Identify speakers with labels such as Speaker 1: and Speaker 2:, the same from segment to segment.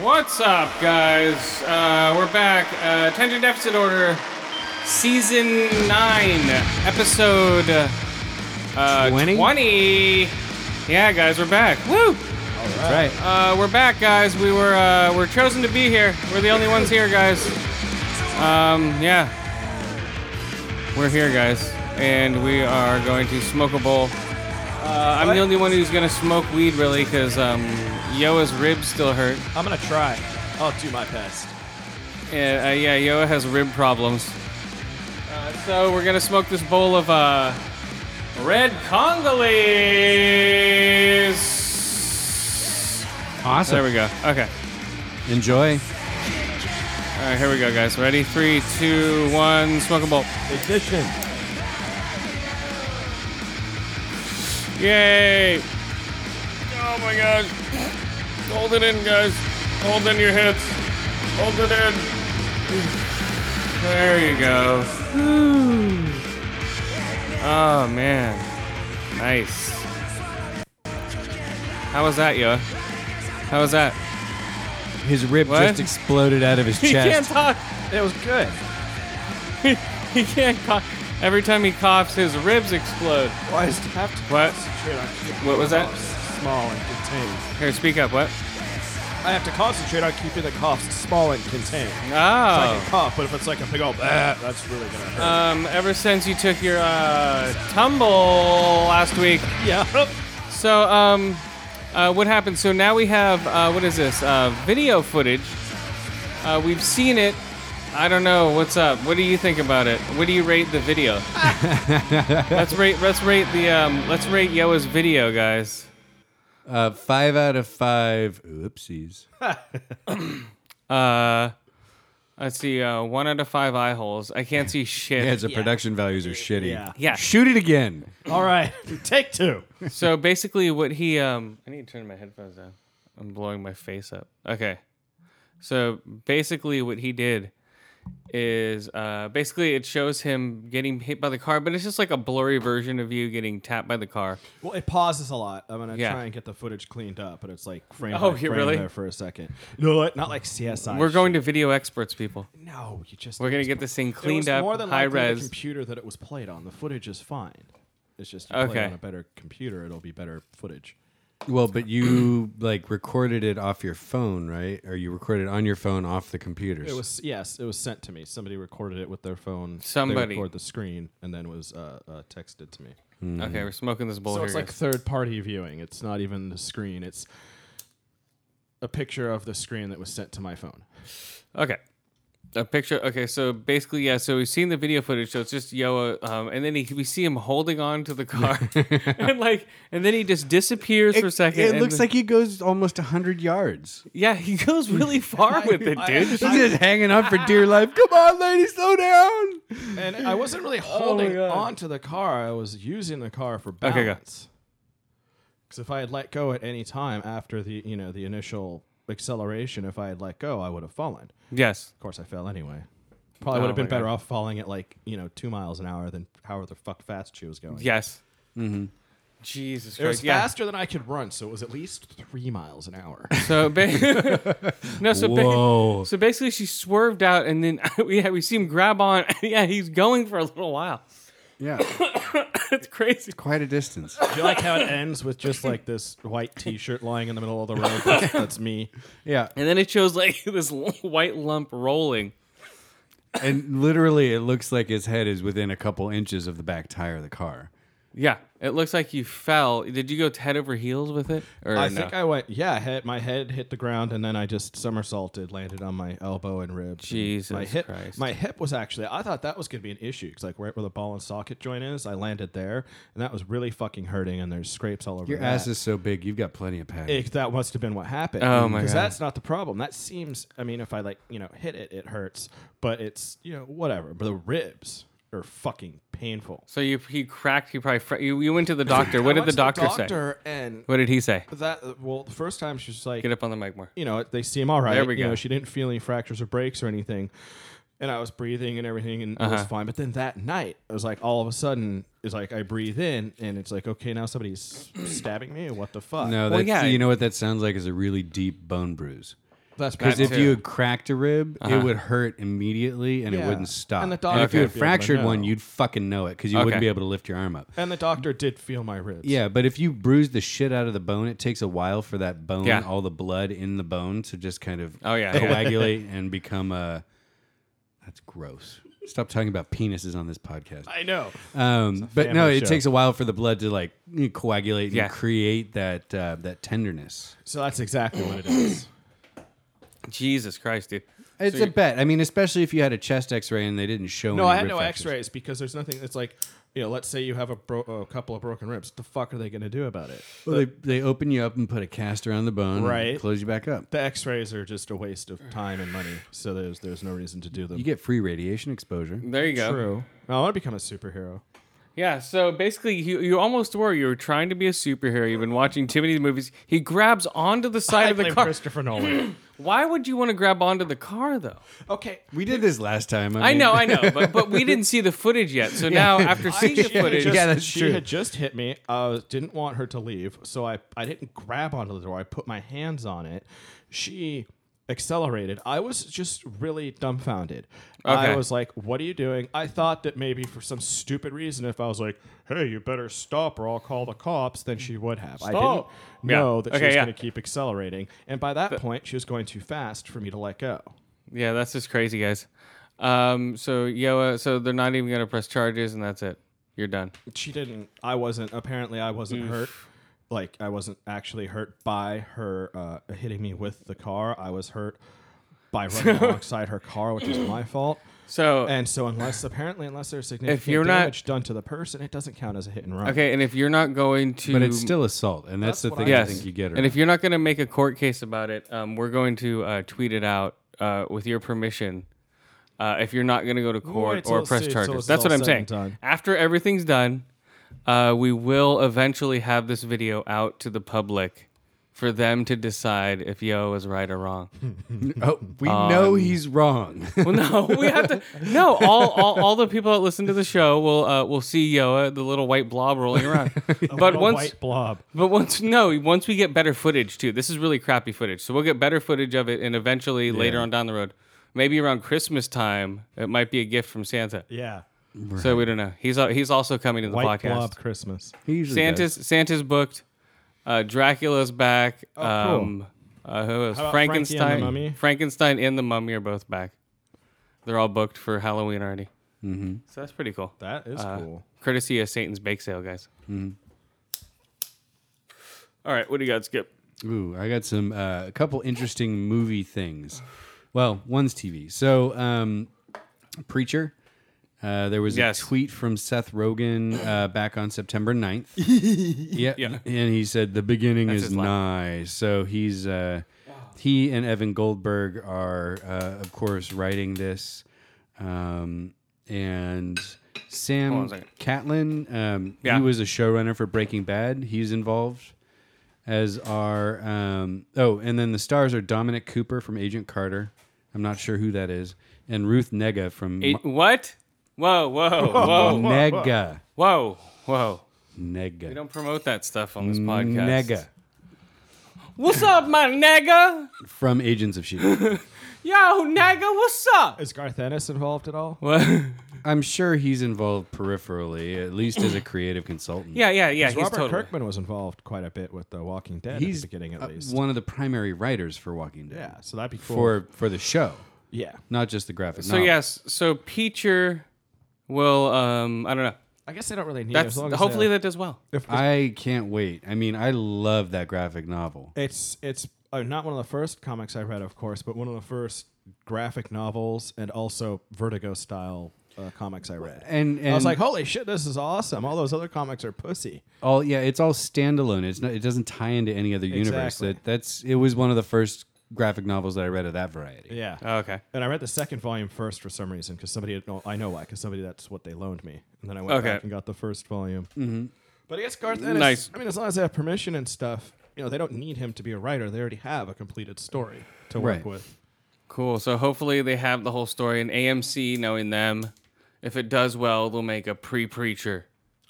Speaker 1: What's up, guys? Uh, we're back. Uh, Attention Deficit Order, Season 9, Episode uh,
Speaker 2: 20?
Speaker 1: 20. Yeah, guys, we're back. Woo!
Speaker 2: That's right.
Speaker 1: Uh, we're back, guys. We were uh, we're chosen to be here. We're the only ones here, guys. Um, yeah, we're here, guys, and we are going to smoke a bowl. Uh, I'm the only one who's gonna smoke weed, really, because um, Yoa's ribs still hurt.
Speaker 3: I'm gonna try. I'll do my best.
Speaker 1: Yeah, uh, yeah, Yoa has rib problems. Uh, so we're gonna smoke this bowl of uh, red Congolese.
Speaker 2: Awesome.
Speaker 1: There we go. Okay.
Speaker 2: Enjoy.
Speaker 1: All right, here we go, guys. Ready? Three, two, one. Smoke a bowl.
Speaker 3: Ignition.
Speaker 1: Yay! Oh my gosh! Hold it in, guys. Hold in your hits. Hold it in. There you go. Oh man, nice. How was that, yo? How was that?
Speaker 2: His rib
Speaker 1: What?
Speaker 2: just exploded out of his
Speaker 1: He can't
Speaker 2: chest.
Speaker 1: talk.
Speaker 3: It was good.
Speaker 1: He, he can't cough. Every time he coughs, his ribs explode.
Speaker 3: Why does it have to
Speaker 1: What?
Speaker 3: concentrate on keeping
Speaker 1: What was that?
Speaker 3: the coughs small and contained?
Speaker 1: Here, speak up. What?
Speaker 3: I have to concentrate on keeping the coughs small and contained. I
Speaker 1: Oh.
Speaker 3: can cough, but if it's like a big old bah, that's really gonna hurt.
Speaker 1: Um, ever since you took your uh, tumble last week.
Speaker 3: yeah.
Speaker 1: So, um, uh, what happened? So now we have, uh, what is this? Uh, video footage. Uh, we've seen it. I don't know. What's up? What do you think about it? What do you rate the video? let's rate. Let's rate the. Um, let's rate Yoa's video, guys.
Speaker 2: Uh, five out of five. Oopsies.
Speaker 1: Uh, let's see. Uh, one out of five eye holes. I can't see shit.
Speaker 2: Yeah, it's the production values are shitty.
Speaker 3: Yeah.
Speaker 1: Yeah.
Speaker 2: Shoot it again.
Speaker 3: All right. Take two.
Speaker 1: So basically, what he um, I need to turn my headphones down. I'm blowing my face up. Okay. So basically, what he did is uh, basically it shows him getting hit by the car, but it's just like a blurry version of you getting tapped by the car.
Speaker 3: Well, it pauses a lot. I'm gonna
Speaker 1: Yeah.
Speaker 3: try and get the footage cleaned up, but it's like frame
Speaker 1: Oh,
Speaker 3: by
Speaker 1: yeah,
Speaker 3: frame
Speaker 1: really?
Speaker 3: there for a second. No, what? Not like CSI.
Speaker 1: We're going to video experts, people.
Speaker 3: shit. No, you just.
Speaker 1: We're gonna get this thing
Speaker 3: It was
Speaker 1: cleaned up,
Speaker 3: more than
Speaker 1: high
Speaker 3: likely the
Speaker 1: res.
Speaker 3: computer that it was played on. The footage is fine. It's just you play
Speaker 1: Okay.
Speaker 3: it on a better computer, it'll be better footage.
Speaker 2: Well, but you like recorded it off your phone, right? Or you recorded it on your phone off the computers.
Speaker 3: It was yes, it was sent to me. Somebody recorded it with their phone.
Speaker 1: Somebody.
Speaker 3: they recorded the screen and then was uh, uh, texted to me.
Speaker 1: Okay, we're smoking this bowl
Speaker 3: so
Speaker 1: here.
Speaker 3: it's like
Speaker 1: guys.
Speaker 3: third party viewing. It's not even the screen. It's a picture of the screen that was sent to my phone.
Speaker 1: Okay. A picture. Okay, so basically, yeah. So we've seen the video footage. So it's just Yoa, um, and then he, we see him holding on to the car, and like, and then he just disappears for a second.
Speaker 2: It
Speaker 1: and
Speaker 2: looks
Speaker 1: then-
Speaker 2: like he goes almost hundred yards.
Speaker 1: yeah, he goes really far with it, dude.
Speaker 2: He's just hanging on for dear life. Come on, lady, slow down.
Speaker 3: And I wasn't really holding
Speaker 1: God.
Speaker 3: on to the car. I was using the car for
Speaker 1: Okay, go.
Speaker 3: balance. Because if I had let go at any time after the you know the initial acceleration, if I had let go, I would have fallen.
Speaker 1: Yes.
Speaker 3: Of course, I fell anyway. Probably
Speaker 1: Oh
Speaker 3: would have been
Speaker 1: my God.
Speaker 3: better off falling at like you know two miles an hour than however the fuck fast she was going.
Speaker 1: Yes. Mm-hmm. Jesus
Speaker 3: it was
Speaker 1: Christ. Yeah.
Speaker 3: faster than I could run, so it was at least three miles an hour.
Speaker 1: So ba- no. So, ba-
Speaker 2: Whoa.
Speaker 1: so basically, she swerved out, and then we yeah, we see him grab on. yeah, he's going for a little while.
Speaker 2: Yeah,
Speaker 1: It's crazy.
Speaker 2: quite a distance.
Speaker 3: Do you like how it ends with just like this white T-shirt lying in the middle of the road? That's, that's me.
Speaker 2: Yeah,
Speaker 1: And then it shows like this white lump rolling.
Speaker 2: and literally, it looks like his head is within a couple inches of the back tire of the car.
Speaker 1: Yeah, it looks like you fell. Did you go head over heels with it? Or
Speaker 3: I
Speaker 1: no?
Speaker 3: think I went, yeah, head, my head hit the ground and then I just somersaulted, landed on my elbow and ribs. And
Speaker 1: Jesus
Speaker 3: my hip,
Speaker 1: Christ.
Speaker 3: My hip was actually, I thought that was going to be an issue because, like, right where the ball and socket joint is, I landed there and that was really fucking hurting and there's scrapes all over
Speaker 2: Your
Speaker 3: that.
Speaker 2: ass is so big, you've got plenty of padding.
Speaker 3: It- that must have been what happened.
Speaker 1: Oh, my
Speaker 3: Because
Speaker 1: God.
Speaker 3: that's not the problem. That seems. I mean, if I like you know hit it, it hurts. But it's you know whatever. But the ribs are fucking painful.
Speaker 1: so you he cracked. He probably fra- you, you went to the doctor. What
Speaker 3: I
Speaker 1: did
Speaker 3: went
Speaker 1: the
Speaker 3: to
Speaker 1: doctor, say?
Speaker 3: doctor And
Speaker 1: What did he say?
Speaker 3: that well, the first time she was like,
Speaker 1: Get up on the mic more.
Speaker 3: you know, they seem all right.
Speaker 1: There we
Speaker 3: you
Speaker 1: go.
Speaker 3: know, she didn't feel any fractures or breaks or anything. And I was breathing and everything and it
Speaker 1: Uh-huh.
Speaker 3: was fine. But then that night, it was like all of a sudden, it's like I breathe in and it's like, okay, now somebody's stabbing me. What the fuck?
Speaker 2: no,
Speaker 1: Well,
Speaker 2: that's,
Speaker 1: yeah.
Speaker 2: you know what that sounds like is a really deep bone bruise.
Speaker 3: that's
Speaker 2: Because
Speaker 1: That
Speaker 2: if you
Speaker 1: too.
Speaker 2: had cracked a rib, it would hurt immediately and
Speaker 3: Uh-huh. Yeah.
Speaker 2: it wouldn't stop.
Speaker 3: And
Speaker 2: And,
Speaker 3: the doctor
Speaker 2: if you
Speaker 3: would be able
Speaker 2: had
Speaker 3: to
Speaker 2: fractured one,
Speaker 3: know.
Speaker 2: you'd fucking know it because you
Speaker 1: Okay.
Speaker 2: wouldn't be able to lift your arm up.
Speaker 3: And the doctor did feel my ribs.
Speaker 2: Yeah, but if you bruise the shit out of the bone, it takes a while for that bone,
Speaker 1: Yeah.
Speaker 2: all the blood in the bone, to just kind of
Speaker 1: Oh, yeah, yeah.
Speaker 2: coagulate and become a. That's gross. Stop talking about penises on this podcast.
Speaker 3: I know.
Speaker 2: Um, but no,
Speaker 3: family
Speaker 2: it
Speaker 3: show.
Speaker 2: takes a while for the blood to like coagulate and
Speaker 1: Yeah.
Speaker 2: create that uh, that tenderness.
Speaker 3: So that's exactly what it is.
Speaker 1: Jesus Christ, dude.
Speaker 2: It's a bet. I mean, especially if you had a chest X-ray and they didn't show.
Speaker 3: No,
Speaker 2: any
Speaker 3: I had
Speaker 2: rib
Speaker 3: no
Speaker 2: fractures.
Speaker 3: X-rays because there's nothing. It's like, you know, let's say you have a, bro- a couple of broken ribs. What the fuck are they going to do about it?
Speaker 2: Well, they they open you up and put a cast around the bone, and
Speaker 3: Right.
Speaker 2: close you back up.
Speaker 3: The X-rays are just a waste of time and money. So there's there's no reason to do them.
Speaker 2: You get free radiation exposure.
Speaker 1: There you go.
Speaker 3: True. No, I want to become a superhero.
Speaker 1: Yeah, so basically, you, you almost were. You were trying to be a superhero. You've been watching too many movies. He grabs onto the side
Speaker 3: I
Speaker 1: of the
Speaker 3: blame
Speaker 1: car.
Speaker 3: Christopher Nolan.
Speaker 1: Why would you want to grab onto the car, though?
Speaker 3: okay.
Speaker 2: We did this last time.
Speaker 1: I
Speaker 2: mean-
Speaker 1: know, I know, but, but we didn't see the footage yet. So now, after seeing the
Speaker 3: She had
Speaker 1: footage,
Speaker 3: just-
Speaker 2: Yeah, that's
Speaker 3: she
Speaker 2: true.
Speaker 3: had just hit me. I didn't want her to leave, so I, I didn't grab onto the door. I put my hands on it. She accelerated. I was just really dumbfounded. I
Speaker 1: Okay.
Speaker 3: was like, "What are you doing?" I thought that maybe for some stupid reason, if I was like, "Hey, you better stop, or I'll call the cops," then she would have. I didn't
Speaker 1: Stop. Yeah.
Speaker 3: know that she
Speaker 1: Okay,
Speaker 3: was
Speaker 1: yeah.
Speaker 3: going to keep accelerating, and by that point, she was going too fast for me to let go.
Speaker 1: yeah, that's just crazy, guys. Um, so Yoa, so they're not even gonna press charges, and that's it. You're done.
Speaker 3: she didn't i wasn't apparently i wasn't hurt like i wasn't actually hurt by her uh, hitting me with the car i was hurt by running alongside her car which is my fault
Speaker 1: So
Speaker 3: and so unless apparently unless there's significant
Speaker 1: you're not-
Speaker 3: damage done to the person it doesn't count as a hit and run
Speaker 1: okay, and if you're not going to,
Speaker 2: but it's still assault, and
Speaker 3: That's
Speaker 2: that's, the
Speaker 3: what
Speaker 2: thing
Speaker 1: yes,
Speaker 2: I think you get.
Speaker 1: and
Speaker 2: around.
Speaker 1: if you're not gonna make a court case about it, um, we're going to uh, tweet it out uh, with your permission. Uh, if you're not gonna go to court
Speaker 3: till
Speaker 1: or
Speaker 3: it's-
Speaker 1: press
Speaker 3: till
Speaker 1: charges,
Speaker 3: it's
Speaker 1: that's
Speaker 3: all
Speaker 1: what I'm
Speaker 3: said
Speaker 1: saying.
Speaker 3: and done.
Speaker 1: After everything's done, uh, we will eventually have this video out to the public. For them to decide if Yo is right or wrong.
Speaker 2: Oh, we
Speaker 1: Um,
Speaker 2: know he's wrong.
Speaker 1: Well, no, we have to. No, all, all, all the people that listen to the show will uh, will see Yoa, the little white blob rolling around. but
Speaker 3: Little
Speaker 1: once,
Speaker 3: white blob
Speaker 1: but once, no, once we get better footage too. This is really crappy footage, so we'll get better footage of it, and eventually later on down the road, maybe around Christmas time, it might be a gift from Santa.
Speaker 3: yeah
Speaker 1: So we don't know. He's al- he's also coming to the
Speaker 3: white
Speaker 1: podcast.
Speaker 3: blob christmas
Speaker 2: He usually does.
Speaker 1: Santa's Santa's booked. Uh, Dracula's back.
Speaker 3: cool.
Speaker 1: um, uh, who else?
Speaker 3: How about Frankie
Speaker 1: Frankenstein.
Speaker 3: and the Mummy?
Speaker 1: Frankenstein and the Mummy are both back. They're all booked for Halloween already. Mm-hmm. So that's pretty cool.
Speaker 3: that is
Speaker 1: Uh,
Speaker 3: cool
Speaker 1: Courtesy of Satan's Bake Sale, guys. All right, what do you got, Skip?
Speaker 2: Ooh, I got some uh, a couple interesting movie things. Well, one's TV. So, um, Preacher. Uh, there was
Speaker 1: Yes.
Speaker 2: a tweet from Seth Rogen uh, back on September 9th. yeah,
Speaker 1: Yeah.
Speaker 2: and he said the beginning
Speaker 1: That's
Speaker 2: is
Speaker 1: his line.
Speaker 2: nigh. So he's uh, he and Evan Goldberg are uh, of course writing this, um, and
Speaker 1: Hold on a
Speaker 2: Sam
Speaker 1: second.
Speaker 2: Catlin. Um,
Speaker 1: Yeah.
Speaker 2: He was a showrunner for Breaking Bad. He's involved as are um, oh, and then the stars are Dominic Cooper from Agent Carter. I'm not sure who that is, and Ruth Nega from
Speaker 1: Eight- what? Whoa, whoa, whoa, whoa,
Speaker 2: Nega
Speaker 1: whoa, whoa. We
Speaker 2: Nega
Speaker 1: don't promote that stuff on this podcast.
Speaker 2: Nega
Speaker 1: What's up, my nega?
Speaker 2: from Agents of Shield.
Speaker 1: Yo, nega, what's up?
Speaker 3: is garth ennis involved at all
Speaker 1: What?
Speaker 2: I'm sure he's involved peripherally, at least as a creative consultant.
Speaker 1: Yeah, yeah, yeah. He's
Speaker 3: robert
Speaker 1: totally.
Speaker 3: kirkman was involved quite a bit with the walking dead
Speaker 2: he's
Speaker 3: at the beginning
Speaker 2: uh,
Speaker 3: at least
Speaker 2: one of the primary writers for Walking Dead.
Speaker 3: yeah so that'd be cool
Speaker 2: for for the show,
Speaker 3: yeah
Speaker 2: not just the graphic.
Speaker 1: So
Speaker 2: novel.
Speaker 1: yes, so Peacher will um I don't know.
Speaker 3: I guess they don't really need it.
Speaker 1: That's
Speaker 3: As long as
Speaker 1: hopefully
Speaker 3: they,
Speaker 1: that does well.
Speaker 3: if,
Speaker 2: I can't wait. I mean, I love that graphic novel.
Speaker 3: it's it's uh, not one of the first comics I read, of course, but one of the first graphic novels and also Vertigo style uh, comics I read.
Speaker 2: And, and
Speaker 3: I was like, holy shit, this is awesome. All those other comics are pussy.
Speaker 2: all yeah, it's all standalone. It's not, it doesn't tie into any other universe.
Speaker 3: Exactly.
Speaker 2: That that's it was one of the first graphic novels that I read of that variety.
Speaker 3: Yeah.
Speaker 1: Oh, Okay.
Speaker 3: and I read the second volume first for some reason because somebody had, no, I know why because somebody that's what they loaned me, and then I went
Speaker 1: Okay.
Speaker 3: back and got the first volume. Mm-hmm. But I guess Garth Ennis.
Speaker 1: Nice.
Speaker 3: I mean, as long as they have permission and stuff, you know, they don't need him to be a writer. They already have a completed story to
Speaker 2: Right.
Speaker 3: work with.
Speaker 1: Cool. So hopefully they have the whole story and AMC knowing them. If it does well, they'll make a pre preacher.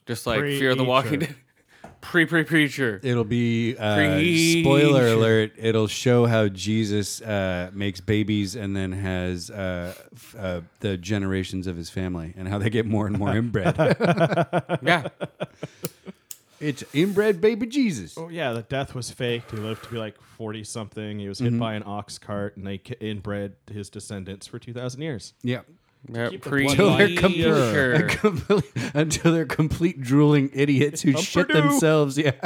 Speaker 1: Just like Fear of the Walking Dead.
Speaker 3: Pre-eacher.
Speaker 1: pre pre preacher.
Speaker 2: It'll be uh,
Speaker 1: Preach.
Speaker 2: spoiler alert. It'll show how Jesus uh, makes babies and then has uh, f- uh, the generations of his family and how they get more and more inbred.
Speaker 1: Yeah.
Speaker 2: it's inbred baby Jesus.
Speaker 3: Oh yeah, the death was faked. He lived to be like forty something. He was hit by an ox cart, and they ki- inbred his descendants for two thousand years.
Speaker 2: Yeah.
Speaker 1: Yeah,
Speaker 3: keep the
Speaker 2: Until they're,
Speaker 3: bloodline
Speaker 2: complete,
Speaker 1: Preacher.
Speaker 2: until they're complete drooling idiots who shit
Speaker 3: Humperdoo.
Speaker 2: themselves. Yeah.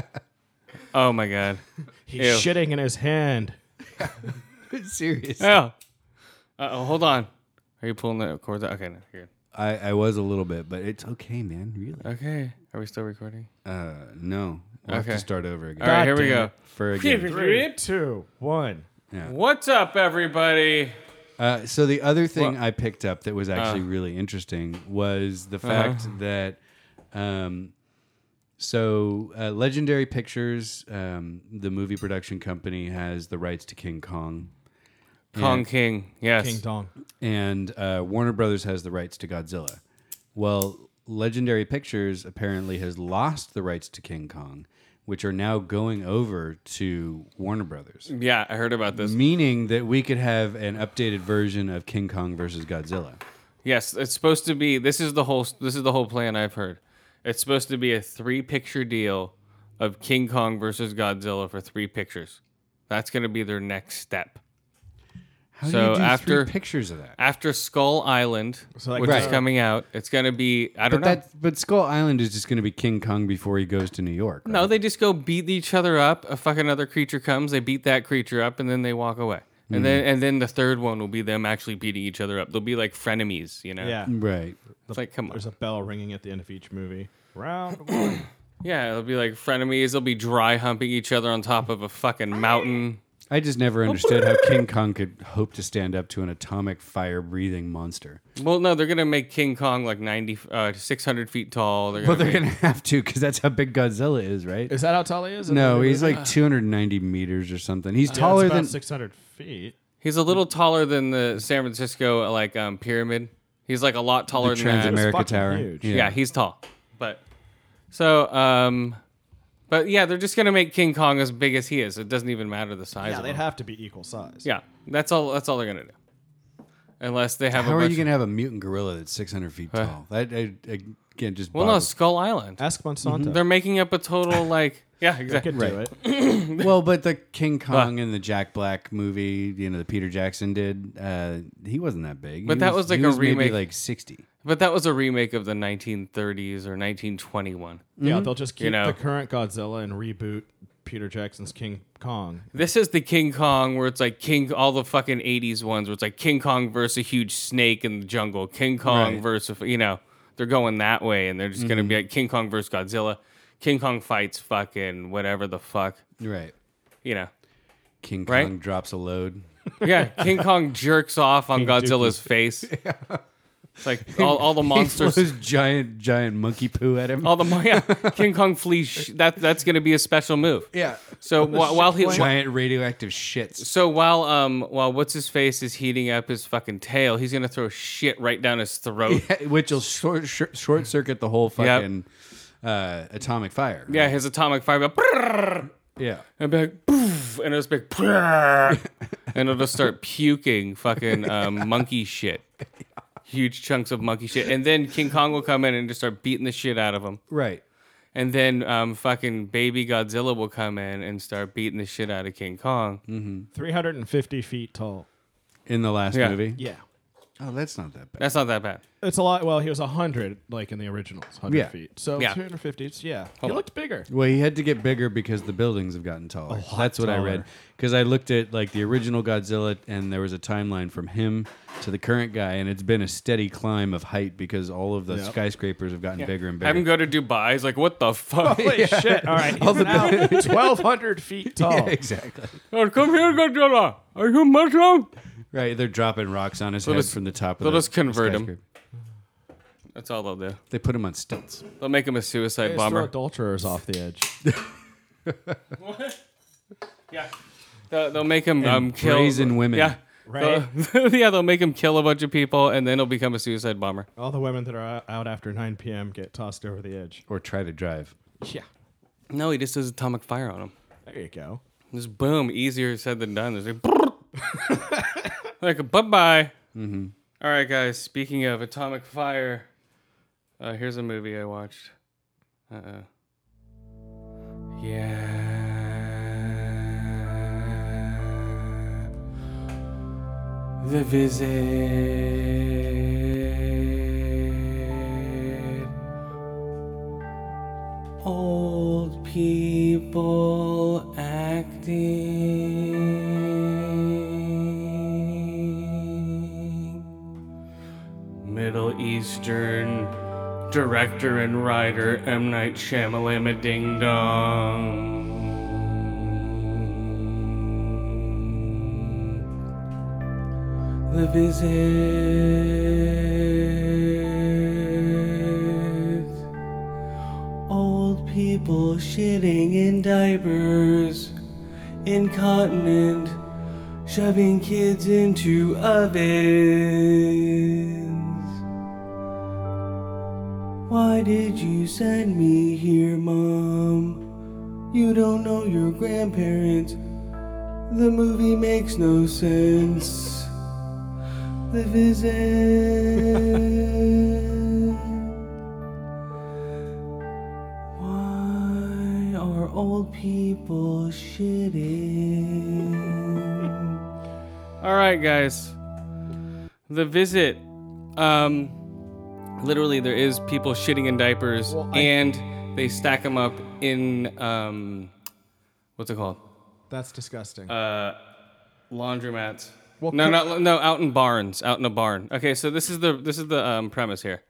Speaker 1: Oh my god.
Speaker 3: He's
Speaker 1: Ew.
Speaker 3: shitting in his hand.
Speaker 2: Serious.
Speaker 1: Oh. Uh oh, hold on. Are you pulling the cords out? Okay, no, you're good.
Speaker 2: I, I was a little bit, but it's okay, man. Really?
Speaker 1: Okay. Are we still recording?
Speaker 2: Uh, no. We'll have
Speaker 1: Okay.
Speaker 2: to start over again.
Speaker 1: All right, here we
Speaker 3: damn
Speaker 1: go.
Speaker 3: it.
Speaker 2: For again.
Speaker 3: Three, two, one.
Speaker 1: What's up, everybody?
Speaker 2: Uh, so the other thing I picked up that
Speaker 1: uh.
Speaker 2: was actually really interesting was the
Speaker 1: Uh-huh.
Speaker 2: fact that, um, so uh, Legendary Pictures, um, the movie production company, has the rights to King Kong,
Speaker 1: Kong King. Yes.
Speaker 3: King Dong.
Speaker 2: and uh, Warner Brothers has the rights to Godzilla. Well, Legendary Pictures apparently has lost the rights to King Kong, which are now going over to Warner Brothers.
Speaker 1: Yeah, I heard about this.
Speaker 2: Meaning that we could have an updated version of King Kong versus Godzilla.
Speaker 1: Yes, it's supposed to be. This is the whole. This is the whole plan I've heard. It's supposed to be a three-picture deal of King Kong versus Godzilla for three pictures. That's going to be their next step
Speaker 2: How
Speaker 1: So
Speaker 2: do you do
Speaker 1: after-
Speaker 2: three pictures of that?
Speaker 1: after Skull Island,
Speaker 3: So, like, uh,
Speaker 1: which is
Speaker 3: Right.
Speaker 1: coming out. It's going to be. I don't
Speaker 2: But
Speaker 1: know.
Speaker 2: that but Skull Island is just going to be King Kong before he goes to New York.
Speaker 1: no, they just go beat each other up. A fucking other creature comes. They beat that creature up, and then they walk away.
Speaker 3: Mm.
Speaker 1: And then and then the third one will be them actually beating each other up. They'll be like frenemies, you know.
Speaker 3: Yeah. Mm.
Speaker 2: right.
Speaker 1: It's like come on.
Speaker 3: There's a bell ringing at the end of each movie. Round one.
Speaker 1: Yeah, it'll be like frenemies. They'll be dry humping each other on top of a fucking mountain.
Speaker 2: I just never understood how King Kong could hope to stand up to an atomic fire breathing monster.
Speaker 1: Well, no, they're gonna make King Kong like 90, uh, 600 feet tall. They're gonna
Speaker 2: Well, they're
Speaker 1: make-
Speaker 2: going to have to because that's how big Godzilla is, right?
Speaker 3: Is that how tall he is?
Speaker 2: no, he's like 290 meters or something. He's taller than
Speaker 3: 600 feet.
Speaker 1: he's a little taller than the San Francisco like um, pyramid. He's like a lot taller than that.
Speaker 3: American-
Speaker 2: Transamerica
Speaker 3: fucking
Speaker 2: Tower.
Speaker 3: huge.
Speaker 1: yeah. he's tall, but so um, but yeah, they're just gonna make King Kong as big as he is. It doesn't even matter the size.
Speaker 3: Yeah,
Speaker 1: of
Speaker 3: they'd
Speaker 1: him.
Speaker 3: have to be equal size.
Speaker 1: yeah, that's all. That's all they're gonna do, unless they have.
Speaker 2: How
Speaker 1: a
Speaker 2: are
Speaker 1: bunch
Speaker 2: you going to have a mutant gorilla that's 600 feet tall? That I, I, again just
Speaker 1: Well, no,
Speaker 2: boggles-
Speaker 1: Skull Island.
Speaker 3: Ask Monsanto.
Speaker 1: They're making up a total like. Yeah,
Speaker 3: They
Speaker 1: exactly.
Speaker 3: could do
Speaker 2: Right.
Speaker 3: it.
Speaker 2: well, but the King Kong and the Jack Black movie, you know, the Peter Jackson did. Uh, he wasn't that big.
Speaker 1: But
Speaker 2: He
Speaker 1: that
Speaker 2: was,
Speaker 1: was like
Speaker 2: he
Speaker 1: a
Speaker 2: was
Speaker 1: remake.
Speaker 2: maybe like sixty.
Speaker 1: But that was a remake of the 1930s or 1921.
Speaker 3: Yeah, they'll just keep
Speaker 1: You know.
Speaker 3: the current Godzilla and reboot Peter Jackson's King Kong.
Speaker 1: This is the King Kong where it's like King, all the fucking 80s ones where it's like King Kong versus a huge snake in the jungle, King Kong
Speaker 2: Right. Mm-hmm.
Speaker 1: versus, you know, they're going that way and they're just going to be like King Kong versus Godzilla. King Kong fights fucking whatever the fuck,
Speaker 2: Right.
Speaker 1: you know.
Speaker 2: King Kong
Speaker 1: Right?
Speaker 2: drops a load.
Speaker 1: Yeah, King Kong jerks off on Godzilla's face. It's like all, all the monsters. Oh,
Speaker 2: He throws giant, giant monkey poo at him.
Speaker 1: All the mon- yeah, King Kong flees. sh- That that's gonna be a special move.
Speaker 2: yeah.
Speaker 1: So wh- while he
Speaker 2: Giant radioactive shits.
Speaker 1: So while um while what's his face is heating up his fucking tail, he's gonna throw shit right down his throat. Yeah,
Speaker 2: Which will short, short, short circuit the whole fucking uh, atomic fire. right?
Speaker 1: his atomic fire, will go,
Speaker 2: Yeah.
Speaker 1: and be like, poof, and it'll just be like, "Brrr," and it'll just start puking fucking um, monkey shit, huge chunks of monkey shit, and then King Kong will come in and just start beating the shit out of him,
Speaker 2: Right.
Speaker 1: and then um fucking baby Godzilla will come in and start beating the shit out of King Kong.
Speaker 3: 350 feet tall.
Speaker 2: In the last
Speaker 1: Yeah.
Speaker 2: movie.
Speaker 3: Yeah.
Speaker 2: Oh, that's not that bad.
Speaker 1: That's not that bad.
Speaker 3: It's a lot. Well, he was 100, like in the originals, 100
Speaker 2: Yeah.
Speaker 3: feet. So
Speaker 1: Yeah.
Speaker 3: 250, it's, yeah.
Speaker 1: Hold
Speaker 3: he
Speaker 1: on.
Speaker 3: looked bigger.
Speaker 2: Well, he had to get bigger because the buildings have gotten taller.
Speaker 3: lot
Speaker 2: That's what I
Speaker 3: taller.
Speaker 2: read. Because I looked at like the original Godzilla, and there was a timeline from him to the current guy, and it's been a steady climb of height because all of the
Speaker 3: Yep.
Speaker 2: skyscrapers have gotten bigger and
Speaker 1: Have him
Speaker 2: bigger.
Speaker 1: go to Dubai. He's like, what the fuck?
Speaker 3: Holy shit. All right. He's now 1,200 feet tall.
Speaker 2: Yeah, exactly.
Speaker 1: Oh, come here, Godzilla. Are you mushroom?
Speaker 2: Right, they're dropping rocks on his head
Speaker 1: just-
Speaker 2: from the top.
Speaker 1: they'll
Speaker 2: of the
Speaker 1: just convert him.
Speaker 2: skyscraper.
Speaker 1: That's all they'll do.
Speaker 2: They put him on stilts.
Speaker 1: They'll make him a suicide
Speaker 3: Just throw
Speaker 1: bomber.
Speaker 3: adulterers off the edge.
Speaker 1: Yeah. They'll, they'll make him um, kill
Speaker 2: brazen women.
Speaker 1: Yeah.
Speaker 3: Right.
Speaker 1: They'll- yeah, they'll make him kill a bunch of people, and then he'll become a suicide bomber.
Speaker 3: All the women that are o- out after 9 p.m. get tossed over the edge.
Speaker 2: Or try to drive.
Speaker 3: Yeah.
Speaker 1: No, he just does atomic fire on him.
Speaker 3: There you go.
Speaker 1: Just boom, easier said than done. There's like, brrrt. like bye bye. All right, guys. Speaking of atomic fire, uh, here's a movie I watched. Uh oh. Yeah. The visit. Old people acting. Middle Eastern director and writer M. Night Shyamalama Ding Dong. The visit old people shitting in diapers, incontinent, shoving kids into ovens. Why did you send me here, Mom? You don't know your grandparents. The movie makes no sense. The visit. Why are old people shitting? All right, guys. The visit. Um, literally, there is people shitting in diapers, and they stack them up in um, what's it called?
Speaker 3: That's disgusting.
Speaker 1: Uh, Laundromats.
Speaker 3: Well,
Speaker 1: no,
Speaker 3: could-
Speaker 1: not no, out in barns, out in a barn. Okay, so this is the this is the um, premise here.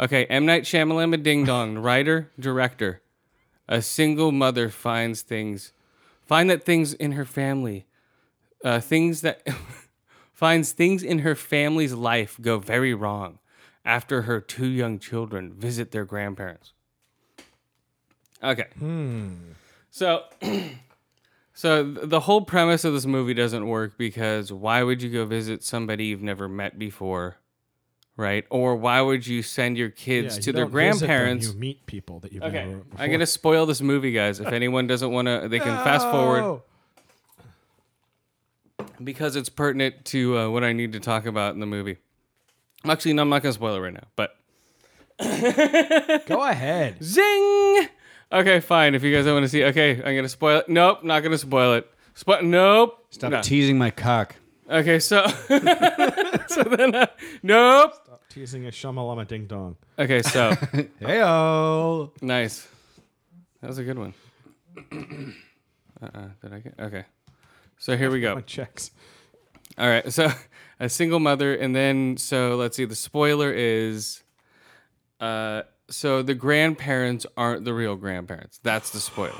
Speaker 1: Okay, M Night Shyamalan, Ding Dong, writer, director. A single mother finds things, find that things in her family, uh, things that finds things in her family's life go very wrong after her two young children visit their grandparents. Okay.
Speaker 3: Hmm.
Speaker 1: So so th- the whole premise of this movie doesn't work because why would you go visit somebody you've never met before? Right? Or why would you send your
Speaker 3: Yeah,
Speaker 1: kids
Speaker 3: you
Speaker 1: to their
Speaker 3: don't visit them,
Speaker 1: grandparents?
Speaker 3: You meet people that you've
Speaker 1: Okay.
Speaker 3: never
Speaker 1: I'm going to spoil this movie, guys. If anyone doesn't want to, they can fast forward
Speaker 3: Oh,
Speaker 1: because it's pertinent to uh, what I need to talk about in the movie. Actually, no, I'm not going to spoil it right now, but
Speaker 3: go ahead.
Speaker 1: zing! Okay, fine. If you guys don't want to see, okay, I'm going to spoil it. Nope, not going to spoil it. Spo- nope.
Speaker 2: Stop
Speaker 1: No.
Speaker 2: teasing my cock.
Speaker 1: Okay, so. so then, uh, nope.
Speaker 3: Teasing a shamalama ding dong.
Speaker 1: Okay, so.
Speaker 2: Heyo.
Speaker 1: Nice. That was a good one. Uh-uh, did I get? Okay. So here we go.
Speaker 3: My checks.
Speaker 1: All right. So a single mother, and then so let's see. The spoiler is, uh, so the grandparents aren't the real grandparents. That's the spoiler.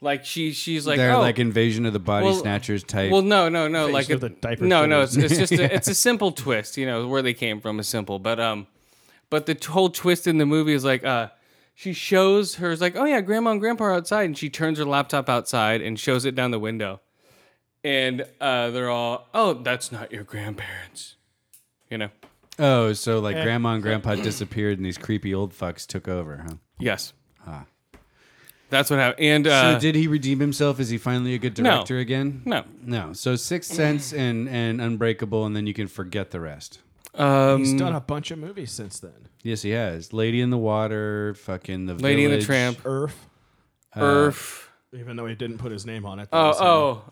Speaker 1: Like she, she's like,
Speaker 2: They're
Speaker 1: oh,
Speaker 2: like invasion of the body
Speaker 1: Well-
Speaker 2: snatchers type.
Speaker 1: well, no, no, no, like
Speaker 3: with
Speaker 1: a-
Speaker 3: a diaper
Speaker 1: no, no. It's,
Speaker 3: shitter.
Speaker 1: it's just a, it's a simple twist. You know where they came from is simple, but um, but the t- whole twist in the movie is like uh, she shows her it's like oh yeah, grandma and grandpa are outside, and she turns her laptop outside and shows it down the window, and uh, they're all oh that's not your grandparents, you know.
Speaker 2: oh, so like grandma and grandpa disappeared and these creepy old fucks took over, huh?
Speaker 1: Yes. That's what happened. And uh,
Speaker 2: so did he redeem himself? Is he finally a good director again?
Speaker 1: no.
Speaker 2: No. So Sixth Sense and, and Unbreakable, and then you can forget the rest.
Speaker 1: Um,
Speaker 3: He's done a bunch of movies since then.
Speaker 2: Yes, he has. Lady in the Water, fucking the
Speaker 1: Lady and the
Speaker 2: Village.
Speaker 1: Tramp,
Speaker 3: Earth,
Speaker 1: Earth.
Speaker 2: Uh,
Speaker 3: even though he didn't put his name on it.
Speaker 1: Oh, oh,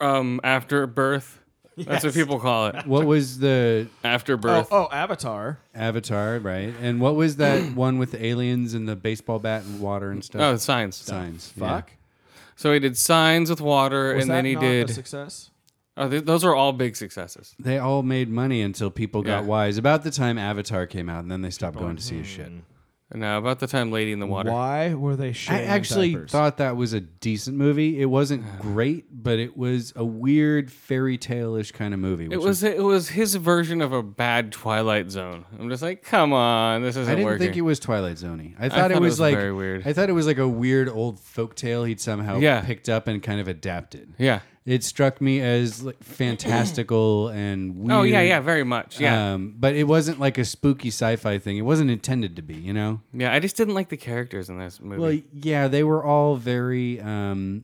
Speaker 1: oh. Um, after birth. That's what people call it.
Speaker 2: What was the
Speaker 1: Afterbirth.
Speaker 3: Oh, oh, Avatar.
Speaker 2: Avatar, right? And what was that one with the aliens and the baseball bat and water and stuff?
Speaker 1: Oh, it's science.
Speaker 2: signs.
Speaker 3: Fuck.
Speaker 1: So he did signs with water,
Speaker 3: Was
Speaker 1: and
Speaker 3: that
Speaker 1: then he
Speaker 3: not
Speaker 1: did.
Speaker 3: a success.
Speaker 1: oh, th- those are all big successes.
Speaker 2: Yeah. They all made money until people got
Speaker 1: Yeah.
Speaker 2: wise. About the time Avatar came out, and then they stopped going to see his shit.
Speaker 1: Now, about the time Lady in the Water.
Speaker 3: Why were they shitting
Speaker 2: I
Speaker 3: in
Speaker 2: actually
Speaker 3: diapers?
Speaker 2: thought that was a decent movie. It wasn't great, but it was a weird fairy tale ish kind of movie.
Speaker 1: It
Speaker 2: which
Speaker 1: was it was his version of a bad Twilight Zone. I'm just like, come on, this isn't
Speaker 2: I didn't
Speaker 1: working.
Speaker 2: think it was Twilight Zoney. I thought,
Speaker 1: thought
Speaker 2: it,
Speaker 1: it
Speaker 2: was
Speaker 1: was
Speaker 2: like
Speaker 1: very weird.
Speaker 2: I thought it was like a weird old folktale he'd somehow
Speaker 1: Yeah.
Speaker 2: picked up and kind of adapted.
Speaker 1: yeah.
Speaker 2: It struck me as like, fantastical and weird.
Speaker 1: Oh yeah, yeah, very much. Yeah,
Speaker 2: Um, but it wasn't like a spooky sci-fi thing. It wasn't intended to be, you know.
Speaker 1: yeah. I just didn't like the characters in this movie.
Speaker 2: Well, yeah, they were all very um,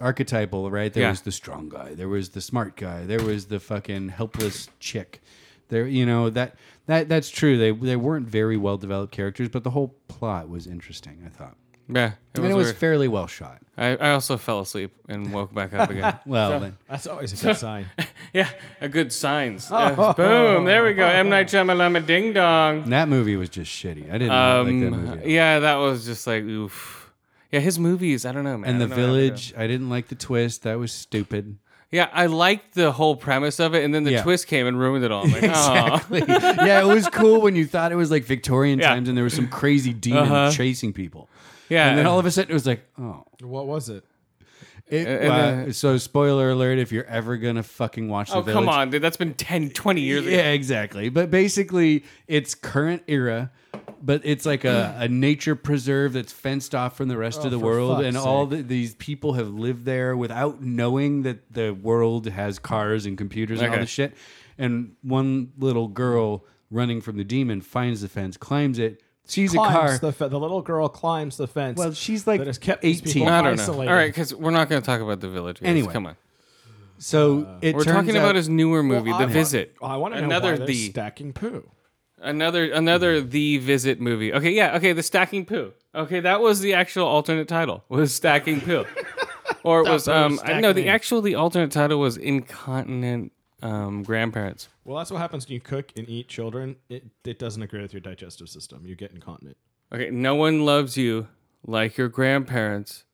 Speaker 2: archetypal, right? There
Speaker 1: Yeah.
Speaker 2: was the strong guy, there was the smart guy, there was the fucking helpless chick. There, you know that that that's true. They they weren't very well developed characters, but the whole plot was interesting. I thought,
Speaker 1: yeah, it
Speaker 2: and
Speaker 1: was.
Speaker 2: it was
Speaker 1: weird.
Speaker 2: fairly well shot.
Speaker 1: I, I also fell asleep and woke back up again.
Speaker 2: Well, then,
Speaker 3: That's always a good sign.
Speaker 1: yeah, a good signs. Uh, boom, there we go. M Night Shyamalama Ding Dong.
Speaker 2: that movie was just shitty. I didn't like that
Speaker 1: Um,
Speaker 2: movie. at all.
Speaker 1: yeah, that was just like oof. Yeah, his movies, I don't know, man.
Speaker 2: And
Speaker 1: I
Speaker 2: the
Speaker 1: don't know how they do it.
Speaker 2: village, I didn't like the twist. That was stupid.
Speaker 1: Yeah, I liked the whole premise of it, and then the
Speaker 2: Yeah.
Speaker 1: twist came and ruined it all. I'm like, oh.
Speaker 2: yeah, it was cool when you thought it was like Victorian
Speaker 1: Yeah. Uh-huh.
Speaker 2: times and there was some crazy demon chasing people.
Speaker 1: Yeah,
Speaker 2: And then all of a sudden it was like, oh.
Speaker 3: what was it?
Speaker 2: It-
Speaker 1: and
Speaker 2: uh,
Speaker 1: then-
Speaker 2: so, spoiler alert if you're ever going to fucking watch The
Speaker 1: oh,
Speaker 2: Village.
Speaker 1: come on, dude. That's been 10, 20 years ago.
Speaker 2: Yeah, exactly. But basically, it's current era, but it's like a, a nature preserve that's fenced off from the rest of the
Speaker 3: Oh, for
Speaker 2: world,
Speaker 3: fuck's
Speaker 2: and all the, these people have lived there without knowing that the world has cars and computers and all
Speaker 1: Okay.
Speaker 2: this shit. And one little girl running from the demon finds the fence, climbs it, sees a car.
Speaker 3: Climbs the, fe- the little girl climbs the fence.
Speaker 2: well, she's like
Speaker 3: that has kept these people
Speaker 2: 18.
Speaker 1: I don't know. All
Speaker 3: Isolated.
Speaker 1: right, because we're not going to talk about the village. guys.
Speaker 2: Anyway.
Speaker 1: come on.
Speaker 2: So
Speaker 3: Uh,
Speaker 2: it
Speaker 1: We're
Speaker 2: turns
Speaker 1: talking about
Speaker 2: out-
Speaker 1: his newer movie,
Speaker 3: Well, I
Speaker 1: The
Speaker 3: wa-
Speaker 1: Visit.
Speaker 3: I want to know
Speaker 1: another
Speaker 3: why they're
Speaker 1: the
Speaker 3: stacking poo.
Speaker 1: another another the visit movie. Okay, yeah, okay, the stacking poo. Okay, that was the actual alternate title was stacking poo, or it was
Speaker 3: That
Speaker 1: um
Speaker 3: was
Speaker 1: I- no the
Speaker 3: Stacking.
Speaker 1: actual the alternate title was incontinent um grandparents.
Speaker 3: Well, that's what happens when you cook and eat children. It, it doesn't agree with your digestive system. You get incontinent.
Speaker 1: Okay, no one loves you like your grandparents.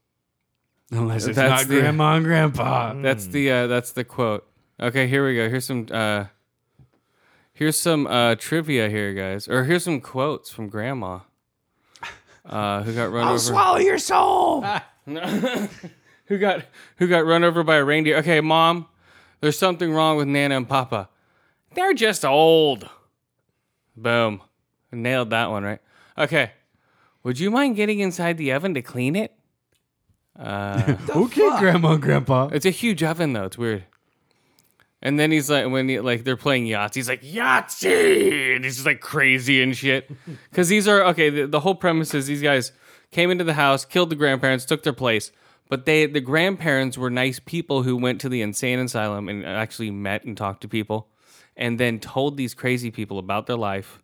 Speaker 2: unless it's
Speaker 1: That's
Speaker 2: not
Speaker 1: the-
Speaker 2: grandma and grandpa.
Speaker 1: That's the uh, that's the quote. Okay, here we go. Here's some uh, here's some uh, trivia here, guys, or here's some quotes from Grandma, uh, who got run over.
Speaker 2: your soul.
Speaker 1: who got who got run over by a reindeer. Okay, Mom, there's something wrong with Nana and Papa. They're just old. Boom, nailed that one right. Okay, would you mind getting inside the oven to clean it?
Speaker 2: okay, grandma and grandpa.
Speaker 1: It's a huge oven though. It's weird. And then he's like, when he, like they're playing Yahtzee, he's like Yahtzee, and he's just like crazy and shit. Because these are okay. The, the whole premise is these guys came into the house, killed the grandparents, took their place, but they the grandparents were nice people who went to the insane asylum and actually met and talked to people, and then told these crazy people about their life.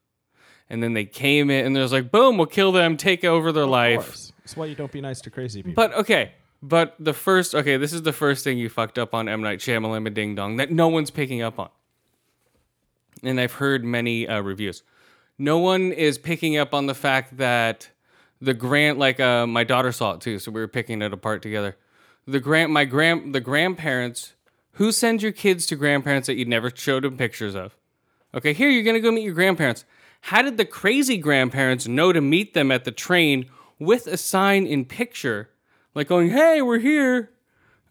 Speaker 1: And then they came in and there's like, boom, we'll kill them, take over their
Speaker 3: Of
Speaker 1: life.
Speaker 3: course. That's why you don't be nice to crazy people.
Speaker 1: But okay, but the first okay, this is the first thing you fucked up on M Night Shyamalan Ding Dong that no one's picking up on, and I've heard many uh, reviews. No one is picking up on the fact that the grant, like uh, my daughter saw it too, so we were picking it apart together. The grant, my grand, the grandparents. Who sends your kids to grandparents that you never showed them pictures of? Okay, here you're gonna go meet your grandparents. How did the crazy grandparents know to meet them at the train with a sign in picture, like going, "Hey, we're here."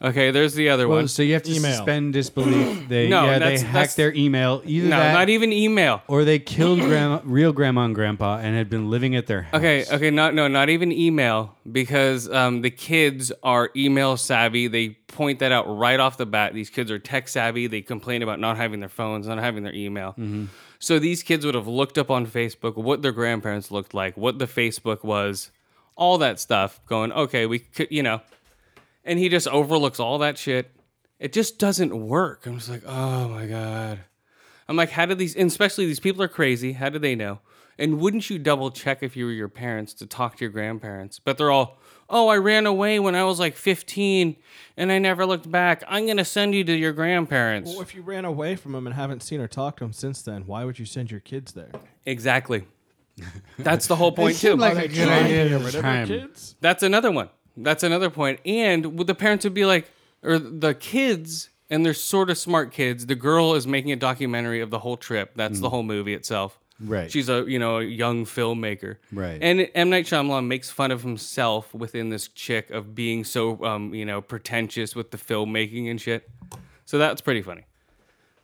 Speaker 1: Okay, there's the other
Speaker 2: Well,
Speaker 1: one.
Speaker 2: so you have to
Speaker 3: Email.
Speaker 2: suspend disbelief. They
Speaker 1: No,
Speaker 2: yeah, they
Speaker 1: that's- that's-
Speaker 2: hacked their email. Either
Speaker 1: No,
Speaker 2: that,
Speaker 1: not even email.
Speaker 2: or they killed grandma, real grandma and grandpa, and had been living at their house.
Speaker 1: Okay, okay, not no, not even email because um, the kids are email savvy. They point that out right off the bat. These kids are tech savvy. They complain about not having their phones, not having their email. So these kids would have looked up on Facebook what their grandparents looked like, what the Facebook was, all that stuff. Going, okay, we could, you know, and he just overlooks all that shit. It just doesn't work. I'm just like, oh my god. I'm like, how did these, and especially these people are crazy. How do they know? And wouldn't you double check if you were your parents to talk to your grandparents? But they're all, oh, I ran away when I was like 15 and I never looked back. I'm going to send you to your grandparents.
Speaker 3: Well, if you ran away from him and haven't seen or talked to him since then, why would you send your kids there?
Speaker 1: Exactly. That's the whole point, too.
Speaker 2: like a
Speaker 3: Like,
Speaker 2: good
Speaker 3: trying to get
Speaker 2: idea this
Speaker 3: rid of their
Speaker 2: time.
Speaker 3: kids?
Speaker 1: That's another one. That's another point. And would the parents would be like, or the kids, and they're sort of smart kids. The girl is making a documentary of the whole trip. That's the whole movie itself.
Speaker 2: Mm. Right.
Speaker 1: She's a you know a young filmmaker.
Speaker 2: Right.
Speaker 1: And M Night Shyamalan makes fun of himself within this chick of being so um you know pretentious with the filmmaking and shit. So that's pretty funny.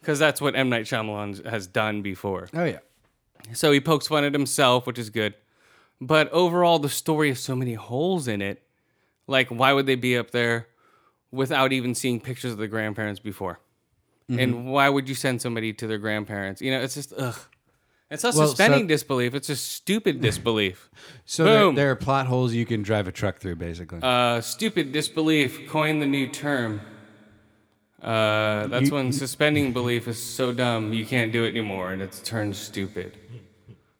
Speaker 1: Because that's what M. Night Shyamalan has done before.
Speaker 2: Oh yeah.
Speaker 1: So he pokes fun at himself, which is good. But overall, the story has so many holes in it. Like, why would they be up there without even seeing pictures of the grandparents before?
Speaker 2: Mm-hmm.
Speaker 1: And why would you send somebody to their grandparents? You know, it's just ugh. It's not
Speaker 2: Well, so-
Speaker 1: suspending disbelief; it's just stupid disbelief.
Speaker 2: So there,
Speaker 1: Boom.
Speaker 2: there are plot holes you can drive a truck through, basically.
Speaker 1: uh, stupid disbelief coined the new term. Uh, that's when suspending belief is so dumb you can't do it anymore, and it's turned stupid.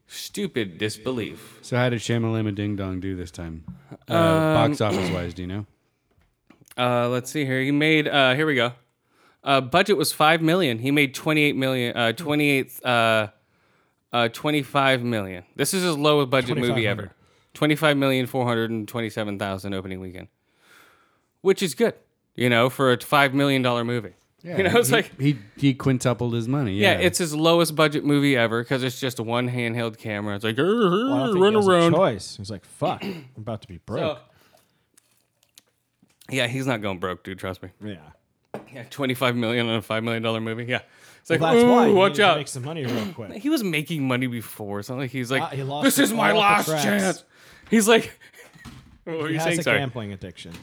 Speaker 1: Stupid disbelief.
Speaker 2: so how did Shamalama Ding Dong do this time, uh,
Speaker 1: Um,
Speaker 2: box office wise? Do you know?
Speaker 1: Uh, let's see here. He made. Uh, here we go. Uh, budget was five million. He made twenty-eight million. Uh, twenty-eight. Uh, uh, twenty-five million. This is his lowest budget movie ever. Twenty-five million four hundred and twenty-seven thousand opening weekend, which is good. You know, for a five million dollar movie. you know, it's
Speaker 2: he,
Speaker 1: like
Speaker 2: he he quintupled his money.
Speaker 1: yeah,
Speaker 2: Yeah,
Speaker 1: it's his lowest budget movie ever because it's just one handheld camera. It's like
Speaker 3: Well, I don't think
Speaker 1: run
Speaker 3: he has a
Speaker 1: around.
Speaker 3: choice. He's like, fuck, I'm about to be broke.
Speaker 1: So- yeah, he's not going broke, dude. Trust me.
Speaker 3: yeah.
Speaker 1: Yeah, twenty-five million on a five million dollar movie. Yeah, it's like
Speaker 3: Well, that's
Speaker 1: ooh,
Speaker 3: why. he
Speaker 1: watch
Speaker 3: needed to
Speaker 1: out.
Speaker 3: Make some money real quick.
Speaker 1: he was making money before. It's not like he's like,
Speaker 3: Ah, he lost
Speaker 1: this
Speaker 3: it
Speaker 1: is my
Speaker 3: all up
Speaker 1: last
Speaker 3: the tracks.
Speaker 1: chance. He's like, what were
Speaker 3: He
Speaker 1: you
Speaker 3: has
Speaker 1: saying?
Speaker 3: a
Speaker 1: Sorry.
Speaker 3: gambling addiction.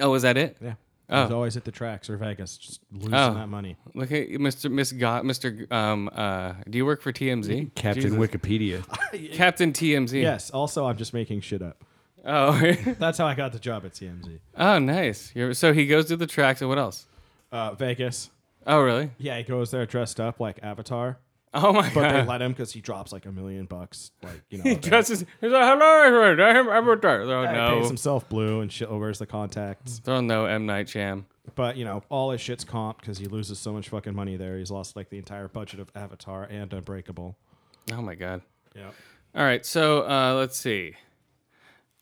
Speaker 1: Oh, is that it?
Speaker 3: Yeah.
Speaker 1: Oh.
Speaker 3: He's always at the tracks or Vegas, just losing
Speaker 1: Oh.
Speaker 3: that money.
Speaker 1: Look at you, Mr. Miss Got Mr. Um. Uh. Do you work for TMZ?
Speaker 2: Captain
Speaker 1: Jesus.
Speaker 2: Wikipedia.
Speaker 1: Captain TMZ.
Speaker 3: Yes. Also, I'm just making shit up.
Speaker 1: Oh.
Speaker 3: That's how I got the job at CMZ.
Speaker 1: oh, nice. You're, so he goes to the tracks and what else?
Speaker 3: Uh, Vegas.
Speaker 1: Oh, really?
Speaker 3: Yeah, he goes there dressed up like Avatar,
Speaker 1: Oh my
Speaker 3: but they
Speaker 1: god.
Speaker 3: let him because he drops like a million bucks. Like you know,
Speaker 1: He
Speaker 3: a bag.
Speaker 1: dresses. He's like, hello, everyone. I'm Avatar. They're
Speaker 3: Yeah,
Speaker 1: like,
Speaker 3: He paints
Speaker 1: no.
Speaker 3: himself blue and shit. Wears the contacts,
Speaker 1: They're on no M Night Jam.
Speaker 3: but you know, all his shit's comped because he loses so much fucking money there. He's lost like the entire budget of Avatar and Unbreakable.
Speaker 1: Oh my god.
Speaker 3: Yeah.
Speaker 1: All right, so uh, let's see.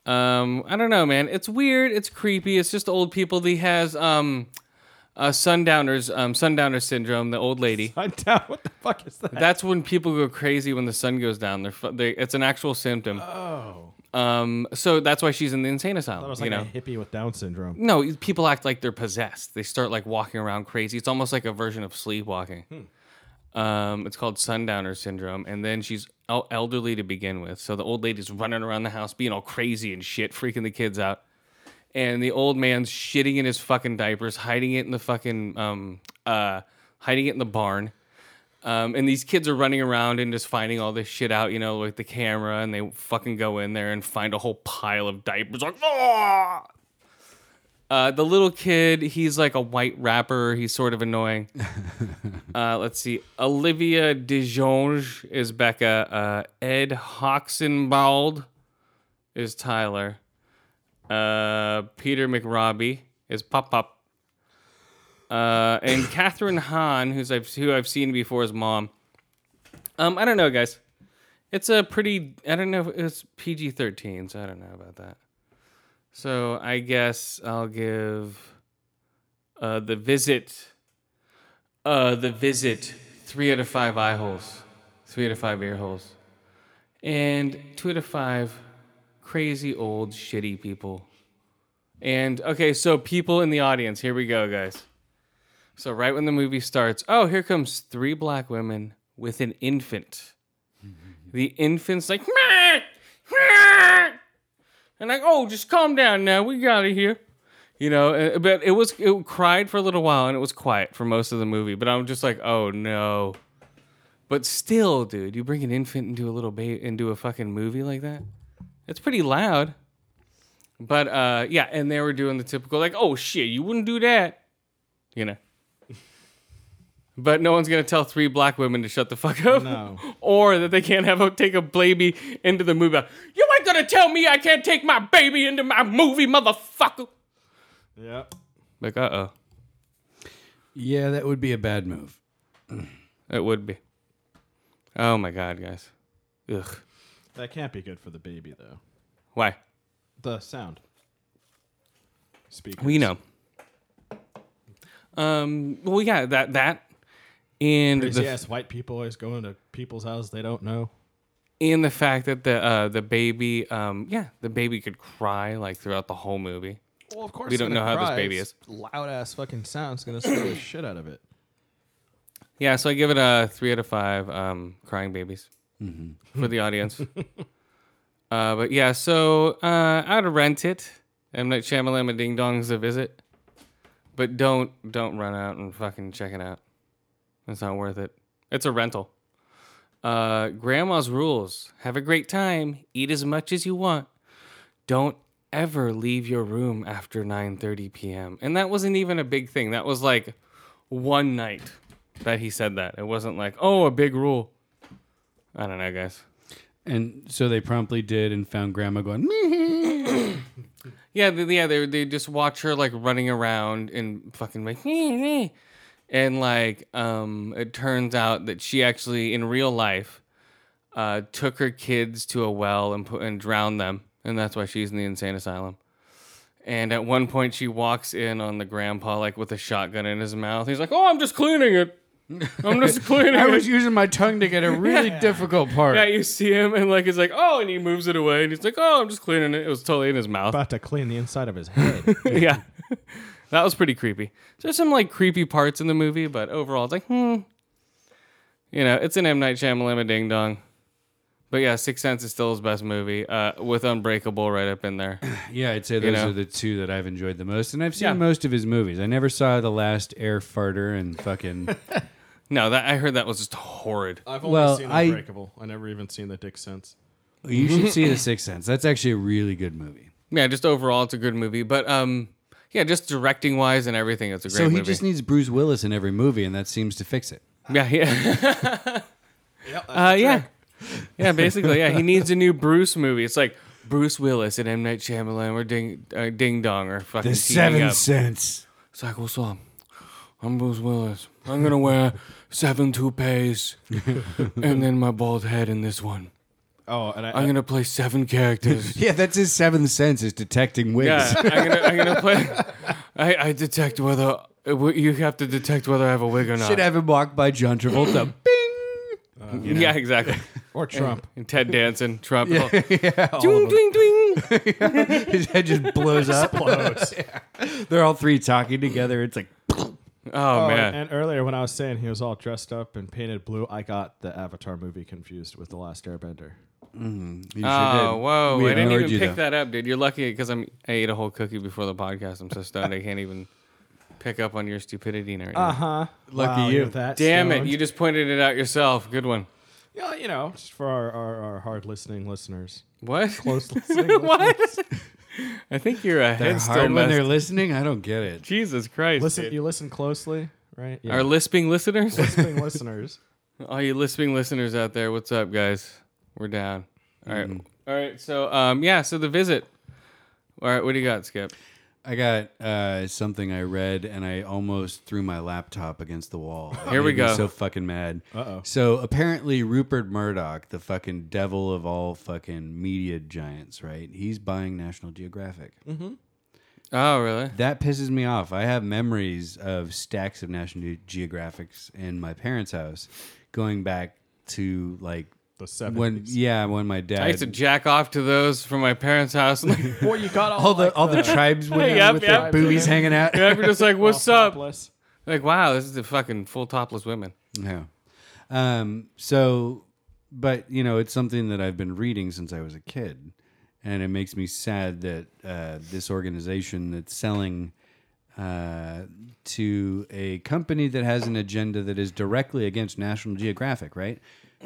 Speaker 1: Um, I don't know, man. It's weird. It's creepy. It's just old people. He has um, uh, sundowners, um, sundowner syndrome. The old lady.
Speaker 3: I'm down. What the fuck is that?
Speaker 1: That's when people go crazy when the sun goes down. They're, fu- they, it's an actual symptom.
Speaker 3: Oh,
Speaker 1: Um, so that's why she's in the insane
Speaker 3: that
Speaker 1: asylum.
Speaker 3: was
Speaker 1: you
Speaker 3: like
Speaker 1: know.
Speaker 3: a hippie with Down syndrome.
Speaker 1: No, people act like they're possessed. They start like walking around crazy. It's almost like a version of sleepwalking. Um, it's called sundowner syndrome, and then she's el- elderly to begin with, so the old lady's running around the house being all crazy and shit, freaking the kids out, and the old man's shitting in his fucking diapers, hiding it in the fucking um uh hiding it in the barn. Um, and these kids are running around and just finding all this shit out, you know, like the camera, and they fucking go in there and find a whole pile of diapers, like, "Ah!" Uh, the little kid, he's like a white rapper. He's sort of annoying. uh, let's see. Olivia DeJonge is Becca. Uh, Ed Hoxenbald is Tyler. Uh, Peter McRobbie is Pop Pop. Uh, and Catherine Hahn, who's I've, who I've seen before, is mom. Um, I don't know, guys. It's a pretty. I don't know. if It's PG thirteen, so I don't know about that. So I guess I'll give uh, the visit. Uh, the visit three out of five eye holes, three out of five ear holes, and two out of five crazy old shitty people. And okay, so people in the audience, here we go, guys. So right when the movie starts, oh, here comes three black women with an infant. The infant's like, "Meh, meh." and like, oh, just calm down now. We got it here. You know, uh, but it was it cried for a little while and it was quiet for most of the movie. But I'm just like, oh no. But still, dude, you bring an infant into a little ba- into a fucking movie like that. It's pretty loud. But uh, yeah, and they were doing the typical like, oh shit, you wouldn't do that, you know. But no one's gonna tell three black women to shut the fuck up,
Speaker 3: No.
Speaker 1: or that they can't have a, take a baby into the movie. You ain't gonna tell me I can't take my baby into my movie, motherfucker.
Speaker 3: Yep.
Speaker 1: Like, uh oh,
Speaker 2: Yeah, that would be a bad move.
Speaker 1: it would be. Oh my god, guys. Ugh.
Speaker 3: That can't be good for the baby though.
Speaker 1: Why?
Speaker 3: The sound. Speaker.
Speaker 1: We know. Um. Well, yeah. That that. And the,
Speaker 3: yes, white people always go into people's houses they don't know.
Speaker 1: and the fact that the uh, the baby, um, yeah, the baby could cry like throughout the whole movie.
Speaker 3: Well, of course.
Speaker 1: We it's don't gonna know how this cry. baby It's
Speaker 3: Loud ass fucking sounds gonna scare the shit out of it.
Speaker 1: Yeah, so I give it a three out of five. Um, crying babies for the audience. uh, but yeah, so uh, I'd rent it. M Night Shyamalan and Ding Dong's a visit, but don't don't run out and fucking check it out. It's not worth it. It's a rental. Uh, grandma's rules: Have a great time, eat as much as you want, don't ever leave your room after 9:30 p.m. And that wasn't even a big thing. That was like one night that he said that. It wasn't like, "Oh, a big rule." I don't know, guys.
Speaker 2: And so they promptly did and found grandma going, "Meh."
Speaker 1: Yeah, they, yeah, they they just watch her like running around and fucking like, "Eh, eh." and like, um, it turns out that she actually in real life, uh, took her kids to a well and put and drowned them, and that's why she's in the insane asylum. And at one point, she walks in on the grandpa like with a shotgun in his mouth. He's like, "Oh, I'm just cleaning it. I'm just cleaning
Speaker 2: I
Speaker 1: it."
Speaker 2: was using my tongue to get a really difficult part.
Speaker 1: yeah, you see him, and like he's like, "Oh," and he moves it away, and he's like, "Oh, I'm just cleaning it." It was totally in his mouth.
Speaker 3: About to clean the inside of his head.
Speaker 1: yeah. that was pretty creepy. There's some like creepy parts in the movie, but overall it's like, hmm. You know, it's an M Night Shyamalan ding dong. But yeah, Sixth Sense is still his best movie, uh, with Unbreakable right up in there.
Speaker 2: Yeah, I'd say those
Speaker 1: know?
Speaker 2: are the two that I've enjoyed the most, and I've seen
Speaker 1: Yeah.
Speaker 2: most of his movies. I never saw the last Air Farter and fucking.
Speaker 1: No, that I heard that was just horrid.
Speaker 3: I've
Speaker 2: only Well, seen I-
Speaker 3: Unbreakable. I, never even seen the Dick Sense.
Speaker 2: you should see The Sixth Sense. That's actually a really good movie.
Speaker 1: Yeah, just overall it's a good movie. But um yeah, just directing wise and everything, it's a great
Speaker 2: so he
Speaker 1: movie.
Speaker 2: just needs Bruce Willis in every movie, and that seems to fix it.
Speaker 1: yeah, yeah. Uh, yeah, yeah. Basically, yeah. He needs a new Bruce movie. It's like Bruce Willis and M Night Shyamalan or Ding uh, Ding Dong or fucking
Speaker 2: The
Speaker 1: teaming
Speaker 2: Seventh
Speaker 1: up.
Speaker 2: Sense.
Speaker 1: It's like, what's up? I'm Bruce Willis. I'm gonna wear seven toupees and then my bald head in this one.
Speaker 3: Oh, and I,
Speaker 1: I'm gonna play seven characters.
Speaker 2: Yeah, that's his seventh sense is detecting wigs.
Speaker 1: Yeah, I'm gonna, I'm gonna play. I, I detect whether uh, you have to detect whether I have a wig or not.
Speaker 2: Should have him walked by John Travolta. Bing.
Speaker 1: Yeah, exactly.
Speaker 3: or Trump.
Speaker 1: And Ted Danson, Trump. Yeah, Dwing, dwing, dwing.
Speaker 2: His head just blows up. They're all three talking together. It's like
Speaker 1: Oh,
Speaker 3: Oh,
Speaker 1: man.
Speaker 3: and, and earlier when I was saying he was all dressed up and painted blue, I got the Avatar movie confused with the Last Airbender.
Speaker 2: you
Speaker 1: Oh, whoa.
Speaker 2: We
Speaker 1: I didn't
Speaker 2: ignored
Speaker 1: even
Speaker 2: you,
Speaker 1: pick
Speaker 2: though.
Speaker 1: that up, dude. You're lucky because I ate a whole cookie before the podcast. I'm so stoned. I can't even pick up on your stupidity right now.
Speaker 2: Ah,
Speaker 3: huh.
Speaker 2: Lucky you.
Speaker 3: That
Speaker 1: Damn it.
Speaker 3: stoned.
Speaker 1: You just pointed it out yourself. Good one.
Speaker 3: Yeah, you know, just for our, our, our hard listening listeners.
Speaker 1: What?
Speaker 3: Close listening.
Speaker 1: what? I think you're a
Speaker 2: They're
Speaker 1: head still
Speaker 2: hard when they're
Speaker 1: messed.
Speaker 2: listening. I don't get it.
Speaker 1: Jesus Christ.
Speaker 3: Listen,
Speaker 1: dude.
Speaker 3: you listen closely, right? Yeah.
Speaker 1: Our lisping listeners?
Speaker 3: listening listeners.
Speaker 1: All you lisping listeners out there, what's up, guys? We're down. All right.
Speaker 2: Mm-hmm.
Speaker 1: All right. So, um, yeah, so the visit. All right. What do you got, Skip?
Speaker 2: I got uh, something I read, and I almost threw my laptop against the wall. It
Speaker 1: Here we
Speaker 2: made me
Speaker 1: go.
Speaker 2: So fucking mad.
Speaker 3: Uh-oh.
Speaker 2: So apparently, Rupert Murdoch, the fucking devil of all fucking media giants, right? He's buying National Geographic.
Speaker 1: Mm. Oh, really?
Speaker 2: That pisses me off. I have memories of stacks of National Ge- Geographics in my parents' house, going back to like
Speaker 3: The seven.
Speaker 2: when yeah when my dad
Speaker 1: I used to jack off to those from my parents' house. Like,
Speaker 3: Boy, you got all,
Speaker 2: all the all the tribes women
Speaker 1: Yep,
Speaker 2: with
Speaker 1: yep.
Speaker 2: their boobies hanging out.
Speaker 1: Yeah, you're just like, what's up?
Speaker 3: topless.
Speaker 1: Like, wow, this is the fucking full topless women.
Speaker 2: Yeah. Um, so, but you know, it's something that I've been reading since I was a kid, and it makes me sad that uh, this organization that's selling uh, to a company that has an agenda that is directly against National Geographic, right?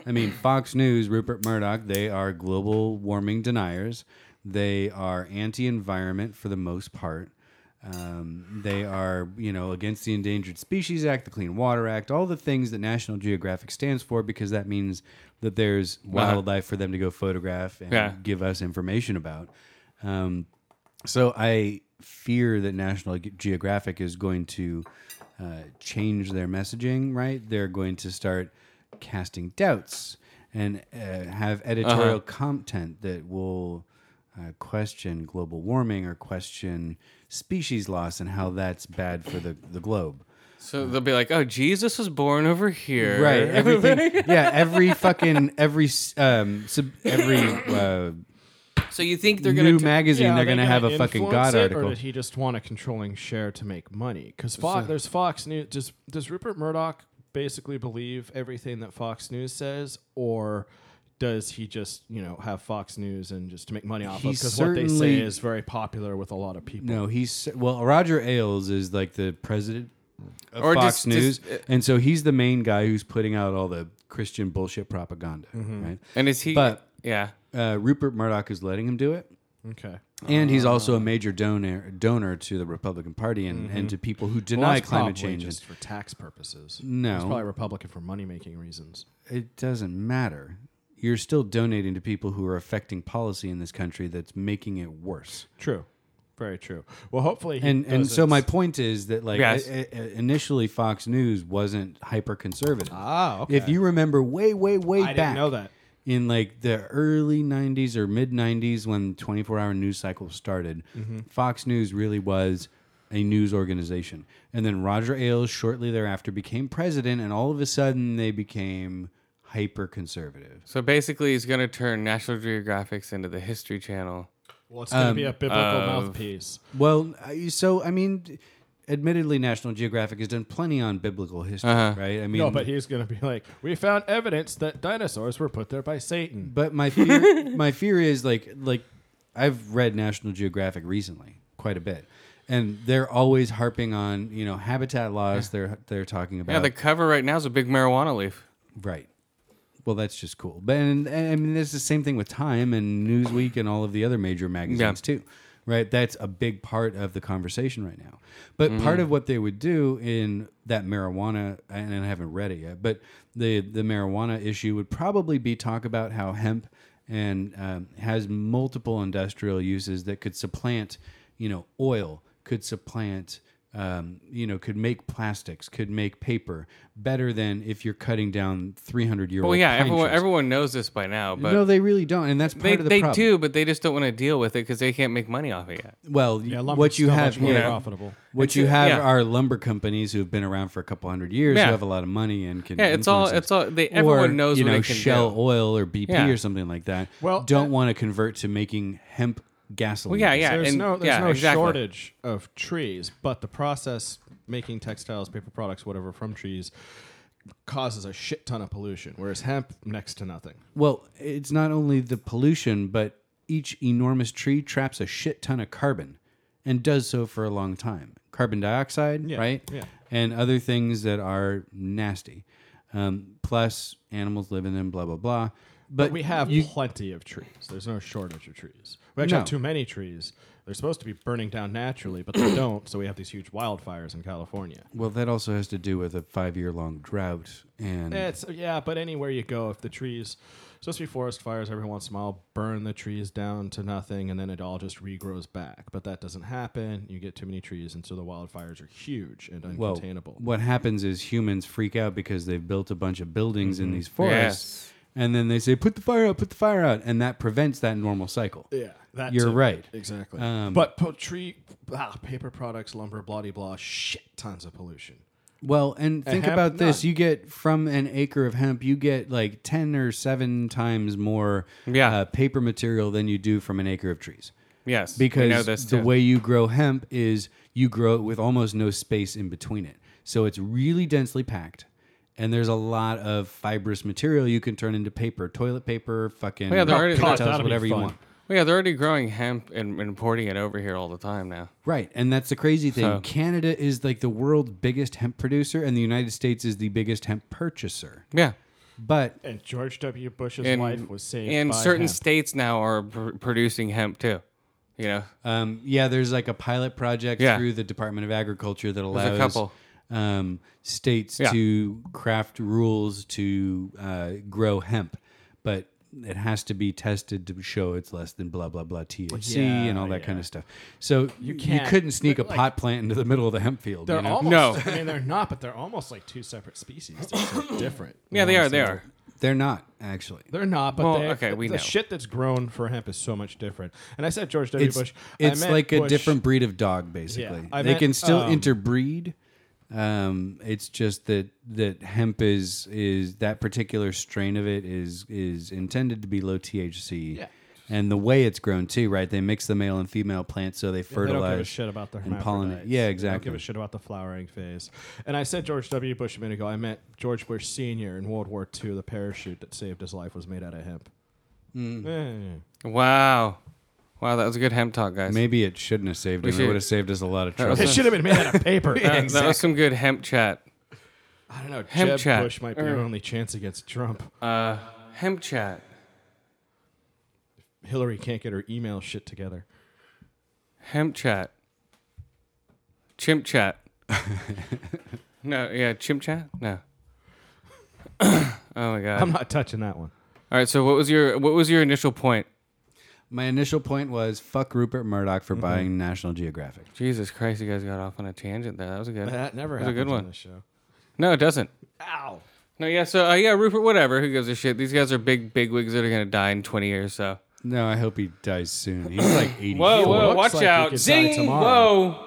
Speaker 2: I mean, Fox News, Rupert Murdoch, they are global warming deniers. They are anti environment for the most part. Um, they are, you know, against the Endangered Species Act, the Clean Water Act, all the things that National Geographic stands for, because that means that there's wildlife for them to go photograph and
Speaker 1: Yeah.
Speaker 2: give us information about. Um, so I fear that National Ge- Geographic is going to uh, change their messaging. Right, they're going to start casting doubts and uh, have editorial content that will uh, question global warming or question species loss and how that's bad for the, the globe.
Speaker 1: So they'll be like, "Oh, Jesus was born over here."
Speaker 2: Right. Everything. yeah. Every fucking every s- um sub, every uh,
Speaker 1: So you think they're gonna
Speaker 2: new
Speaker 1: t-
Speaker 2: magazine
Speaker 3: Yeah,
Speaker 2: they're
Speaker 3: are they
Speaker 2: gonna have a fucking
Speaker 3: influence
Speaker 2: god
Speaker 3: it,
Speaker 2: article.
Speaker 3: Or did he just want a controlling share to make money? Because there's Fox News. Does, does Rupert Murdoch basically believe everything that Fox News says, or does he just you know have Fox News and just to make money off
Speaker 2: He
Speaker 3: of? Because what they say
Speaker 2: certainly-
Speaker 3: is very popular with a lot of people.
Speaker 2: No, he's well. Roger Ailes is like the president of
Speaker 1: Or
Speaker 2: Fox
Speaker 1: just-
Speaker 2: News,
Speaker 1: just- uh,
Speaker 2: and so he's the main guy who's putting out all the Christian bullshit propaganda,
Speaker 3: Mm-hmm.
Speaker 2: right?
Speaker 1: And is he?
Speaker 2: But-
Speaker 1: yeah.
Speaker 2: Uh, Rupert Murdoch is letting him do it,
Speaker 3: Okay.
Speaker 2: and he's also
Speaker 3: Ah.
Speaker 2: a major donor donor to the Republican Party and, and to people who deny
Speaker 3: Mm-hmm. Well, that's
Speaker 2: climate
Speaker 3: probably
Speaker 2: change.
Speaker 3: just for tax purposes.
Speaker 2: No.
Speaker 3: it's probably Republican for money making reasons.
Speaker 2: it doesn't matter. You're still donating to people who are affecting policy in this country that's making it worse.
Speaker 3: True. Very true. Well, hopefully, he
Speaker 2: and and so
Speaker 3: doesn't-
Speaker 2: my point is that like
Speaker 1: Yes.
Speaker 2: i- i- initially Fox News wasn't hyper conservative.
Speaker 3: ah okay.
Speaker 2: If you remember way way way
Speaker 3: I
Speaker 2: back
Speaker 3: didn't know that.
Speaker 2: in like the early 90s or mid 90s when 24-hour news cycle started,
Speaker 3: Mm-hmm.
Speaker 2: Fox News really was a news organization. And then Roger Ailes shortly thereafter became president and all of a sudden they became hyper conservative.
Speaker 1: So basically, he's gonna turn National Geographics into the History Channel.
Speaker 3: Well, it's going to be
Speaker 2: um,
Speaker 3: a biblical mouthpiece.
Speaker 2: Well, I- so I mean, admittedly, National Geographic has done plenty on biblical history, right? I mean,
Speaker 3: No, but he's going to be like, we found evidence that dinosaurs were put there by Satan.
Speaker 2: but my fear, my fear is like like I've read National Geographic recently quite a bit, and they're always harping on you know habitat loss. They're they're talking about
Speaker 1: Yeah, the cover right now is a big marijuana leaf.
Speaker 2: Right. Well, that's just cool. But and, and I mean, there's the same thing with Time and Newsweek and all of the other major magazines
Speaker 1: Yeah.
Speaker 2: too. Right. That's a big part of the conversation right now. But part of what they would do in that marijuana, and I haven't read it yet, but the the marijuana issue would probably be talk about how hemp and um, has multiple industrial uses that could supplant, you know, oil could supplant um, you know, could make plastics, could make paper better than if you're cutting down 300 year old.
Speaker 1: Well, yeah, everyone everyone knows this by now, but
Speaker 2: no, they really don't, and that's part
Speaker 1: they
Speaker 2: of the
Speaker 1: they
Speaker 2: problem.
Speaker 1: do, but they just don't want to deal with it because they can't make money off it yet.
Speaker 2: Well,
Speaker 3: Yeah, lumber's
Speaker 2: what you
Speaker 3: so
Speaker 2: have,
Speaker 3: much more
Speaker 2: yeah,
Speaker 3: profitable.
Speaker 2: what
Speaker 1: It's-
Speaker 2: you have
Speaker 1: yeah.
Speaker 2: are lumber companies who have been around for a couple hundred years,
Speaker 1: Yeah.
Speaker 2: who have a lot of money and can.
Speaker 1: Yeah, it's all-
Speaker 2: influence
Speaker 1: it's all- they-
Speaker 2: it.
Speaker 1: everyone
Speaker 2: Or,
Speaker 1: knows
Speaker 2: you
Speaker 1: what
Speaker 2: know
Speaker 1: it can
Speaker 2: Shell
Speaker 1: do.
Speaker 2: oil or BP
Speaker 1: Yeah.
Speaker 2: or something like that.
Speaker 3: Well,
Speaker 2: don't want to convert to making hemp
Speaker 1: Well,
Speaker 2: gasoline.
Speaker 1: yeah, yeah,
Speaker 3: There's
Speaker 1: and-
Speaker 3: no, there's
Speaker 1: yeah,
Speaker 3: no
Speaker 1: exactly.
Speaker 3: shortage of trees, but the process making textiles, paper products, whatever from trees causes a shit ton of pollution, whereas hemp, next to nothing.
Speaker 2: Well, it's not only the pollution, but each enormous tree traps a shit ton of carbon and does so for a long time. Carbon dioxide,
Speaker 3: Yeah,
Speaker 2: right?
Speaker 3: yeah.
Speaker 2: And other things that are nasty. Um, plus, animals live in them, blah, blah, blah. But,
Speaker 3: But we have plenty of trees. There's no shortage of trees. We actually have
Speaker 2: No.
Speaker 3: too many trees. They're supposed to be burning down naturally, but they don't, so we have these huge wildfires in California.
Speaker 2: well, that also has to do with a five year long drought. And
Speaker 3: It's yeah, but anywhere you go, if the trees, supposed to be forest fires every once in a while, burn the trees down to nothing, and then it all just regrows back. But that doesn't happen. You get too many trees, and so the wildfires are huge and
Speaker 2: well,
Speaker 3: uncontainable.
Speaker 2: what happens is humans freak out because they've built a bunch of buildings
Speaker 3: Mm-hmm.
Speaker 2: in these forests.
Speaker 1: Yes.
Speaker 2: And then they say, put the fire out, put the fire out. And that prevents that normal cycle.
Speaker 3: yeah, that
Speaker 2: You're
Speaker 3: too.
Speaker 2: right.
Speaker 3: exactly.
Speaker 2: Um,
Speaker 3: but po- tree, ah, paper products, lumber, blah de blah, shit, tons of pollution.
Speaker 2: Well, and think
Speaker 3: hemp?
Speaker 2: about this:
Speaker 3: None.
Speaker 2: you get from an acre of hemp, you get like ten or seven times more
Speaker 1: Yeah.
Speaker 2: uh, paper material than you do from an acre of trees,
Speaker 1: Yes, we
Speaker 2: because
Speaker 1: know this
Speaker 2: the
Speaker 1: too.
Speaker 2: way you grow hemp is you grow it with almost no space in between it, so it's really densely packed. And there's a lot of fibrous material you can turn into paper, toilet paper, fucking
Speaker 1: Oh, yeah, they're already-
Speaker 2: cocktails,
Speaker 3: that'll be
Speaker 2: whatever you
Speaker 3: fun.
Speaker 2: want.
Speaker 1: Well, yeah, they're already growing hemp and and importing it over here all the time now.
Speaker 2: Right, and that's the crazy thing.
Speaker 1: So-
Speaker 2: Canada is like the world's biggest hemp producer, and the United States is the biggest hemp purchaser.
Speaker 1: Yeah,
Speaker 2: But
Speaker 3: And George W. Bush's
Speaker 1: and
Speaker 3: life was saved.
Speaker 1: and
Speaker 3: by
Speaker 1: certain
Speaker 3: hemp.
Speaker 1: states now are pr- producing hemp too. You know,
Speaker 2: Um, yeah, there's like a pilot project
Speaker 1: Yeah.
Speaker 2: through the Department of Agriculture that
Speaker 1: a
Speaker 2: allows
Speaker 1: couple.
Speaker 2: Um, states
Speaker 1: Yeah.
Speaker 2: to craft rules to uh, grow hemp, but it has to be tested to show it's less than blah blah blah THC and
Speaker 3: yeah,
Speaker 2: all that kind
Speaker 3: yeah.
Speaker 2: of stuff. So you,
Speaker 3: can't-
Speaker 2: couldn't sneak a
Speaker 3: but, like,
Speaker 2: pot plant into the middle of the hemp field.
Speaker 3: They're
Speaker 2: you know?
Speaker 3: almost.
Speaker 1: No.
Speaker 3: I mean, they're not, but they're almost like two separate species. They're so different.
Speaker 1: yeah, they are. They are.
Speaker 2: They're not actually.
Speaker 3: They're not, but
Speaker 1: Well,
Speaker 3: they,
Speaker 1: okay,
Speaker 3: the,
Speaker 1: we
Speaker 3: the
Speaker 1: know.
Speaker 3: shit that's grown for hemp is so much different. And I said George W.
Speaker 2: It's
Speaker 3: Bush. I
Speaker 2: it's
Speaker 3: meant
Speaker 2: like a
Speaker 3: Bush-
Speaker 2: different breed of dog, basically.
Speaker 3: I
Speaker 2: they
Speaker 3: meant,
Speaker 2: can still
Speaker 3: um,
Speaker 2: interbreed. Um, it's just that that hemp is is that particular strain of it is is intended to be low THC.
Speaker 3: Yeah.
Speaker 2: And the way it's grown too, right? They mix the male and female plant so
Speaker 3: They
Speaker 2: they fertilize
Speaker 3: don't give a shit about the
Speaker 2: and
Speaker 3: hermaphrodites.
Speaker 2: pollinate. Yeah,
Speaker 3: They don't give
Speaker 2: exactly.
Speaker 3: a shit about the flowering phase. And I said George W. Bush a minute ago. I meant George Bush Senior in World War II. The parachute that saved his life was made out of hemp.
Speaker 2: Mm.
Speaker 3: Eh.
Speaker 1: Wow, wow, that was a good hemp talk, guys.
Speaker 2: Maybe it shouldn't have saved
Speaker 1: We
Speaker 2: him. It
Speaker 1: should-
Speaker 2: would have saved us a lot of
Speaker 1: was
Speaker 2: trouble.
Speaker 3: Eh. It should have been made out of paper.
Speaker 1: That- That was some good hemp chat.
Speaker 3: I don't know.
Speaker 1: Hemp
Speaker 3: Jeb
Speaker 1: chat.
Speaker 3: Bush might be our only chance against Trump.
Speaker 1: Uh, hemp chat.
Speaker 3: Hillary can't get her email shit together.
Speaker 1: Hemp chat. Chimp chat. no, yeah, chimp chat. No. oh my god.
Speaker 3: I'm not touching that one.
Speaker 1: All right. So what was your what was your initial point?
Speaker 2: My initial point was fuck Rupert Murdoch
Speaker 3: Mm-hmm.
Speaker 2: for buying National Geographic.
Speaker 1: Jesus Christ, you guys got off on a tangent there. That was a good.
Speaker 3: That never
Speaker 1: That's a
Speaker 3: happens
Speaker 1: good one.
Speaker 3: on this show.
Speaker 1: No, it doesn't.
Speaker 3: Ow.
Speaker 1: No, yeah. So uh, yeah, Rupert, whatever. Who gives a shit? These guys are big big wigs that are gonna die in 20 years. So.
Speaker 2: No, I hope he dies soon. He's like 84.
Speaker 1: Whoa, whoa,
Speaker 3: looks
Speaker 1: watch
Speaker 3: like he could
Speaker 1: out.
Speaker 3: die
Speaker 1: Zing.
Speaker 3: tomorrow.
Speaker 1: Whoa.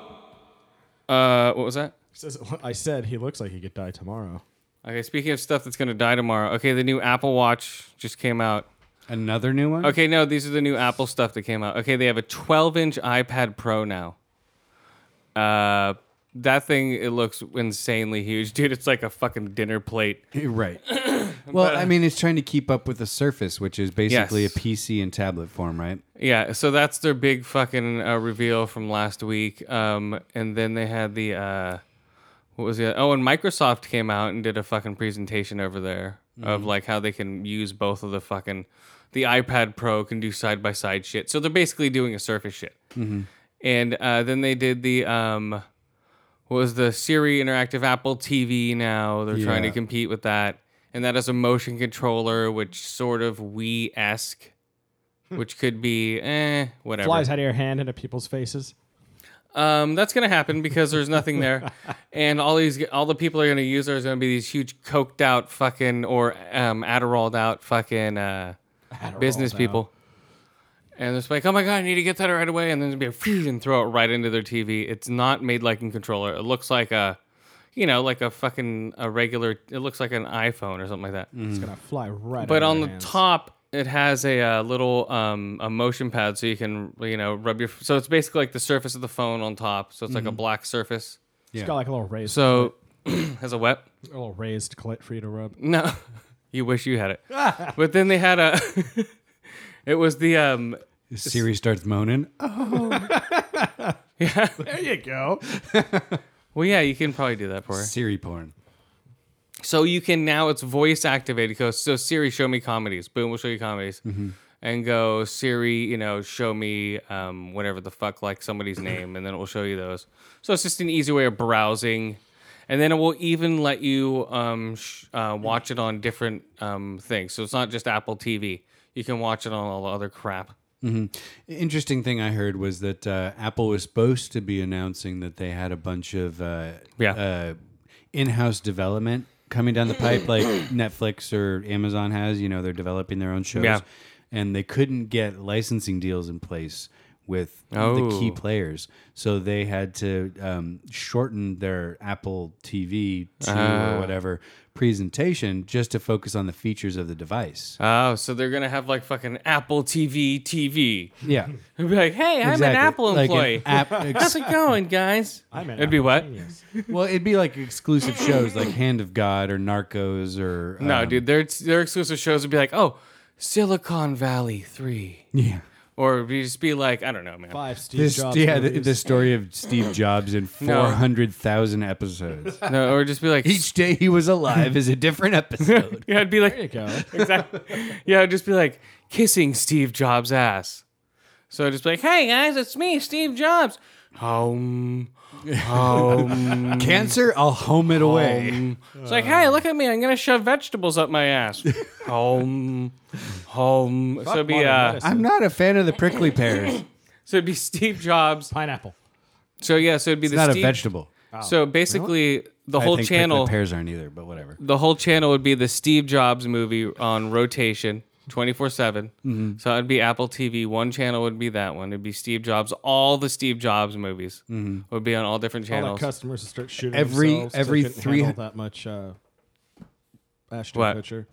Speaker 1: Uh, what was that?
Speaker 3: Says, I said he looks like he could die tomorrow.
Speaker 1: Okay, speaking of stuff that's gonna die tomorrow. Okay, the new Apple Watch just came out.
Speaker 2: Another new one?
Speaker 1: Okay, no, these are the new Apple stuff that came out. Okay, they have a 12 inch iPad Pro now. Uh, that thing it looks insanely huge, dude. It's like a fucking dinner plate.
Speaker 2: Eh, Right. well, I mean, it's trying to keep up with the Surface, which is basically
Speaker 1: Yes.
Speaker 2: a PC and tablet form, right?
Speaker 1: Yeah, so that's their big fucking uh, reveal from last week. Um, and then they had the uh, what was it? Oh, and Microsoft came out and did a fucking presentation over there of like how they can use both of the fucking the iPad Pro can do side by side shit. So they're basically doing a Surface shit. And uh, then they did the um, what was the Siri Interactive Apple TV. Now they're trying to
Speaker 2: Yeah.
Speaker 1: compete with that, and that is a motion controller, which sort of Wii esque which could be eh, whatever.
Speaker 3: Flies out of your hand into people's faces.
Speaker 1: Um, that's gonna happen because there's nothing there, and all these all the people are gonna use are gonna be these huge coked out fucking or um, Adderalled out fucking uh, business
Speaker 3: Adderalled
Speaker 1: people. And they're just like, oh my god, I need to get that right away, and then it'd be a phew, and throw it right into their TV. It's not made like a controller. It looks like a, you know, like a fucking a regular. It looks like an iPhone or something like that.
Speaker 2: Mm.
Speaker 3: It's gonna fly right.
Speaker 1: But
Speaker 3: out of
Speaker 1: on
Speaker 3: your
Speaker 1: the
Speaker 3: hands.
Speaker 1: top, it has a, uh little um, a motion pad, so you can you know rub your. So it's basically like the surface of the phone on top. So it's like a black surface.
Speaker 3: it's got like a little raised,
Speaker 1: So has a wet.
Speaker 3: a little raised clit for you to rub.
Speaker 1: No, you wish you had it. but then they had a. it was the um.
Speaker 2: Siri starts moaning. Oh,
Speaker 3: There you go.
Speaker 1: Well, yeah, you can probably do that for her.
Speaker 2: Siri porn.
Speaker 1: So you can now it's voice activated. Go so Siri, show me comedies. Boom, we'll show you comedies.
Speaker 2: Mm-hmm.
Speaker 1: And go Siri, you know, show me um, whatever the fuck like somebody's name, and then it will show you those. So it's just an easy way of browsing, and then it will even let you um, sh- uh, watch it on different um, things. So it's not just Apple TV. You can watch it on all the other crap.
Speaker 2: Interesting thing I heard was that uh, Apple was supposed to be announcing that they had a bunch of uh,
Speaker 1: Yeah.
Speaker 2: uh, in-house development coming down the pipe, like Netflix or Amazon has. You know, they're developing their own shows,
Speaker 1: Yeah.
Speaker 2: and they couldn't get licensing deals in place with the
Speaker 1: Oh.
Speaker 2: key players, so they had to um, shorten their Apple TV two
Speaker 1: Ah.
Speaker 2: or whatever presentation just to focus on the features of the device.
Speaker 1: Oh, so they're gonna have like fucking Apple TV TV.
Speaker 2: Yeah,
Speaker 1: And be like, hey, I'm an
Speaker 2: exactly.
Speaker 1: Apple
Speaker 2: Like an
Speaker 1: employee.
Speaker 2: app
Speaker 1: How's it going, guys?
Speaker 3: I'm an
Speaker 1: It'd be what?
Speaker 3: genius.
Speaker 2: Well, it'd be like exclusive shows like Hand of God or Narcos or
Speaker 1: No,
Speaker 2: um,
Speaker 1: dude, their their exclusive shows would be like, oh, Silicon Valley three,
Speaker 2: Yeah.
Speaker 1: or it'd be- just be like, I don't know, man.
Speaker 3: Five Steve
Speaker 2: This,
Speaker 3: Jobs.
Speaker 2: yeah, the,
Speaker 3: movies.
Speaker 2: the story of Steve Jobs in
Speaker 1: No.
Speaker 2: 400,000 episodes.
Speaker 1: No, or just be like,
Speaker 2: Each day he was alive is a different episode.
Speaker 1: yeah, it'd be
Speaker 3: There you
Speaker 1: like,
Speaker 3: go.
Speaker 1: exactly, yeah, it'd just be like kissing Steve Jobs' ass. So just like, hey guys, it's me, Steve Jobs. Home, home.
Speaker 2: Cancer, I'll home it away.
Speaker 1: Home. It's like,
Speaker 2: Uh.
Speaker 1: hey, look at me. I'm gonna shove vegetables up my ass. home, home. so it'd be
Speaker 3: modern
Speaker 1: uh,
Speaker 3: medicine.
Speaker 2: I'm not a fan of the prickly pears.
Speaker 1: so it'd be Steve Jobs.
Speaker 3: Pineapple.
Speaker 1: So yeah, so it'd be
Speaker 2: It's
Speaker 1: the
Speaker 2: not
Speaker 1: Steve.
Speaker 2: a vegetable.
Speaker 1: So basically, the
Speaker 2: I
Speaker 1: whole
Speaker 2: think
Speaker 1: channel,
Speaker 2: prickly pears aren't either, but whatever.
Speaker 1: the whole channel would be the Steve Jobs movie on rotation. 24 7. So it'd be Apple TV. One channel would be that one. It'd be Steve Jobs. All the Steve Jobs movies would be on all different
Speaker 3: All
Speaker 1: channels.
Speaker 3: the customers would start shooting
Speaker 2: Every-
Speaker 3: themselves 'cause
Speaker 2: every
Speaker 3: they couldn't
Speaker 2: three-
Speaker 3: handle that much. Uh, Ashton
Speaker 1: What?
Speaker 3: Kutcher.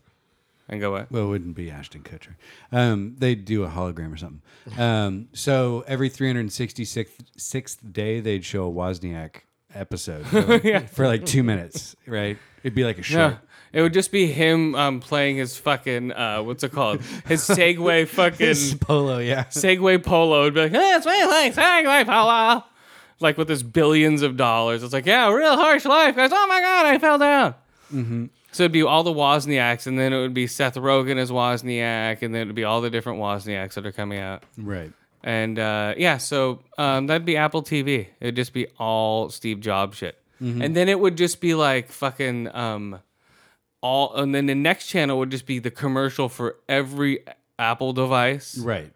Speaker 1: and go, what?
Speaker 2: Well, it wouldn't be Ashton Kutcher. Um, they do a hologram or something. Um, so every 366th sixth day, they'd show a Wozniak episode for like, for like two minutes, right? It'd be like a short.
Speaker 1: Yeah. It would just be him um, playing his fucking, uh, what's it called? His Segway fucking
Speaker 2: Polo, yeah.
Speaker 1: Segway polo. It'd be like, "Eh, it's me, like Segway polo. Like with his billions of dollars. It's like, yeah, real harsh life, guys. Oh my God, I fell down. So it'd be all the Wozniaks, and then it would be Seth Rogen as Wozniak, and then it'd be all the different Wozniaks that are coming out.
Speaker 2: Right.
Speaker 1: And uh, yeah, so um, that'd be Apple TV. It'd just be all Steve Jobs shit. And then it would just be like fucking um, all. And then the next channel would just be the commercial for every Apple device.
Speaker 2: Right.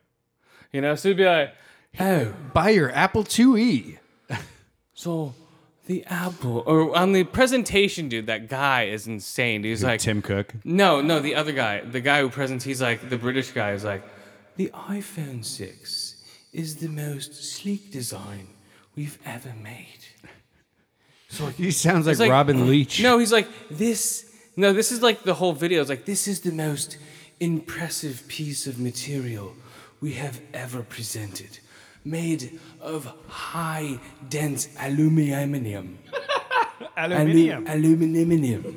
Speaker 1: You know, so it'd be like, oh,
Speaker 2: Buy your Apple E. IIe.
Speaker 1: so the Apple. Or on the presentation, dude, that guy is insane. He's like,
Speaker 2: Tim Cook.
Speaker 1: No, no, the other guy, the guy who presents, he's like the British guy is like, the iPhone six is the most sleek design we've ever made.
Speaker 2: He sounds like,
Speaker 1: like-
Speaker 2: Robin Leach.
Speaker 1: No, he's like this. No, this is like the whole video. It's like this is the most impressive piece of material we have ever presented, made of high dense aluminium.
Speaker 3: Aluminium.
Speaker 1: Aluminium.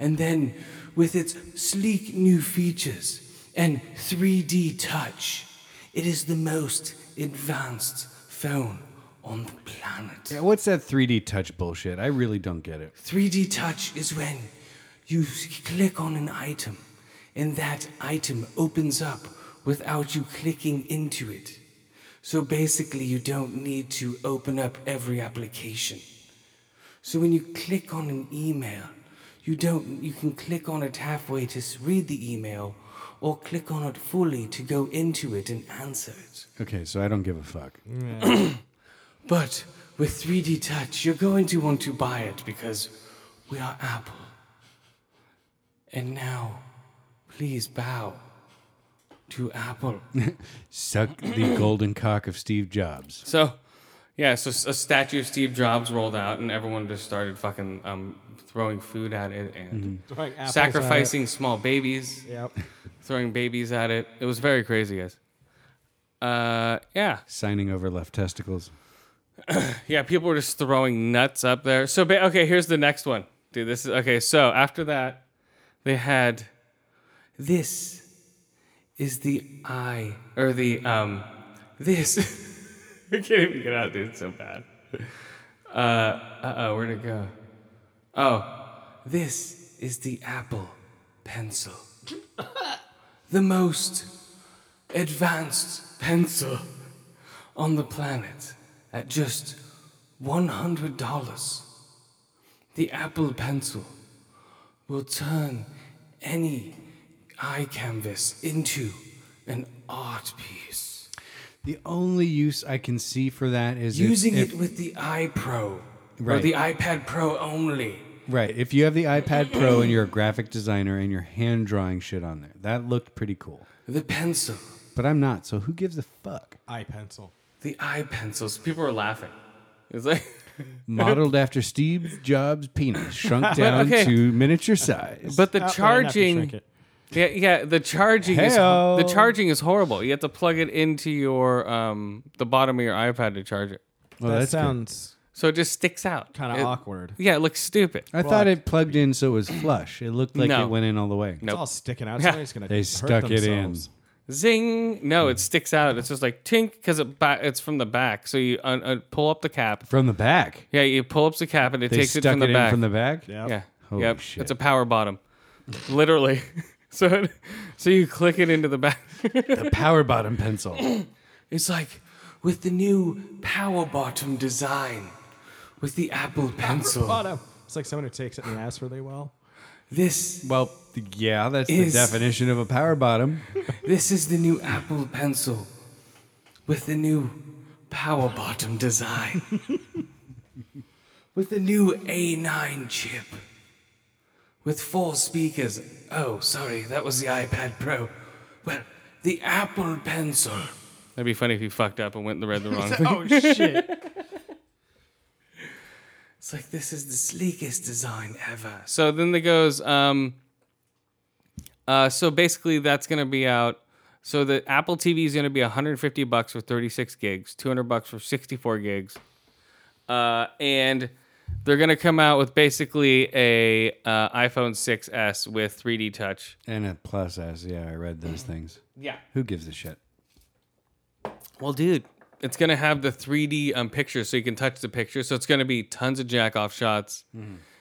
Speaker 1: and then, with its sleek new features and 3D touch, it is the most advanced phone on the planet.
Speaker 2: Yeah, What's that 3D touch bullshit? I really don't get it.
Speaker 1: 3D touch is when you s- click on an item and that item opens up without you clicking into it. So basically, you don't need to open up every application. So when you click on an email, you don't you can click on it halfway to s- read the email or click on it fully to go into it and answer it.
Speaker 2: Okay, so I don't give a fuck.
Speaker 1: But with 3D Touch, you're going to want to buy it because we are Apple. And now, please bow to Apple.
Speaker 2: Suck the golden cock of Steve Jobs.
Speaker 1: so, yeah, so s- a statue of Steve Jobs rolled out, and everyone just started fucking um, throwing food at it and
Speaker 2: Mm-hmm.
Speaker 3: Throwing apples at it.
Speaker 1: sacrificing small babies,
Speaker 3: Yep.
Speaker 1: throwing babies at it. It was very crazy, guys. Uh, yeah.
Speaker 2: Signing over left testicles.
Speaker 1: Yeah, people were just throwing nuts up there. So, ba- okay, here's the next one, dude. This is okay. So after that, they had this is the eye or the um this. I can't even get out, dude. It's so bad. Uh uh oh, where'd it go? Oh, this is the Apple pencil, the most advanced pencil on the planet at just $100. The Apple Pencil will turn any eye canvas into an art piece.
Speaker 2: The only use I can see for that is if-
Speaker 1: Using
Speaker 2: if,
Speaker 1: it with the iPro or
Speaker 2: Right.
Speaker 1: the iPad Pro only.
Speaker 2: Right. If you have the iPad Pro and you're a graphic designer and you're hand drawing shit on there, that looked pretty cool.
Speaker 1: The pencil,
Speaker 2: But I'm not, so who gives a fuck?
Speaker 3: Eye pencil.
Speaker 1: the iPencils. People are laughing. It's like,
Speaker 2: Modeled after Steve Jobs' penis, shrunk down
Speaker 1: okay.
Speaker 2: to miniature size.
Speaker 1: but the
Speaker 3: Out there, not to shrink
Speaker 1: charging.
Speaker 3: it.
Speaker 1: Yeah, yeah. The charging is
Speaker 2: Heyo.
Speaker 1: the charging is horrible. You have to plug it into your um the bottom of your iPad to charge it.
Speaker 2: well,
Speaker 3: that
Speaker 2: that's good.
Speaker 3: sounds
Speaker 1: So it just sticks out.
Speaker 3: kind of
Speaker 1: It-
Speaker 3: awkward.
Speaker 1: Yeah, it looks stupid.
Speaker 2: I thought it plugged in so it was flush. It looked like
Speaker 1: No.
Speaker 2: it went in all the way.
Speaker 1: Nope.
Speaker 3: It's all sticking out. Somebody's gonna.
Speaker 2: They
Speaker 3: hurt
Speaker 2: stuck it in.
Speaker 3: themselves.
Speaker 1: Zing! No, it sticks out. It's just like tink because it ba- it's from the back. So you un- un- pull up the cap.
Speaker 2: From the back.
Speaker 1: Yeah, you pull up the cap and it
Speaker 2: They
Speaker 1: takes
Speaker 2: stuck
Speaker 1: it from the
Speaker 2: it
Speaker 1: back.
Speaker 2: in from the back?
Speaker 3: Yeah.
Speaker 1: yeah,
Speaker 2: Holy
Speaker 1: yep.
Speaker 2: shit.
Speaker 1: It's a power bottom, literally. so, it- so you click it into the back.
Speaker 2: The power bottom pencil.
Speaker 4: It's like with the new power bottom design, with the Apple
Speaker 3: Oh
Speaker 4: Pencil.
Speaker 3: no! It's like someone who takes it in the ass really well.
Speaker 4: This
Speaker 2: Well, yeah, that's
Speaker 4: Is-
Speaker 2: the definition of a power bottom.
Speaker 4: this is the new Apple Pencil, with the new power bottom design, with the new A9 chip, with four speakers. Oh, sorry, that was the iPad Pro. Well, the Apple Pencil.
Speaker 1: That'd be funny if you fucked up and went and read the wrong thing.
Speaker 3: Oh shit!
Speaker 4: It's like this is the sleekest design ever.
Speaker 1: So then they goes, um, uh, so basically that's gonna be out. So the Apple TV is gonna be 150 bucks for 36 gigs, 200 bucks for 64 gigs, uh, and they're gonna come out with basically a uh, iPhone 6s with 3D Touch.
Speaker 2: And a plus S. Yeah, I read those things.
Speaker 1: Yeah.
Speaker 2: Who gives a shit?
Speaker 1: Well, dude, it's gonna have the 3D um, picture, so you can touch the picture. So it's gonna be tons of jack off shots,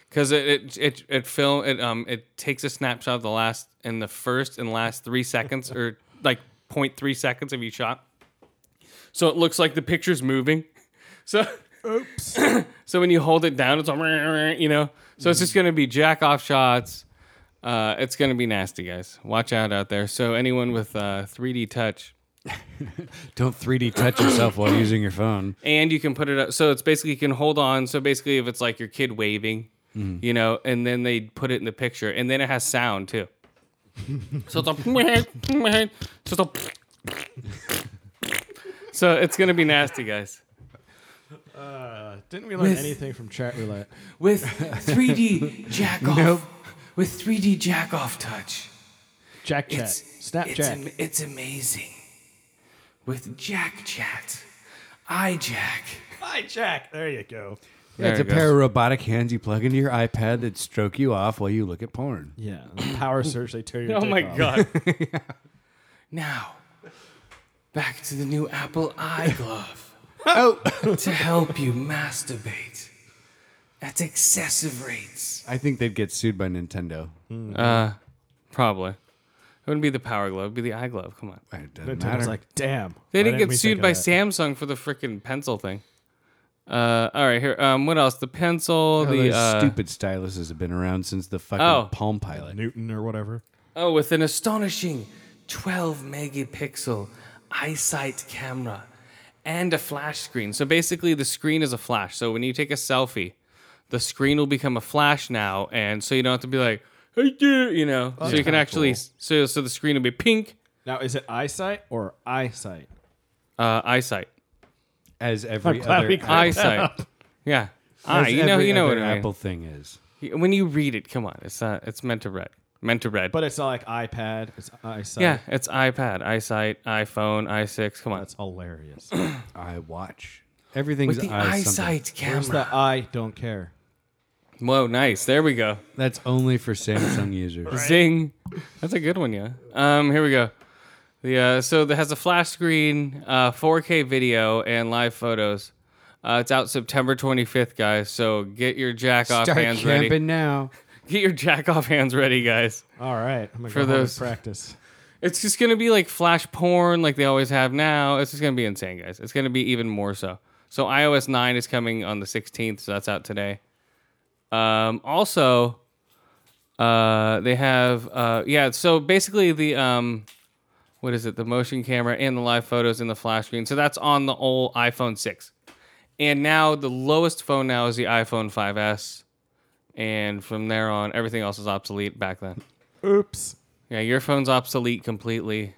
Speaker 1: because it it it it film it um it takes a snapshot of the last and the first and last three seconds or like 0.3 seconds of each shot. So it looks like the picture's moving. So.
Speaker 3: Oops.
Speaker 1: So when you hold it down, it's all, you know. So it's just gonna be jack off shots. Uh, it's gonna be nasty, guys. Watch out out there. So anyone with uh, 3D touch,
Speaker 2: Don't 3D touch yourself while using your phone.
Speaker 1: and you can put it up so it's basically you can hold on so basically if it's like your kid waving
Speaker 3: Mm-hmm.
Speaker 1: you know and then they put it in the picture and then it has sound too so it's a, so it's, a- so it's gonna be nasty guys
Speaker 3: Uh, didn't we learn
Speaker 4: With-
Speaker 3: anything from chat roulette?
Speaker 4: with 3D jack off. With 3D jack off touch.
Speaker 3: Jack chat.
Speaker 4: It's
Speaker 3: Snap
Speaker 4: it's,
Speaker 3: chat.
Speaker 4: am- it's amazing. With jack chat. I jack.
Speaker 3: Hi, Jack. There you go.
Speaker 2: Yeah, it's
Speaker 1: There
Speaker 2: a
Speaker 1: it goes.
Speaker 2: pair of robotic hands you plug into your iPad that stroke you off while you look at porn.
Speaker 3: Yeah. Power surge. They tear your.
Speaker 1: oh
Speaker 3: dick
Speaker 1: my
Speaker 3: off.
Speaker 1: god
Speaker 4: Now, back to the new Apple Eye Glove
Speaker 2: Oh,
Speaker 4: to help you masturbate at excessive rates.
Speaker 2: I think they'd get sued by Nintendo.
Speaker 1: uh probably it wouldn't be the power glove it'd be the eye glove come on
Speaker 2: It doesn't
Speaker 3: Nintendo was
Speaker 2: matter.
Speaker 3: like, damn.
Speaker 1: They
Speaker 3: why
Speaker 1: didn't
Speaker 3: we
Speaker 1: get
Speaker 3: think
Speaker 1: sued
Speaker 3: of
Speaker 1: by
Speaker 3: that?
Speaker 1: Samsung for the freaking pencil thing. Uh, all right, here. Um, what else? The pencil.
Speaker 2: Oh,
Speaker 1: the
Speaker 2: those
Speaker 1: uh,
Speaker 2: stupid styluses have been around since the fucking
Speaker 1: Oh.
Speaker 2: Palm Pilot.
Speaker 3: Newton or whatever.
Speaker 4: Oh, with an astonishing 12 megapixel eyesight camera
Speaker 1: and a flash screen. So basically, the screen is a flash. So when you take a selfie, the screen will become a flash now, and so you don't have to be like, "Hey, dude," you know.
Speaker 2: Oh,
Speaker 1: so you can actually. So so the screen will be pink.
Speaker 3: Now, is it eyesight or eyesight?
Speaker 1: Uh, eyesight.
Speaker 2: As every
Speaker 3: glad
Speaker 2: other,
Speaker 3: we
Speaker 2: as
Speaker 1: Eyesight. Yeah. Eye. Ah, You know.
Speaker 2: every
Speaker 1: You know what
Speaker 2: other
Speaker 1: I mean.
Speaker 2: Apple thing is.
Speaker 1: When you read it, come on. It's not. It's meant to read. Meant to read.
Speaker 3: But it's not like iPad. It's eyesight.
Speaker 1: yeah, it's iPad, iSight, iPhone, i6. Come on.
Speaker 3: That's hilarious.
Speaker 2: I watch. Everything's
Speaker 4: with the
Speaker 2: eye something.
Speaker 4: eyesight
Speaker 3: Where's
Speaker 4: camera.
Speaker 3: the I don't care?
Speaker 1: Whoa, nice. There we go.
Speaker 2: That's only for Samsung users.
Speaker 1: Zing. That's a good one, yeah. Um, here we go. The uh, so that has a flash screen, uh, 4K video, and live photos. Uh, it's out September 25th, guys. So get your jack off
Speaker 2: Start
Speaker 1: hands
Speaker 2: camping
Speaker 1: ready.
Speaker 2: now.
Speaker 1: Get your jack off hands ready, guys.
Speaker 3: All right. I'm gonna
Speaker 1: For
Speaker 3: go home and
Speaker 1: those-
Speaker 3: practice.
Speaker 1: It's just gonna be like flash porn, like they always have now. It's just gonna be insane, guys. It's gonna be even more so. So iOS 9 is coming on the 16th, so that's out today. Um, also, uh, they have uh, yeah. So basically, the um, what is it? The motion camera and the live photos in the flash screen. So that's on the old iPhone 6, and now the lowest phone now is the iPhone 5s, and from there on, everything else is obsolete back then.
Speaker 3: Oops.
Speaker 1: Yeah, your phone's obsolete completely.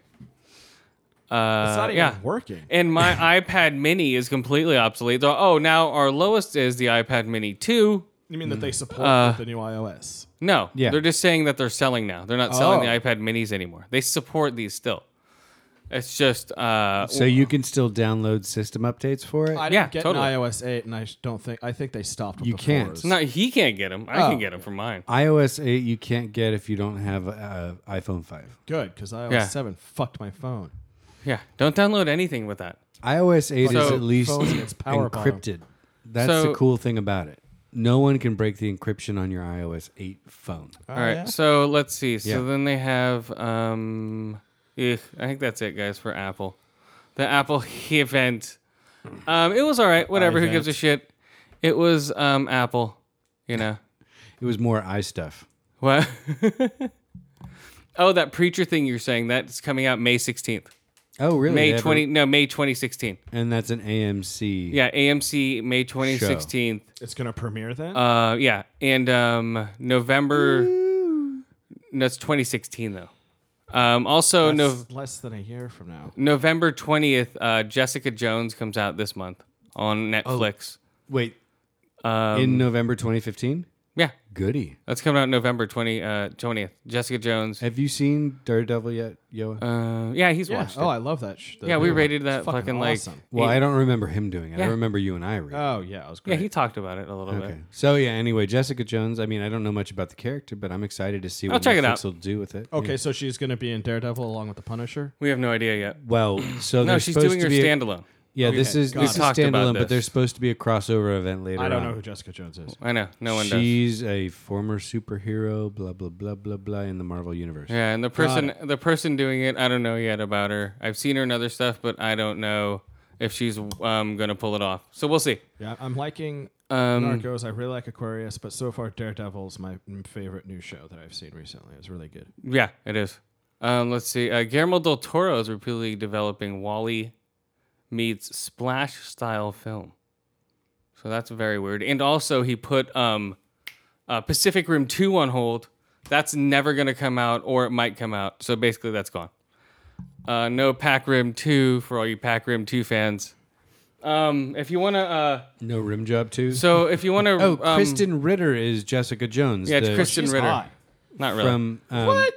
Speaker 3: It's
Speaker 1: Uh,
Speaker 3: not even
Speaker 1: yeah.
Speaker 3: working.
Speaker 1: And my iPad Mini is completely obsolete. Though- Oh, now our lowest is the iPad Mini 2.
Speaker 3: You mean that they support
Speaker 1: Uh,
Speaker 3: the new iOS?
Speaker 1: No,
Speaker 2: Yeah.
Speaker 1: they're just saying that they're selling now. They're not selling the
Speaker 3: Oh.
Speaker 1: iPad Minis anymore. They support these still. It's just uh,
Speaker 2: So you can still download system updates for it.
Speaker 3: I didn't
Speaker 1: Yeah,
Speaker 3: get
Speaker 1: totally.
Speaker 3: an iOS 8, and I sh- don't think I think they stopped. With
Speaker 2: You
Speaker 3: the
Speaker 2: can't.
Speaker 3: fours.
Speaker 1: no, he can't get them. I
Speaker 3: Oh.
Speaker 1: can get them for mine.
Speaker 2: iOS 8 you can't get if you don't have uh, iPhone 5.
Speaker 3: good because iOS
Speaker 1: Yeah.
Speaker 3: 7 fucked my phone.
Speaker 1: Yeah, don't download anything with that.
Speaker 2: iOS 8 is
Speaker 1: So-
Speaker 2: at least
Speaker 3: Phones, it's power bottom.
Speaker 2: encrypted. That's
Speaker 1: So-
Speaker 2: the cool thing about it. No one can break the encryption on your iOS 8 phone.
Speaker 3: Oh,
Speaker 1: All right, so let's see. So
Speaker 2: Yeah.
Speaker 1: then they have, um, eh, I think that's it, guys, for Apple. The Apple event. Um, it was all right. Whatever. Who gives a shit? It was um, Apple. You know
Speaker 2: It was more eye stuff.
Speaker 1: what? oh, that preacher thing you're saying that's coming out May 16th,
Speaker 2: Oh, really? They
Speaker 1: May
Speaker 2: have a-
Speaker 1: 20. No, May 2016.
Speaker 2: and that's an AMC.
Speaker 1: Yeah, AMC May 2016.
Speaker 3: It's gonna premiere then.
Speaker 1: Uh, yeah, and um, November. No, it's 2016 though. Um, also,
Speaker 3: That's
Speaker 1: Nov
Speaker 3: less than a year from now.
Speaker 1: November 20th, uh, Jessica Jones comes out this month on Netflix.
Speaker 2: Wait. in November 2015.
Speaker 1: Yeah,
Speaker 2: Goody.
Speaker 1: that's coming out November 20 uh, 20th. Jessica Jones.
Speaker 2: Have you seen Daredevil yet, Yoa?
Speaker 1: Uh, yeah, he's
Speaker 3: Yeah.
Speaker 1: watched it.
Speaker 3: Oh, I love that. Sh- the
Speaker 1: yeah,
Speaker 3: new
Speaker 1: we
Speaker 3: one.
Speaker 1: rated
Speaker 3: It's
Speaker 1: that fucking, like.
Speaker 3: awesome.
Speaker 2: well,
Speaker 1: he-
Speaker 2: I don't remember him doing it.
Speaker 1: Yeah. Uh,
Speaker 2: I remember you and I. Read.
Speaker 3: Oh yeah, it was
Speaker 1: yeah,
Speaker 3: great.
Speaker 1: he talked about it a little
Speaker 2: Okay.
Speaker 1: bit.
Speaker 2: So yeah. Anyway, Jessica Jones. I mean, I don't know much about the character, but I'm excited to see what
Speaker 1: check it
Speaker 2: Netflix
Speaker 1: out.
Speaker 2: will do with it.
Speaker 3: okay,
Speaker 2: Yeah.
Speaker 3: so she's gonna be in Daredevil along with the Punisher.
Speaker 1: We have no idea yet.
Speaker 2: Well, so
Speaker 1: No,
Speaker 2: they're
Speaker 1: she's
Speaker 2: supposed
Speaker 1: doing
Speaker 2: to
Speaker 1: her
Speaker 2: be a-
Speaker 1: standalone.
Speaker 2: yeah, this
Speaker 3: Okay,
Speaker 2: is
Speaker 3: got
Speaker 2: this
Speaker 3: it.
Speaker 2: is
Speaker 1: We talked about
Speaker 2: standalone, but
Speaker 1: this.
Speaker 2: there's supposed to be a crossover event later.
Speaker 3: I don't
Speaker 2: on.
Speaker 3: know who Jessica Jones is.
Speaker 1: I know no one does.
Speaker 2: She's a former superhero. Blah blah blah blah blah in the Marvel universe.
Speaker 1: Yeah, and the person the person doing it, I don't know yet about her. I've seen her in other stuff, but I don't know if she's um, gonna pull it off. So we'll see.
Speaker 3: Yeah, I'm liking
Speaker 1: Um,
Speaker 3: Narcos. I really like Aquarius, but so far Daredevil's my favorite new show that I've seen recently. It's really good.
Speaker 1: yeah, it is. Um, let's see. Uh, Guillermo del Toro is repeatedly developing Wally meets splash style film. So that's very weird. And also, he put um, uh, Pacific Rim Two on hold. That's never gonna come out, or it might come out. So basically, that's gone. Uh, no Pac Rim Two for all you Pac Rim Two fans. Um, if you wanna. Uh,
Speaker 2: No rim job too.
Speaker 1: So if you want to,
Speaker 2: oh, Kristen Ritter is Jessica Jones.
Speaker 1: yeah, it's
Speaker 2: the-
Speaker 1: Kristen
Speaker 3: She's
Speaker 1: Ritter.
Speaker 3: hot.
Speaker 1: Not really.
Speaker 2: from um, what?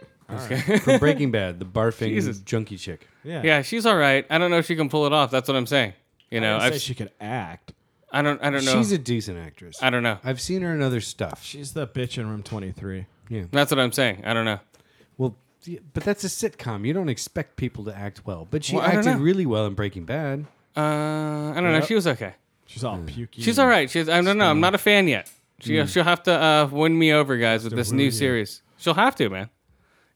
Speaker 2: from Breaking Bad, the barfing
Speaker 1: Jesus.
Speaker 2: junkie chick.
Speaker 3: Yeah,
Speaker 1: yeah, she's all right. I don't know if she can pull it off. That's what I'm saying. You know,
Speaker 3: I
Speaker 1: I've,
Speaker 3: say she could act.
Speaker 1: I don't, I don't know.
Speaker 2: She's a decent actress.
Speaker 1: I don't know.
Speaker 2: I've seen her in other stuff.
Speaker 3: She's the bitch in Room 23.
Speaker 1: That's what I'm saying. I don't know.
Speaker 2: well, yeah, but that's a sitcom. You don't expect people to act well. But she
Speaker 1: Well, I don't
Speaker 2: acted
Speaker 1: know.
Speaker 2: really well in Breaking Bad.
Speaker 1: Uh, I don't know. She was okay.
Speaker 3: She's all pukey.
Speaker 1: Hmm. She's all right. She's. I don't know. I'm not a fan yet. She,
Speaker 2: Hmm.
Speaker 1: She'll have to uh, win me over, guys, with this new series. She'll have to, man.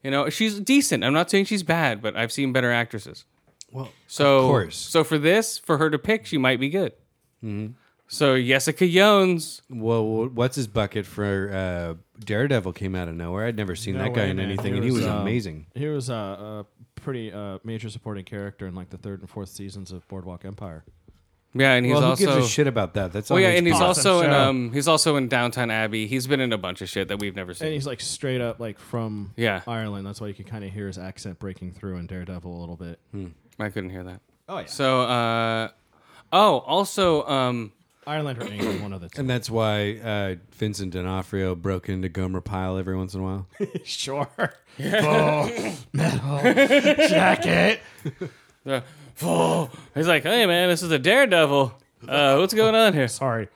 Speaker 1: You know, she's decent. I'm not saying she's bad, but I've seen better actresses.
Speaker 2: Well,
Speaker 1: So,
Speaker 2: of course. Mm-hmm.
Speaker 1: so for this, for her to pick, she might be good. So Jessica Jones.
Speaker 2: well, what's his bucket for uh, Daredevil came out of nowhere. I'd never seen
Speaker 3: No
Speaker 2: that guy
Speaker 3: way,
Speaker 2: in
Speaker 3: man.
Speaker 2: anything,
Speaker 3: He
Speaker 2: and he
Speaker 3: was,
Speaker 2: was
Speaker 3: um,
Speaker 2: amazing.
Speaker 3: He was a, a pretty uh, major supporting character in like the third and fourth seasons of Boardwalk Empire.
Speaker 1: Yeah, and he's
Speaker 2: Well, who
Speaker 1: also
Speaker 2: gives a shit about that? That's
Speaker 1: Well,
Speaker 2: all
Speaker 1: yeah,
Speaker 2: his
Speaker 1: and he's
Speaker 2: fault.
Speaker 1: also in
Speaker 3: show.
Speaker 1: um he's also in Downtown Abbey. He's been in a bunch of shit that we've never
Speaker 3: And
Speaker 1: seen.
Speaker 3: he's like straight up like from
Speaker 1: Yeah.
Speaker 3: Ireland. That's why you can kind of hear his accent breaking through in Daredevil a little bit.
Speaker 2: Hmm.
Speaker 1: I couldn't hear that.
Speaker 3: Oh yeah,
Speaker 1: So, uh, oh, also, um,
Speaker 3: Ireland or England, one of the two.
Speaker 2: And that's why uh, Vincent D'Onofrio broke into Gomer Pyle every once in a while.
Speaker 3: Sure. Oh, metal jacket.
Speaker 1: uh, oh, he's like, hey man, this is a daredevil. Uh, what's going on here?
Speaker 3: Sorry.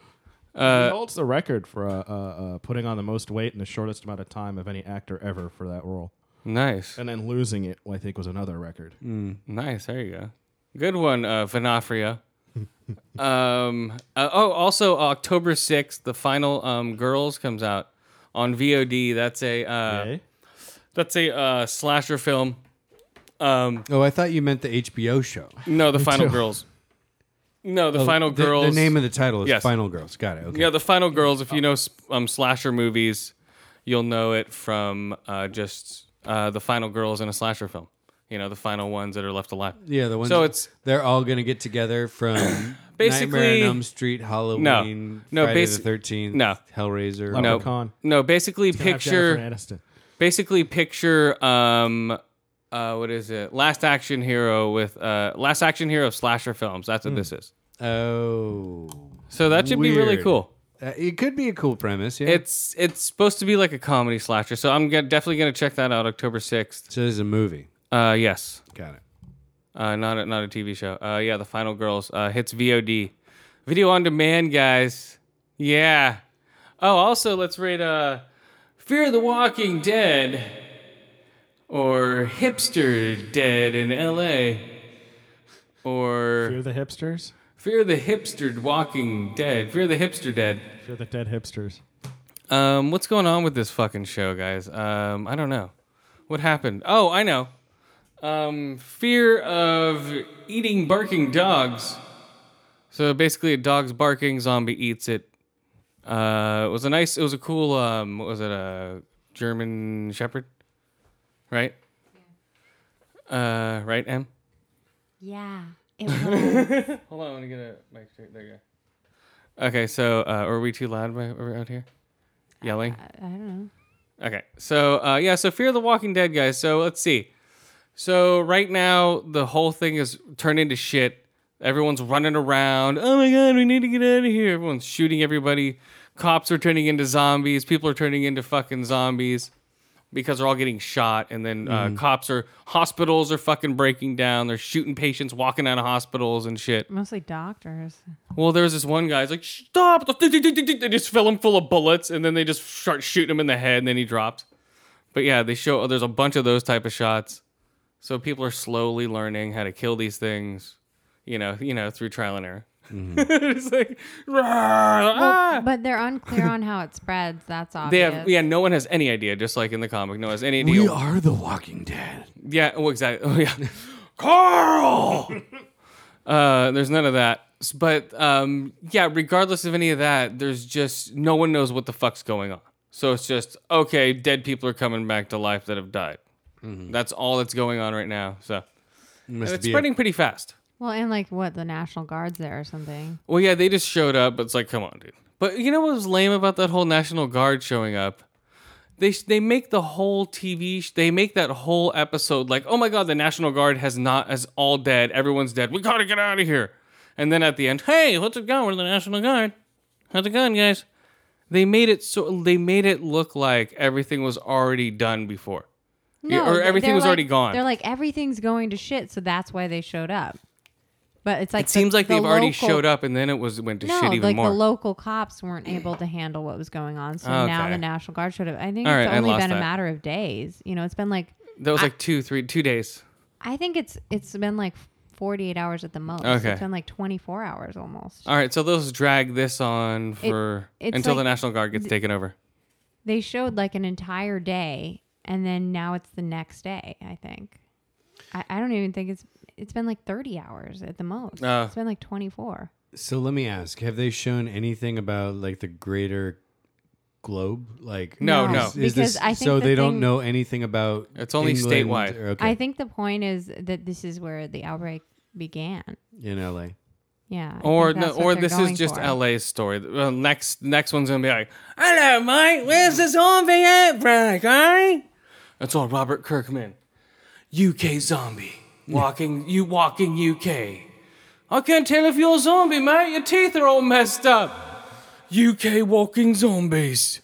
Speaker 2: Uh,
Speaker 3: he holds the record for uh, uh, uh, putting on the most weight in the shortest amount of time of any actor ever for that role.
Speaker 1: Nice,
Speaker 3: And then losing it, I think, was another record.
Speaker 2: Hmm.
Speaker 1: nice. There you go. Good one, uh, Vinafria. um, uh, oh, also October sixth, the final um, Girls comes out on VOD. That's a uh,
Speaker 3: Eh?
Speaker 1: that's a uh, slasher film. Um,
Speaker 2: Oh, I thought you meant the HBO show.
Speaker 1: No, the final girls. No, the final
Speaker 2: Oh, The-
Speaker 1: girls.
Speaker 2: The, name of the title is
Speaker 1: Yes.
Speaker 2: Final Girls. Got it. Okay.
Speaker 1: yeah, the final girls. If you know s- um, slasher movies, you'll know it from uh, just uh, the final girls in a slasher film. You know, the final ones that are left alive.
Speaker 2: Yeah, the ones.
Speaker 1: So it's-
Speaker 2: they're all gonna get together from Nightmare
Speaker 1: Basically-
Speaker 2: on Elm Street, Halloween,
Speaker 1: No,
Speaker 2: Friday
Speaker 1: basi-
Speaker 2: the Thirteenth,
Speaker 1: no.
Speaker 2: Hellraiser.
Speaker 1: No,
Speaker 3: Leprechaun.
Speaker 1: no. Basically,
Speaker 3: Gonna have
Speaker 1: picture.
Speaker 3: Jennifer Aniston.
Speaker 1: Basically, picture. Um, uh, what is it? Last Action Hero with uh, Last Action Hero slasher films. That's what this is.
Speaker 2: Oh,
Speaker 1: So that should be really
Speaker 2: Weird.
Speaker 1: cool.
Speaker 2: Uh, it could be a cool premise. Yeah.
Speaker 1: It's it's supposed to be like a comedy slasher. So I'm gonna, definitely gonna check that out October sixth.
Speaker 2: so this is a movie.
Speaker 1: Uh, yes.
Speaker 2: Got it.
Speaker 1: Uh, not a, not a TV show. Uh, yeah, The Final Girls uh, hits VOD, video on demand, guys. Yeah. Oh, also let's rate uh, Fear the Walking Dead or Hipster Dead in L.A.
Speaker 3: Fear
Speaker 1: or
Speaker 3: the hipsters.
Speaker 1: Fear the Hipster Walking Dead. Fear the Hipster Dead.
Speaker 3: Fear the dead hipsters.
Speaker 1: Um, what's going on with this fucking show, guys? Um, I don't know. What happened? Oh, I know. Um, fear of eating barking dogs. So basically, a dog's barking, zombie eats it. Uh, it was a nice, it was a cool, um, what was it, a German Shepherd? Right? Uh, right, Em?
Speaker 5: Yeah. It was.
Speaker 1: Hold on, I'm gonna get a mic straight. There you go. Okay, so uh, are we too loud by, over out here? Yelling?
Speaker 5: I don't know.
Speaker 1: Okay, so uh, yeah, so Fear the Walking Dead, guys. So let's see. So right now, the whole thing is turned into shit. Everyone's running around. Oh my god, we need to get out of here. Everyone's shooting everybody. Cops are turning into zombies. People are turning into fucking zombies because they're all getting shot. And then uh, cops are hospitals are fucking breaking down. They're shooting patients walking out of hospitals and shit.
Speaker 5: Mostly doctors.
Speaker 1: Well, there was this one guy. He's like, stop! They just fill him full of bullets, and then they just start shooting him in the head, and then he drops. But yeah, they show there's a bunch of those type of shots. So people are slowly learning how to kill these things, you know, you know, through trial and error. it's like, "Rah, ah."
Speaker 5: But they're unclear on how it spreads. That's obvious.
Speaker 1: they have, yeah, no one has any idea. Just like in the comic, no one has any idea.
Speaker 2: We are the Walking Dead.
Speaker 1: Yeah, well, exactly. Oh, yeah. Carl! uh, there's none of that. S- But um, yeah, regardless of any of that, there's just no one knows what the fuck's going on. So it's just, okay, dead people are coming back to life that have died. That's all that's going on right now. So and
Speaker 2: Must
Speaker 1: it's
Speaker 2: Mm-hmm. be a-
Speaker 1: spreading pretty fast.
Speaker 5: Well, and like what the National Guard's there or something.
Speaker 1: Well, yeah, they just showed up, but it's like, come on, dude. But you know what was lame about that whole National Guard showing up? They they make the whole TV, sh- they make that whole episode like, oh my god, the National Guard has not is all dead, everyone's dead, we gotta get out of here. And then at the end, hey, what's it going? We're the National Guard. How's it going, guys? They made it so they made it look like everything was already done before. Yeah, or
Speaker 5: th-
Speaker 1: everything
Speaker 5: they're
Speaker 1: was already
Speaker 5: like-
Speaker 1: gone.
Speaker 5: They're like everything's going to shit, so that's why they showed up. But it's like
Speaker 1: It seems like they've already
Speaker 5: local-
Speaker 1: showed up, and then it was went to
Speaker 5: No,
Speaker 1: shit even
Speaker 5: like
Speaker 1: more.
Speaker 5: the local cops weren't able to handle what was going on, so now
Speaker 1: Okay.
Speaker 5: the National Guard showed up. I think
Speaker 1: All
Speaker 5: it's
Speaker 1: right, I
Speaker 5: only
Speaker 1: lost
Speaker 5: been
Speaker 1: that.
Speaker 5: a matter of days. You know, it's been like
Speaker 1: that was like two, three, two days.
Speaker 5: I think it's it's been like forty eight hours at the most.
Speaker 1: Okay.
Speaker 5: It's been like twenty four hours almost.
Speaker 1: All right, so those drag this on for
Speaker 5: it's
Speaker 1: until the
Speaker 5: like-
Speaker 1: National Guard gets taken over.
Speaker 5: They showed like an entire day, and then now it's the next day. I think. I, I don't even think it's it's been like thirty hours at the most.
Speaker 1: Oh.
Speaker 5: it's been like twenty four.
Speaker 2: So let me ask: Have they shown anything about like the greater globe? Like,
Speaker 1: No,
Speaker 5: No,
Speaker 1: no.
Speaker 2: is, is
Speaker 5: because
Speaker 2: this,
Speaker 5: I think
Speaker 2: so
Speaker 5: the
Speaker 2: they don't
Speaker 5: thing-
Speaker 2: know anything about.
Speaker 1: It's only
Speaker 2: England
Speaker 1: statewide.
Speaker 2: or- okay,
Speaker 5: I think the point is that this is where the outbreak began.
Speaker 2: in LA.
Speaker 5: Yeah. I
Speaker 1: Or
Speaker 5: think
Speaker 1: no,
Speaker 5: that's what
Speaker 1: or
Speaker 5: they're
Speaker 1: this is
Speaker 5: going
Speaker 1: just
Speaker 5: for.
Speaker 1: LA's story. Well, next next one's gonna be like, "Hello, Mike. Where's the zombie outbreak? Eh? That's all Robert Kirkman, UK zombie walking. you walking UK. I can't tell if you're a zombie, mate. Your teeth are all messed up. UK walking zombies.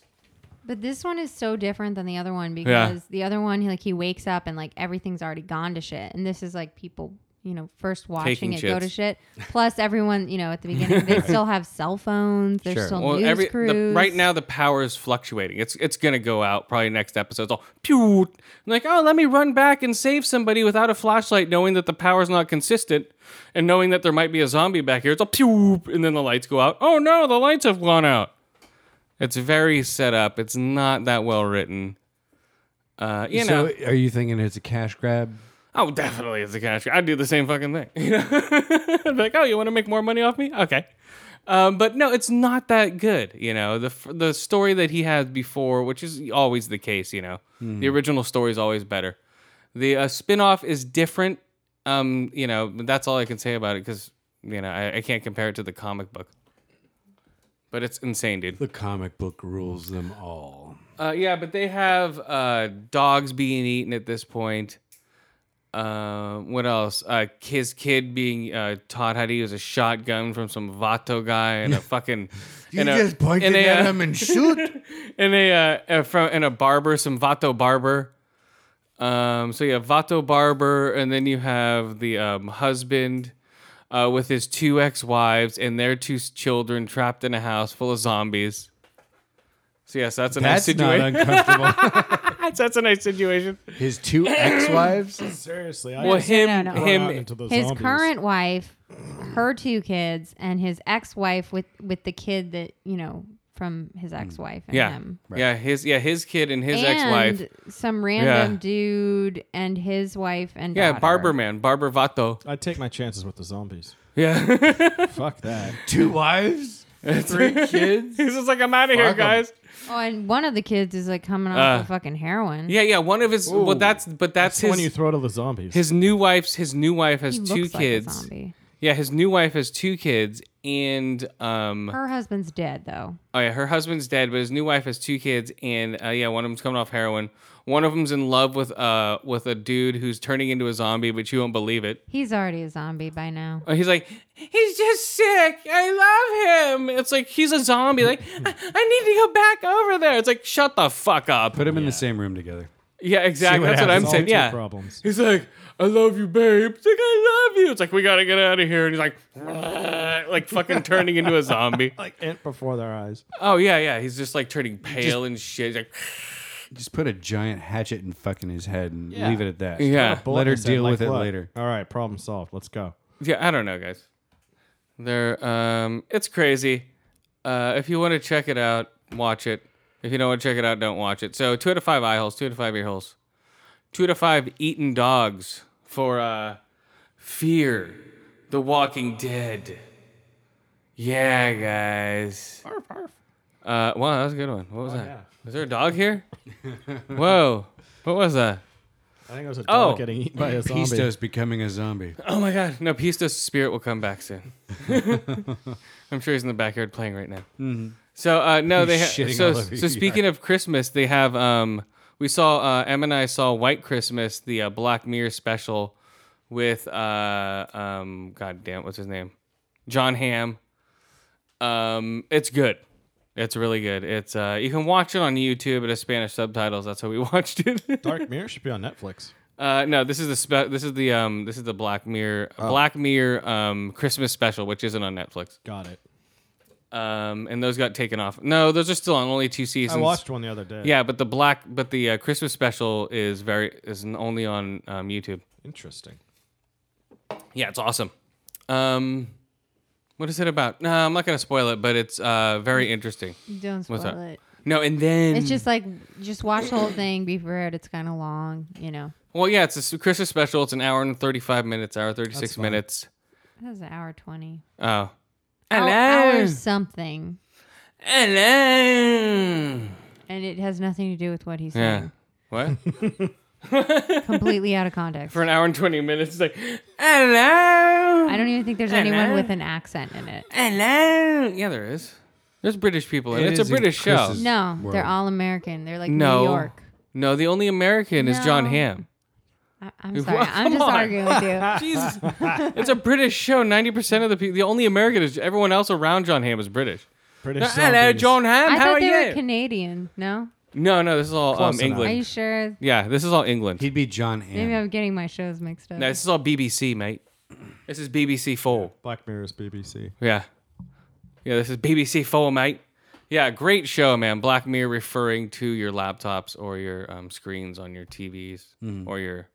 Speaker 5: But this one is so different than the other one because the other one, he, like he wakes up and like everything's already gone to shit, and this is like people, you know, first watching
Speaker 1: Taking
Speaker 5: it go to
Speaker 1: shits.
Speaker 5: shit. Plus, everyone, you know, at the beginning they still have cell phones. There's
Speaker 2: Sure.
Speaker 5: still
Speaker 1: Well,
Speaker 5: news
Speaker 1: every the,
Speaker 5: crews.
Speaker 1: right now the power is fluctuating. It's it's gonna go out probably next episode. It's all pew. And like oh, let me run back and save somebody without a flashlight, knowing that the power's not consistent, and knowing that there might be a zombie back here. It's all pew, and then the lights go out. Oh no, the lights have gone out. It's very set up. It's not that well written. Uh, you know,
Speaker 2: so are you thinking it's a cash grab?
Speaker 1: oh, definitely it's a cash. grab. I'd do the same fucking thing. You know, I'd be like, oh, you want to make more money off me? Okay. Um, but no, it's not that good. You know, the f- the story that he had before, which is always the case. You know, the original story is always better. The uh, spin-off is different. Um, you know, but that's all I can say about it because you know I, I can't compare it to the comic book. But it's insane, dude.
Speaker 2: The comic book rules them all.
Speaker 1: Uh, yeah, but they have uh, dogs being eaten at this point. Uh, what else? Uh, his kid being uh, taught how to use a shotgun from some Vato guy and a fucking. and a- and a, uh,
Speaker 2: and shoot.
Speaker 1: and a uh, uh, from and a barber, some Vato barber. Um, so you have Vato barber, and then you have the um, husband uh, with his two ex-wives and their two s- children trapped in a house full of zombies. So yes, that's a nice
Speaker 2: That's not
Speaker 1: situation.
Speaker 2: uncomfortable.
Speaker 1: That's, that's a nice situation.
Speaker 2: His two ex-wives.
Speaker 3: Seriously, I
Speaker 1: Well,
Speaker 3: just
Speaker 1: him,
Speaker 5: no, no.
Speaker 3: run out
Speaker 1: him.
Speaker 3: into the
Speaker 5: his
Speaker 3: zombies.
Speaker 5: current wife, her two kids, and his ex wife with with the kid that you know from his ex-wife and
Speaker 1: Hmm. Yeah.
Speaker 5: him.
Speaker 1: Yeah. His yeah his kid and his
Speaker 5: and
Speaker 1: ex-wife.
Speaker 5: some random
Speaker 1: Yeah.
Speaker 5: dude and his wife and
Speaker 1: Yeah,
Speaker 5: daughter.
Speaker 1: Barber Man, Barber Vato.
Speaker 3: I take my chances with the zombies.
Speaker 1: Yeah.
Speaker 3: Fuck that.
Speaker 2: Two wives, three kids.
Speaker 1: He's just like, I'm out of here,
Speaker 2: Fuck 'em.
Speaker 1: guys.
Speaker 5: Oh, and one of the kids is like coming off
Speaker 1: Uh,
Speaker 5: of fucking heroin.
Speaker 1: Yeah, yeah. One of his.
Speaker 3: Ooh.
Speaker 1: Well, that's but that's,
Speaker 3: That's the one you
Speaker 1: his.
Speaker 3: throw to the zombies.
Speaker 1: His new wife's. His new wife has
Speaker 5: He
Speaker 1: two
Speaker 5: looks like a
Speaker 1: kids.
Speaker 5: zombie.
Speaker 1: yeah, his new wife has two kids, and um,
Speaker 5: Her husband's dead though.
Speaker 1: Oh yeah, her husband's dead, but his new wife has two kids, and uh, yeah, one of them's coming off heroin. One of them's in love with uh with a dude who's turning into a zombie, but you won't believe it.
Speaker 5: He's already a zombie by now.
Speaker 1: Uh, He's like, he's just sick. I love him. It's like he's a zombie. Like I, I need to go back over there. It's like shut the fuck up.
Speaker 2: Put them in the same room together.
Speaker 1: Yeah, exactly.
Speaker 2: what
Speaker 1: That's what I'm
Speaker 3: Solve
Speaker 1: saying.
Speaker 3: two
Speaker 1: Yeah.
Speaker 3: Problems.
Speaker 1: He's like, I love you, babe. It's like I love you. It's like we gotta get out of here. And he's like, like fucking turning into a zombie.
Speaker 3: Like ant before their eyes.
Speaker 1: Oh yeah, yeah. He's just like turning pale and shit. He's like.
Speaker 2: Just put a giant hatchet and fuck in his head and
Speaker 3: Yeah.
Speaker 2: leave it at that.
Speaker 1: Yeah.
Speaker 3: Bullet
Speaker 2: Let her
Speaker 3: in his head,
Speaker 2: deal
Speaker 3: like
Speaker 2: with it
Speaker 3: what?
Speaker 2: later.
Speaker 3: All right, problem solved. Let's go.
Speaker 1: Yeah, I don't know, guys. They're um, it's crazy. Uh, if you want to check it out, watch it. If you don't want to check it out, don't watch it. So two out of five eye holes, two out of five ear holes, two out of five eaten dogs for uh, Fear, The Walking Dead. Yeah, guys. Uh, wow, that was a good one. What was that?
Speaker 3: yeah.
Speaker 1: Was there a dog here? Whoa, what was that?
Speaker 3: I think it was a dog
Speaker 1: Oh.
Speaker 3: getting eaten by a zombie.
Speaker 2: Pisto's becoming a zombie.
Speaker 1: Oh my God! No, Pista's spirit will come back soon. I'm sure he's in the backyard playing right now. So uh, no,
Speaker 2: Mm-hmm. He's
Speaker 1: they ha-
Speaker 2: shitting
Speaker 1: so
Speaker 2: all over
Speaker 1: so
Speaker 2: your
Speaker 1: speaking of Christmas, they have um we saw uh, Em and I saw White Christmas, the uh, Black Mirror special with uh um God damn what's his name John Hamm. Um, it's good. It's really good. It's uh you can watch it on YouTube. It has Spanish subtitles. That's how we watched it.
Speaker 3: Dark Mirror should be on Netflix.
Speaker 1: Uh, no, this is the spe- this is the um this is the Black Mirror
Speaker 3: Oh.
Speaker 1: Black Mirror um Christmas special, which isn't on Netflix.
Speaker 3: Got it.
Speaker 1: Um, and those got taken off. No, those are still on only two
Speaker 3: I
Speaker 1: seasons.
Speaker 3: watched one the other day.
Speaker 1: Yeah, but the black but the uh, Christmas special is very is n- only on um, YouTube.
Speaker 3: Interesting.
Speaker 1: Yeah, it's awesome. Um, what is it about? No, I'm not gonna spoil it, but it's uh very interesting.
Speaker 5: Don't spoil
Speaker 1: What's that?
Speaker 5: it.
Speaker 1: No, and then
Speaker 5: It's just like just watch the whole thing. Be prepared. It's kind of long, you know.
Speaker 1: well, yeah, it's a s- Christmas special. It's an hour and thirty five minutes, hour thirty six minutes.
Speaker 5: That was an hour twenty.
Speaker 1: Oh,
Speaker 5: Hour- Hour something,
Speaker 1: hello.
Speaker 5: and it has nothing to do with what he's
Speaker 1: Yeah.
Speaker 5: saying.
Speaker 1: What?
Speaker 5: Completely out of context.
Speaker 1: For an hour and 20 minutes, it's like, hello.
Speaker 5: I don't even think there's anyone with an accent in it.
Speaker 1: Hello. Yeah, there is. There's British people in it.
Speaker 2: It
Speaker 1: It's a
Speaker 2: is in
Speaker 1: British show.
Speaker 2: Chris's-
Speaker 5: No,
Speaker 2: World.
Speaker 5: they're all American. They're like
Speaker 1: no.
Speaker 5: New York.
Speaker 1: No, the only American is John
Speaker 5: No.
Speaker 1: Hamm.
Speaker 5: I- I'm sorry.
Speaker 1: Well,
Speaker 5: I'm
Speaker 1: come
Speaker 5: just
Speaker 1: on.
Speaker 5: arguing with you.
Speaker 1: Jesus. it's a British show. 90% of the people, the only American is everyone else around John Hamm is British.
Speaker 3: British
Speaker 1: No,
Speaker 3: zombies.
Speaker 1: hello, John Hamm.
Speaker 5: I
Speaker 1: How
Speaker 5: thought
Speaker 1: are
Speaker 5: they
Speaker 1: you?
Speaker 5: were Canadian. No,
Speaker 1: no, no, this is all
Speaker 3: Close
Speaker 1: um,
Speaker 3: enough.
Speaker 5: are you
Speaker 1: England.
Speaker 5: sure?
Speaker 1: Yeah, this is all England.
Speaker 2: He'd be John
Speaker 5: Maybe
Speaker 2: Hamm.
Speaker 5: I'm getting my shows mixed up.
Speaker 1: no, this is all BBC, mate. This is BBC 4.
Speaker 3: Black Mirror's BBC.
Speaker 1: Yeah. Yeah, this is BBC Four, mate. Yeah, great show, man. Black Mirror referring to your laptops or your um, screens on your TVs
Speaker 2: Mm-hmm.
Speaker 1: or your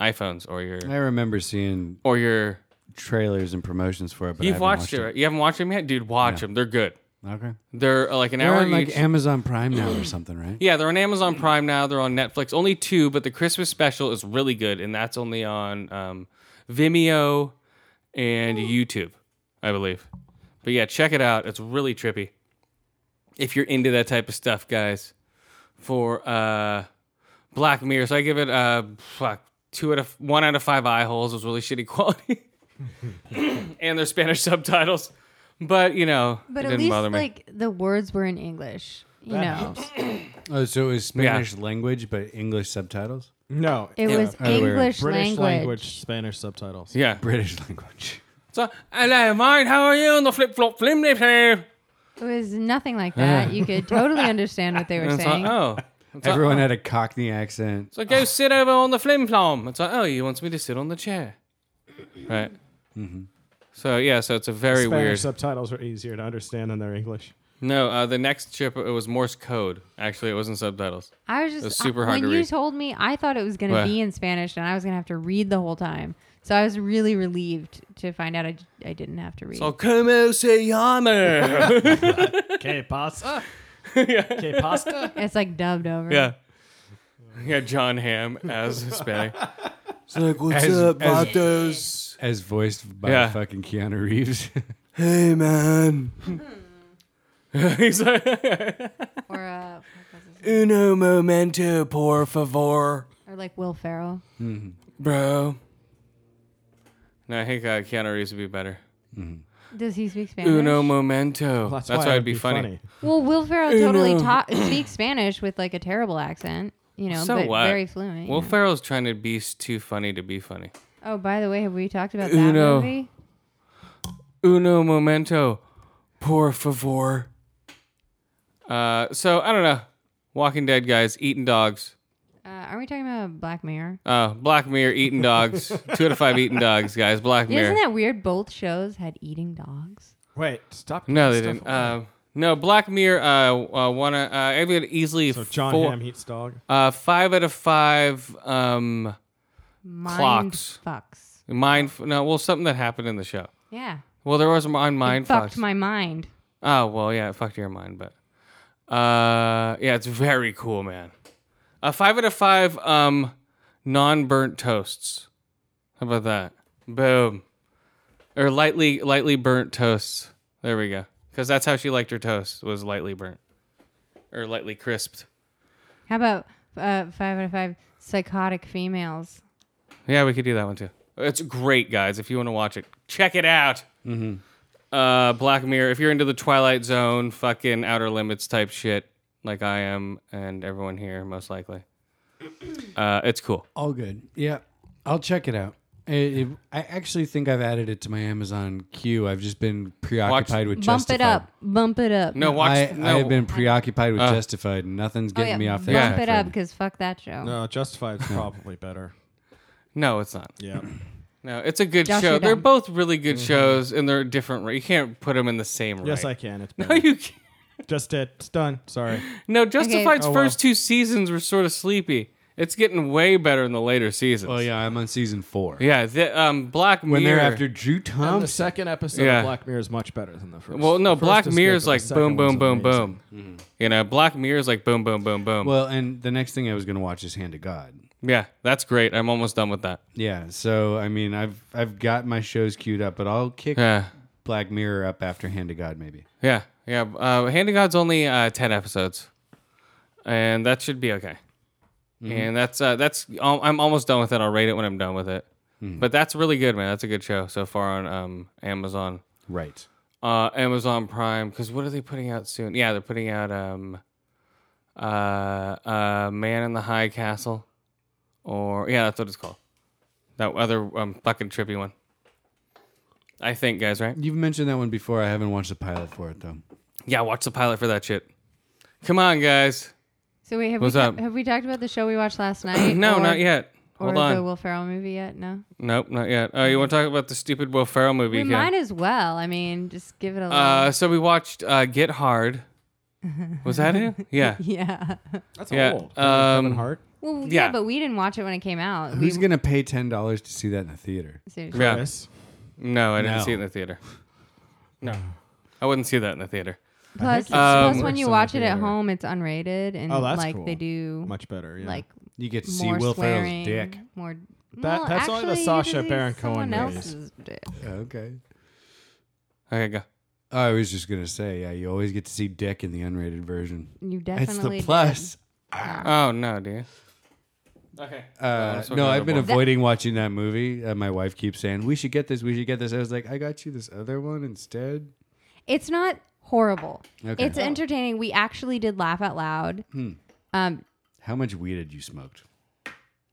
Speaker 1: iPhones or your
Speaker 2: I remember seeing
Speaker 1: or your.
Speaker 2: trailers and promotions for it. But I
Speaker 1: You've
Speaker 2: haven't
Speaker 1: watched, it, right? You haven't watched them yet, dude. Watch them. They're good.
Speaker 2: Okay.
Speaker 1: They're uh, like an
Speaker 2: They're
Speaker 1: hour
Speaker 2: on like
Speaker 1: each.
Speaker 2: Amazon Prime now or something, right?
Speaker 1: yeah, they're on Amazon
Speaker 5: Mm.
Speaker 1: Prime now. They're on Netflix. Only two, but the Christmas special is really good, and that's only on um, Vimeo and YouTube, I believe. But yeah, check it out. It's really trippy. If you're into that type of stuff, guys, for uh, Black Mirror, so I give it uh, fuck, two out of one out of five eye holes. It was really shitty quality, and there's Spanish subtitles. But you know,
Speaker 5: but
Speaker 1: it
Speaker 5: at
Speaker 1: didn't
Speaker 5: least
Speaker 1: bother me.
Speaker 5: like the words were in English. You know,
Speaker 2: Oh, so it was Spanish language but English subtitles?
Speaker 3: No,
Speaker 5: it was
Speaker 2: other way around.
Speaker 5: English
Speaker 3: British
Speaker 5: language.
Speaker 3: language. Spanish subtitles.
Speaker 1: yeah,
Speaker 2: British language.
Speaker 1: So, hello, mate. How are you on the flip flop flim flip flip?
Speaker 5: It was nothing like that. You could totally understand what they were
Speaker 1: It's like,
Speaker 5: saying.
Speaker 1: oh. It's like,
Speaker 2: Everyone had a Cockney accent.
Speaker 1: so go sit over on the flim flom. It's like, oh, you wants me to sit on the chair. Right. So, yeah, so it's a very
Speaker 3: Spanish
Speaker 1: weird.
Speaker 3: subtitles are easier to understand than their English.
Speaker 1: no, uh, the next chip, it was Morse code. Actually, it wasn't subtitles.
Speaker 5: I was just
Speaker 1: was super
Speaker 5: I-
Speaker 1: hard
Speaker 5: when
Speaker 1: to
Speaker 5: you
Speaker 1: read.
Speaker 5: told me, I thought it was going
Speaker 1: What?
Speaker 5: to be in Spanish, and I was going to have to read the whole time. So I was really relieved to find out I, I didn't have to read.
Speaker 1: So como se llama?
Speaker 3: Okay, pasta. Okay, pasta.
Speaker 5: it's like dubbed over.
Speaker 1: yeah. Yeah, John Hamm as Hispanic.
Speaker 4: It's like, what's
Speaker 2: As-
Speaker 4: up,
Speaker 2: as-
Speaker 4: vatos?
Speaker 2: as voiced by
Speaker 1: Yeah.
Speaker 2: fucking Keanu Reeves.
Speaker 4: Hey, man.
Speaker 1: He's like,
Speaker 5: Or uh, what was it?
Speaker 4: Uno momento, por favor,
Speaker 5: or like Will Ferrell.
Speaker 4: bro.
Speaker 1: no, I think uh, Keanu Reeves would be better.
Speaker 5: Does he speak Spanish?
Speaker 4: Uno momento.
Speaker 1: That's why it'd be funny.
Speaker 5: Well, Will Ferrell totally
Speaker 4: no.
Speaker 5: ta- speaks Spanish with like a terrible accent, you know,
Speaker 1: So
Speaker 5: but
Speaker 1: what?
Speaker 5: very fluent.
Speaker 1: Will
Speaker 5: yeah.
Speaker 1: Ferrell's trying to be s- too funny to be funny.
Speaker 5: oh, by the way, have we talked
Speaker 1: Uh,
Speaker 5: about that
Speaker 4: Uno.
Speaker 5: movie?
Speaker 1: Uno "Oh, momento.
Speaker 4: Por favor.
Speaker 1: Uh, so I don't know. Walking Dead guys eating dogs.
Speaker 5: Uh, are we talking about Black Mirror?
Speaker 1: Uh, Black Mirror eating dogs. Two out of five eating dogs, guys. Black Mirror.
Speaker 5: Isn't that weird? Both shows had eating dogs.
Speaker 3: Wait, stop.
Speaker 1: no, they
Speaker 3: giving
Speaker 1: didn't.
Speaker 3: stuff away.
Speaker 1: Uh, no, Black Mirror. Uh, uh one. Uh, I would easily
Speaker 3: so John
Speaker 1: four,
Speaker 3: Hamm eats dog.
Speaker 1: uh, five out of five. Um,
Speaker 5: Mind
Speaker 1: Clocks.
Speaker 5: fucks.
Speaker 1: mind. No, well, something that happened in the show.
Speaker 5: Yeah,
Speaker 1: Well, there was on
Speaker 5: It
Speaker 1: mind.
Speaker 5: fucked
Speaker 1: fucks.
Speaker 5: my mind.
Speaker 1: Oh well, yeah, it fucked your mind, but uh, yeah, it's very cool, man. A five out of five um non-burnt toasts. How about that? Boom. Or lightly lightly burnt toasts. There we go. Because that's how she liked her toast was lightly burnt or lightly crisped.
Speaker 5: How about uh, five out of five psychotic females?
Speaker 1: Yeah, we could do that one too. It's great, guys. If you want to watch it, check it out.
Speaker 2: Mm-hmm.
Speaker 1: Uh, Black Mirror. If you're into the Twilight Zone, fucking Outer Limits type shit, like I am, and everyone here most likely, uh, it's cool.
Speaker 2: All good. Yeah, I'll check it out. I, it, I actually think I've added it to my Amazon queue. I've just been preoccupied with
Speaker 5: Bump
Speaker 2: Justified.
Speaker 5: it up. Bump it up.
Speaker 1: No, watch.
Speaker 2: I,
Speaker 1: no,
Speaker 2: I have been preoccupied with
Speaker 1: Uh.
Speaker 2: Justified, and nothing's
Speaker 5: Oh,
Speaker 2: getting
Speaker 5: yeah,
Speaker 2: me off
Speaker 5: Bump
Speaker 2: that.
Speaker 5: it up because fuck that show.
Speaker 3: No, Justified's probably better.
Speaker 1: no, it's not.
Speaker 3: Yeah.
Speaker 1: No, it's a good
Speaker 5: Josh,
Speaker 1: show.
Speaker 5: you're
Speaker 1: They're
Speaker 5: done.
Speaker 1: both really good
Speaker 2: Mm-hmm.
Speaker 1: shows, and they're different. ra- You can't put them in the same.
Speaker 3: Yes, I
Speaker 1: right.
Speaker 3: can. It's
Speaker 1: No,
Speaker 3: better.
Speaker 1: you can't.
Speaker 3: Just it. It's done. Sorry.
Speaker 1: No, Justified's
Speaker 3: Oh, well.
Speaker 1: first two seasons were sort of sleepy. It's getting way better in the later seasons.
Speaker 2: Well, yeah, I'm on season four.
Speaker 1: Yeah, the, um, Black Mirror.
Speaker 2: When they're after Drew
Speaker 3: And the
Speaker 2: Thompson.
Speaker 3: second episode
Speaker 1: Yeah.
Speaker 3: of Black Mirror is much better than the first.
Speaker 1: Well, no,
Speaker 3: The first
Speaker 1: Black
Speaker 3: is good,
Speaker 1: Mirror's
Speaker 3: but the
Speaker 1: like boom,
Speaker 3: second
Speaker 1: boom,
Speaker 3: one's
Speaker 1: boom,
Speaker 3: amazing.
Speaker 1: boom. You know, Black Mirror's like boom, boom, boom, boom.
Speaker 2: Well, and the next thing I was going to watch is Hand of God.
Speaker 1: yeah, that's great. I'm almost done with that.
Speaker 2: Yeah, so I mean, I've I've got my shows queued up, but I'll kick
Speaker 1: Yeah,
Speaker 2: Black Mirror up after Hand of God, maybe.
Speaker 1: yeah, yeah. Uh, Hand of God's only uh, ten episodes, and that should be okay.
Speaker 3: Mm-hmm.
Speaker 1: And that's uh, that's al- I'm almost done with it. I'll rate it when I'm done with it.
Speaker 3: Mm-hmm.
Speaker 1: But that's really good, man. That's a good show so far on um, Amazon,
Speaker 2: Right.
Speaker 1: uh, Amazon Prime. Because what are they putting out soon? Yeah, they're putting out um, uh, uh, Man in the High Castle, or yeah, that's what it's called. That other um, fucking trippy one. I think, guys, right?
Speaker 2: You've mentioned that one before. I haven't watched the pilot for it though.
Speaker 1: Yeah, watch the pilot for that shit. Come on, guys.
Speaker 5: So wait, have
Speaker 1: What's
Speaker 5: we ta-
Speaker 1: up?
Speaker 5: have we talked about the show we watched last night?
Speaker 1: No,
Speaker 5: or-
Speaker 1: not yet.
Speaker 5: Or
Speaker 1: Hold
Speaker 5: the
Speaker 1: on.
Speaker 5: Will Ferrell movie yet? No.
Speaker 1: nope, not yet. Oh, you want to talk about the stupid Will Ferrell movie?
Speaker 5: We
Speaker 1: again?
Speaker 5: might as well. I mean, just give it a.
Speaker 1: uh,
Speaker 5: little.
Speaker 1: so we watched uh, Get Hard. Was that it? Yeah.
Speaker 5: yeah.
Speaker 3: That's
Speaker 1: Yeah,
Speaker 3: old.
Speaker 1: um,
Speaker 3: Kevin Hart.
Speaker 5: Well, yeah.
Speaker 1: Yeah.
Speaker 5: but we didn't watch it when it came out.
Speaker 2: Who's
Speaker 5: we,
Speaker 2: gonna pay ten dollars to see that in the theater?
Speaker 5: seriously.
Speaker 1: Yeah.
Speaker 3: Yes.
Speaker 1: No, I didn't
Speaker 2: No.
Speaker 1: see it in the theater.
Speaker 3: No.
Speaker 1: I wouldn't see that in the theater.
Speaker 5: Plus,
Speaker 3: it's
Speaker 5: plus
Speaker 1: Um,
Speaker 5: when you
Speaker 2: worse
Speaker 5: watch
Speaker 2: in
Speaker 5: it
Speaker 2: the
Speaker 5: at
Speaker 2: theater.
Speaker 5: home, it's unrated and
Speaker 3: Oh, that's
Speaker 5: like
Speaker 3: cool.
Speaker 5: they do
Speaker 3: Much better. Yeah.
Speaker 5: like
Speaker 2: You get to see
Speaker 5: more
Speaker 2: Will
Speaker 5: swearing,
Speaker 2: Ferrell's dick.
Speaker 5: more.
Speaker 3: That-
Speaker 5: well,
Speaker 3: that's only the
Speaker 5: actually, you
Speaker 3: Sacha
Speaker 5: can see
Speaker 3: Baron Cohen
Speaker 5: someone
Speaker 3: movies.
Speaker 5: else's dick.
Speaker 2: Okay.
Speaker 1: Okay, go.
Speaker 2: I was just gonna say, yeah, you always get to see dick in the unrated version.
Speaker 5: You
Speaker 2: That's
Speaker 5: definitely
Speaker 2: the
Speaker 5: did.
Speaker 2: plus.
Speaker 1: Oh no, do you? Okay.
Speaker 2: Uh,
Speaker 1: that's what
Speaker 2: no,
Speaker 1: I
Speaker 2: I've been
Speaker 1: want.
Speaker 2: avoiding watching that movie. Uh, my wife keeps saying we should get this, we should get this. I was like, I got you this other one instead.
Speaker 5: It's not horrible.
Speaker 2: Okay. Hmm.
Speaker 5: It's entertaining. We actually did laugh out loud. Um,
Speaker 2: How much weed had you smoked?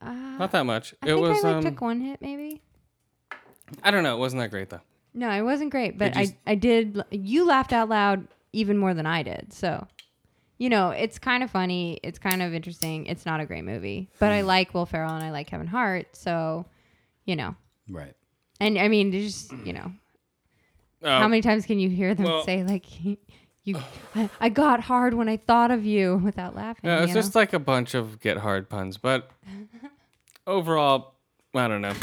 Speaker 1: Not that much.
Speaker 5: I
Speaker 1: it
Speaker 5: think
Speaker 1: was.
Speaker 5: I like,
Speaker 1: um,
Speaker 5: took one hit maybe.
Speaker 1: I don't know. It wasn't that great though.
Speaker 5: No, it wasn't great, but
Speaker 1: Did you
Speaker 5: I, I did. You laughed out loud even more than I did. So, you know, it's kind of funny. It's kind of interesting. It's not a great movie, but
Speaker 1: Hmm.
Speaker 5: I like Will Ferrell and I like Kevin Hart. So, you know,
Speaker 2: Right.
Speaker 5: and I mean, there's just, you know,
Speaker 1: Uh,
Speaker 5: how many times can you hear them
Speaker 1: well-
Speaker 5: say, like, you, I, I got hard when I thought of you without laughing?
Speaker 1: Yeah, it's
Speaker 5: you
Speaker 1: just
Speaker 5: know?
Speaker 1: like a bunch of get hard puns, but overall, I don't know.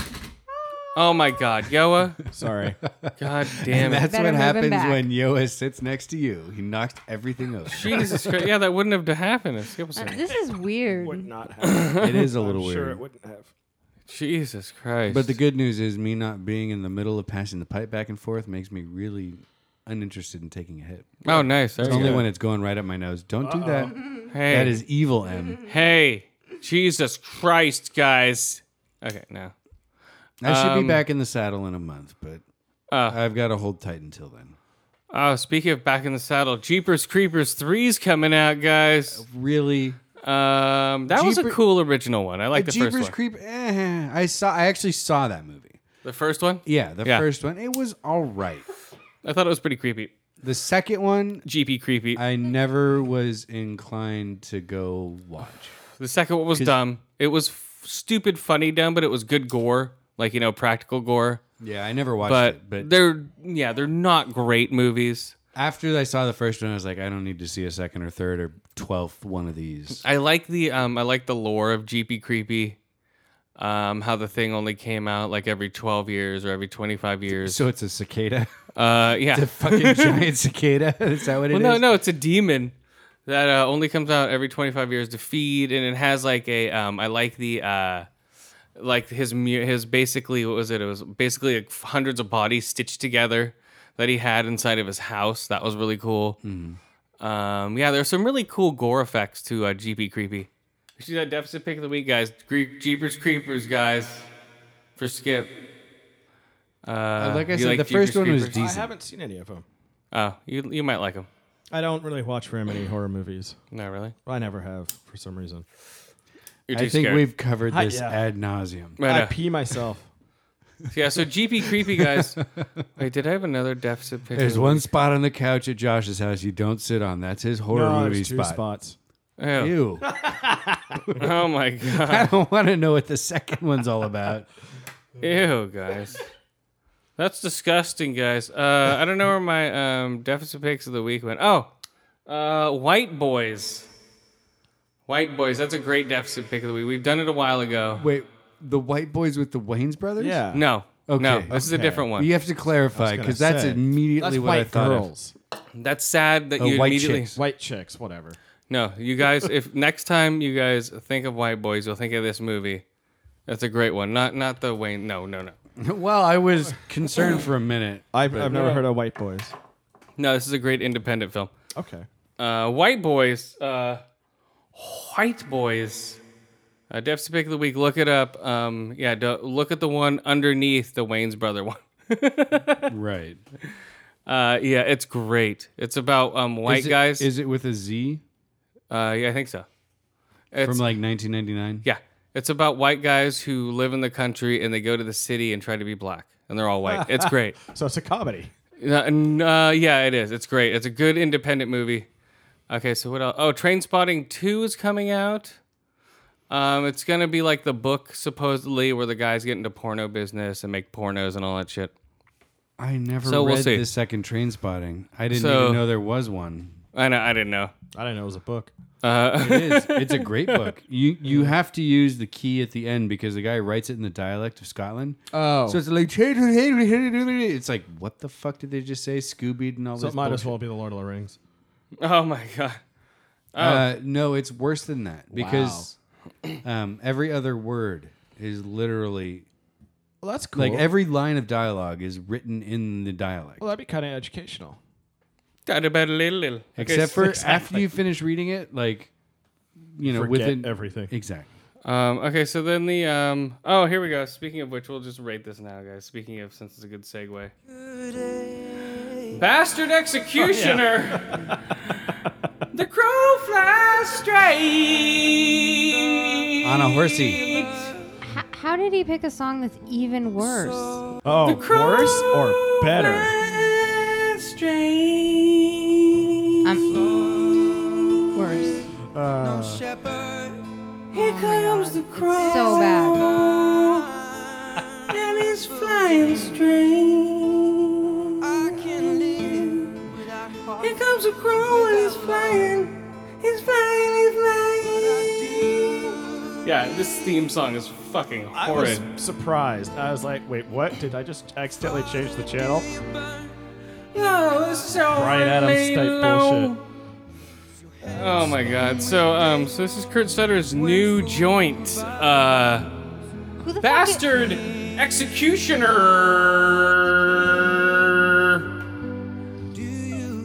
Speaker 1: Oh my God, Yoa!
Speaker 3: Sorry.
Speaker 1: God damn it!
Speaker 2: That's
Speaker 5: Better
Speaker 2: what
Speaker 5: move him
Speaker 2: happens
Speaker 5: back.
Speaker 2: when Yoa sits next to you. He knocked everything over.
Speaker 1: Jesus Christ! Yeah, that wouldn't have happened. If Skip was there.
Speaker 5: Uh, This is
Speaker 3: would
Speaker 5: weird.
Speaker 3: not have.
Speaker 2: it is a little
Speaker 3: I'm
Speaker 2: weird.
Speaker 3: sure it wouldn't have.
Speaker 1: Jesus Christ!
Speaker 2: But the good news is me not being in the middle of passing the pipe back and forth makes me really uninterested in taking a hit.
Speaker 1: oh nice. There
Speaker 2: It's
Speaker 1: you
Speaker 2: only
Speaker 1: go.
Speaker 2: when it's going right up my nose. Don't do that.
Speaker 1: Hey,
Speaker 2: That is evil, M.
Speaker 1: hey, Jesus Christ, guys! Okay, no.
Speaker 2: I should
Speaker 1: Um,
Speaker 2: be back in the saddle in a month, but
Speaker 1: Uh.
Speaker 2: I've got to hold tight until then.
Speaker 1: Oh, speaking of back in the saddle, Jeepers Creepers three's coming out, guys.
Speaker 2: Really,
Speaker 1: Um, that was a
Speaker 2: Jeeper-
Speaker 1: cool original one. I like the first
Speaker 2: Jeepers
Speaker 1: one.
Speaker 2: Creep. eh, I saw. I actually saw that movie.
Speaker 1: the first one,
Speaker 2: Yeah, the
Speaker 1: Yeah.
Speaker 2: first one. It was all right.
Speaker 1: I thought it was pretty creepy.
Speaker 2: The second one,
Speaker 1: GP creepy.
Speaker 2: I never was inclined to go watch.
Speaker 1: The second one was dumb. It was f- stupid, funny, dumb, but it was good gore, like you know, practical gore.
Speaker 2: Yeah, I never watched
Speaker 1: But,
Speaker 2: it. But
Speaker 1: they're yeah, they're not great movies.
Speaker 2: after I saw the first one, I was like, I don't need to see a second or third or twelfth one of these.
Speaker 1: I like the um, I like the lore of GP creepy. Um, how the thing only came out like every twelve years or every twenty five years.
Speaker 2: So it's a cicada,
Speaker 1: Uh, yeah.
Speaker 2: a fucking giant cicada. Is that what it
Speaker 1: well,
Speaker 2: is?
Speaker 1: no, no, it's a demon that uh, only comes out every 25 years to feed, and it has like a. Um, I like the. Uh, like his mu- his basically what was it? It was basically like hundreds of bodies stitched together that he had inside of his house. That was really cool.
Speaker 2: Hmm.
Speaker 1: Um, yeah, there's some really cool gore effects to uh, GP Creepy. We should do that deficit pick of the week, guys. Gre- Jeepers Creepers, guys, for Skip. Uh,
Speaker 2: like I
Speaker 1: you
Speaker 2: said, the
Speaker 1: Jeepers
Speaker 2: first one was
Speaker 1: Creepers?
Speaker 2: decent.
Speaker 3: I haven't seen any of them.
Speaker 1: Oh, you you might like them.
Speaker 3: I don't really watch very many horror movies.
Speaker 1: No, really.
Speaker 3: I never have for some reason.
Speaker 1: You're too
Speaker 2: I think
Speaker 1: scared.
Speaker 2: we've covered
Speaker 3: I-
Speaker 2: this
Speaker 3: yeah.
Speaker 2: ad nauseum.
Speaker 1: Right,
Speaker 3: I
Speaker 1: uh,
Speaker 3: pee myself.
Speaker 1: Yeah, so GP creepy guys. Wait, did I have another deficit picture?
Speaker 2: There's one spot on the couch at Josh's house you don't sit on. That's his horror
Speaker 3: no,
Speaker 2: movie
Speaker 3: there's two
Speaker 2: spot.
Speaker 3: spots.
Speaker 1: Ew.
Speaker 2: Ew.
Speaker 1: Oh my god.
Speaker 2: I don't want to know what the second one's all about.
Speaker 1: Ew, guys. That's disgusting, guys. Uh, I don't know where my um, deficit picks of the week went. Oh, uh, White Boys. White Boys. That's a great deficit pick of the week. We've done it a while ago.
Speaker 2: Wait, the white boys with the Wayne's brothers?
Speaker 3: Yeah.
Speaker 1: No.
Speaker 2: Okay,
Speaker 1: no, this is a
Speaker 2: okay.
Speaker 1: different one.
Speaker 2: You have to
Speaker 3: I
Speaker 2: clarify
Speaker 3: was gonna
Speaker 2: because that's
Speaker 3: say.
Speaker 2: immediately
Speaker 3: That's
Speaker 2: what I
Speaker 3: white
Speaker 2: thought. of.
Speaker 3: girls.
Speaker 1: That's sad that
Speaker 2: Oh,
Speaker 1: you
Speaker 2: white
Speaker 1: immediately.
Speaker 2: chicks.
Speaker 3: White chicks, whatever.
Speaker 1: No, you guys. If next time you guys think of White Boys, you'll think of this movie. That's a great one. Not not the Wayne. No, no, no.
Speaker 2: Well, I was concerned for a minute.
Speaker 3: I've, I've never heard of white boys.
Speaker 1: No, this is a great independent film.
Speaker 3: Okay.
Speaker 1: Uh, White Boys. Uh, White Boys. Uh, Death's Pick of the Week. Look it up. Um, yeah, do, look at the one underneath the Wayne's Brother one.
Speaker 2: Right.
Speaker 1: Uh, yeah, it's great. It's about um, white
Speaker 2: is it,
Speaker 1: guys.
Speaker 2: Is it with a Z
Speaker 1: uh, yeah, I think so. It's,
Speaker 2: from like 1999?
Speaker 1: yeah, it's about white guys who live in the country and they go to the city and try to be black. And they're all white. It's great.
Speaker 3: So it's a comedy.
Speaker 1: Uh, n- uh, yeah, it is. It's great. It's a good independent movie. Okay, so what else? Oh, Train Spotting Two is coming out. Um, it's gonna be like the book supposedly, where the guys get into porno business and make pornos and all that shit.
Speaker 2: I never
Speaker 1: So we'll
Speaker 2: read
Speaker 1: see.
Speaker 2: the second train spotting. I didn't
Speaker 1: So-
Speaker 2: even know there was one.
Speaker 1: I know. I didn't know.
Speaker 3: I didn't know it was a book.
Speaker 2: It is. It's a great book. You you have to use the key at the end because the guy writes it in the dialect of Scotland.
Speaker 3: Oh.
Speaker 2: So it's like it's like what the fuck did they just say? Scooby and all
Speaker 3: So
Speaker 2: this.
Speaker 3: it might as
Speaker 2: bullshit.
Speaker 3: well be The Lord of the Rings.
Speaker 1: Oh my god. Oh.
Speaker 2: Uh, no, it's worse than that because um, every other word is literally
Speaker 3: Well, that's cool.
Speaker 2: like every line of dialogue is written in the dialect.
Speaker 3: Well, that'd be kind of educational.
Speaker 1: Da-da-ba-da-lil-lil. Okay,
Speaker 2: Except for
Speaker 1: so-
Speaker 2: after you finish reading it, like you know,
Speaker 3: Forget
Speaker 2: within
Speaker 3: everything.
Speaker 2: exactly.
Speaker 1: Um, okay, so then the um. Oh, here we go. Speaking of which, we'll just rate this now, guys. Speaking of, since it's a good segue. Bastard executioner.
Speaker 2: Oh,
Speaker 1: the crow flies straight
Speaker 2: On a horsey.
Speaker 5: H- how did he pick a song that's even worse?
Speaker 3: Oh, worse or better?
Speaker 4: Strange.
Speaker 5: I'm worse.
Speaker 4: Here comes the cross.
Speaker 5: So bad.
Speaker 4: and he's flying strange. I can live Here comes a crow and he's flying. He's flying, he's flying.
Speaker 1: Yeah, this theme song is fucking
Speaker 3: I
Speaker 1: horrid.
Speaker 3: was surprised. I was like, wait, what? Did I just accidentally change the channel?
Speaker 1: No, so
Speaker 3: Brian Adams type bullshit.
Speaker 1: Oh my god. So um so this is Kurt Sutter's new joint. Uh
Speaker 5: Who the Fuck
Speaker 1: Bastard Executioner.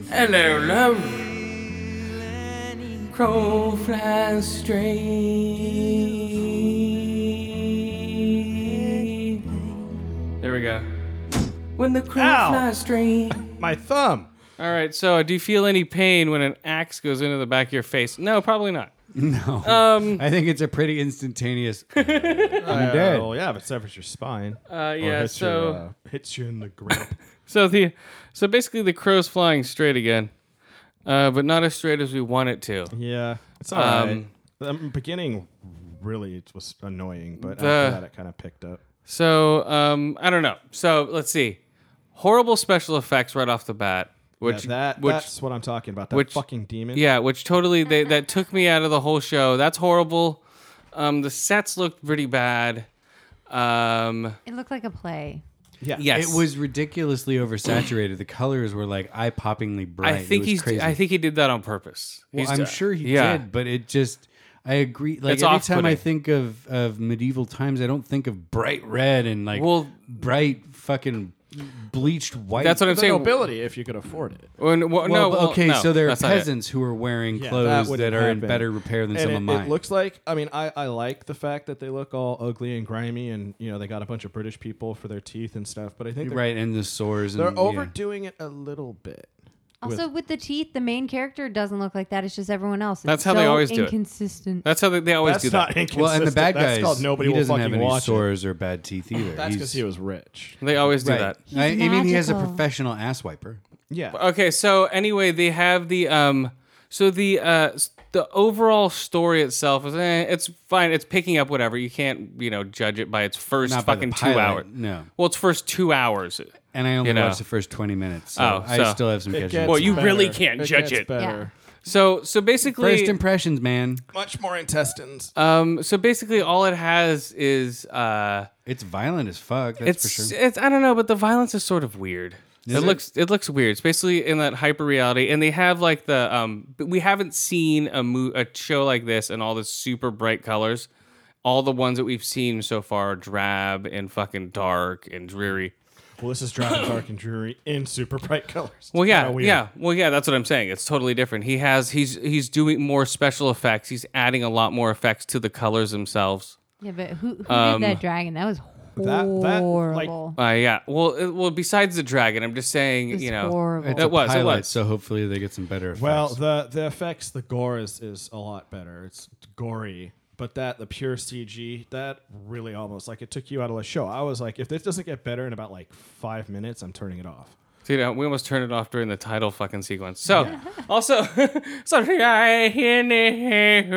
Speaker 1: Hello, love. Crow flies straight. There we go. When the crow
Speaker 3: Ow.
Speaker 1: flies straight.
Speaker 3: My thumb.
Speaker 1: All right. So, do you feel any pain when an axe goes into the back of your face? No, probably not.
Speaker 2: No.
Speaker 1: Um.
Speaker 2: I think it's a pretty instantaneous.
Speaker 3: I'm
Speaker 2: dead.
Speaker 3: Oh yeah, if it severs your spine.
Speaker 1: Uh,
Speaker 3: Or
Speaker 1: yeah.
Speaker 3: hits
Speaker 1: So,
Speaker 3: your, uh, hits you in the grip.
Speaker 1: so the, so basically, the crow's flying straight again, uh, but not as straight as we want it to.
Speaker 3: yeah, it's alright.
Speaker 1: Um,
Speaker 3: the beginning really it was annoying, but
Speaker 1: The-
Speaker 3: after that it kind of picked up.
Speaker 1: So, um, I don't know. So let's see. Horrible special effects right off the bat, which
Speaker 3: Yeah, that
Speaker 1: which
Speaker 3: that's what I'm talking about. That
Speaker 1: which-
Speaker 3: fucking demon.
Speaker 1: yeah, which totally they that took me out of the whole show. That's horrible. Um, the sets looked pretty bad. Um,
Speaker 5: it looked like a play.
Speaker 3: yeah,
Speaker 1: yes,
Speaker 2: It was ridiculously oversaturated. The colors were like eye poppingly bright.
Speaker 1: I think
Speaker 2: it was
Speaker 1: he's.
Speaker 2: crazy.
Speaker 1: I think he did that on purpose.
Speaker 2: Well,
Speaker 1: He's d-
Speaker 2: I'm sure he
Speaker 1: yeah.
Speaker 2: did, but it just I agree. Like
Speaker 1: It's
Speaker 2: every time I
Speaker 1: off-putting.
Speaker 2: think of of medieval times, I don't think of bright red and like
Speaker 1: Well-
Speaker 2: bright fucking bleached white.
Speaker 1: That's what I'm
Speaker 3: the
Speaker 1: saying.
Speaker 3: nobility if you could afford it.
Speaker 1: When- wha-
Speaker 2: Well,
Speaker 1: no,
Speaker 2: but
Speaker 1: well,
Speaker 2: okay,
Speaker 1: no,
Speaker 2: so there are
Speaker 1: that's not it.
Speaker 2: peasants who are wearing
Speaker 3: Yeah,
Speaker 2: clothes that,
Speaker 3: wouldn't
Speaker 2: are in
Speaker 3: happen.
Speaker 2: better repair than
Speaker 3: And
Speaker 2: some
Speaker 3: it,
Speaker 2: of mine.
Speaker 3: It looks like I mean I, I like the fact that they look all ugly and grimy and you know they got a bunch of British people for their teeth and stuff, but I think they're,
Speaker 2: right, and the sores.
Speaker 3: they're
Speaker 2: and, yeah.
Speaker 3: overdoing it a little bit.
Speaker 5: Also, with the teeth, the main character doesn't look like that. It's just everyone else. It's
Speaker 1: That's how they
Speaker 5: so
Speaker 1: always do it.
Speaker 5: inconsistent.
Speaker 1: That's how they, they always
Speaker 3: That's
Speaker 1: do
Speaker 3: not
Speaker 1: that.
Speaker 3: inconsistent.
Speaker 2: Well, and the bad
Speaker 3: That's
Speaker 2: guys,
Speaker 3: called nobody
Speaker 2: he
Speaker 3: will
Speaker 2: doesn't
Speaker 3: fucking
Speaker 2: have any
Speaker 3: watch it. Oh,
Speaker 2: sores or bad teeth either.
Speaker 3: That's because he
Speaker 2: He's-
Speaker 3: was rich.
Speaker 1: They always do
Speaker 2: right.
Speaker 1: that.
Speaker 2: I, I mean, he has a
Speaker 5: magical.
Speaker 2: professional ass wiper.
Speaker 3: Yeah.
Speaker 1: Okay, so anyway, they have the um. So the uh s- the overall story itself is eh, it's fine. It's picking up whatever. You can't you know judge it by its first
Speaker 2: Not by the
Speaker 1: fucking two
Speaker 2: pilot,
Speaker 1: hours.
Speaker 2: no.
Speaker 1: Well, it's first two hours.
Speaker 2: And I only
Speaker 1: You know.
Speaker 2: watched the first twenty minutes, so,
Speaker 1: Oh,
Speaker 2: I
Speaker 1: so-
Speaker 2: still have some
Speaker 3: It
Speaker 2: catching
Speaker 3: gets
Speaker 2: up.
Speaker 1: Well, you
Speaker 3: better.
Speaker 1: really can't judge
Speaker 3: gets
Speaker 1: it.
Speaker 3: Better.
Speaker 1: So so basically,
Speaker 2: first impressions, man.
Speaker 3: Much more intestines.
Speaker 1: um so basically all it has is uh
Speaker 2: It's violent as fuck. That's
Speaker 1: it's
Speaker 2: for sure.
Speaker 1: it's I don't know, but the violence is sort of weird. it, looks it looks weird, especially in that hyper reality. And they have like the um but we haven't seen a mo- a show like this and all the super bright colors. All the ones that we've seen so far are drab and fucking dark and dreary.
Speaker 3: well, this is Dragon Dark and Drury in super bright colors.
Speaker 1: Well, yeah,
Speaker 3: Kinda weird.
Speaker 1: yeah, well, yeah. That's what I'm saying. It's totally different. He has he's he's doing more special effects. He's adding a lot more effects to the colors themselves.
Speaker 5: yeah, but who, who
Speaker 1: Um,
Speaker 5: did that dragon? That was
Speaker 3: that- that, like-
Speaker 5: horrible.
Speaker 1: Uh, yeah. Well, it, well. Besides the dragon, I'm just saying.
Speaker 5: It's
Speaker 1: you know,
Speaker 5: horrible. It's
Speaker 1: it was. It
Speaker 2: pilot,
Speaker 1: was.
Speaker 2: So hopefully they get some better effects.
Speaker 3: Well, the the effects, the gore is, is a lot better. It's gory, but that the pure CG that really almost like it took you out of the show. I was like, if this doesn't get better in about like five minutes, I'm turning it off.
Speaker 1: Dude, uh, we almost turned it off during the title fucking sequence. So, also, sorry, I hear you.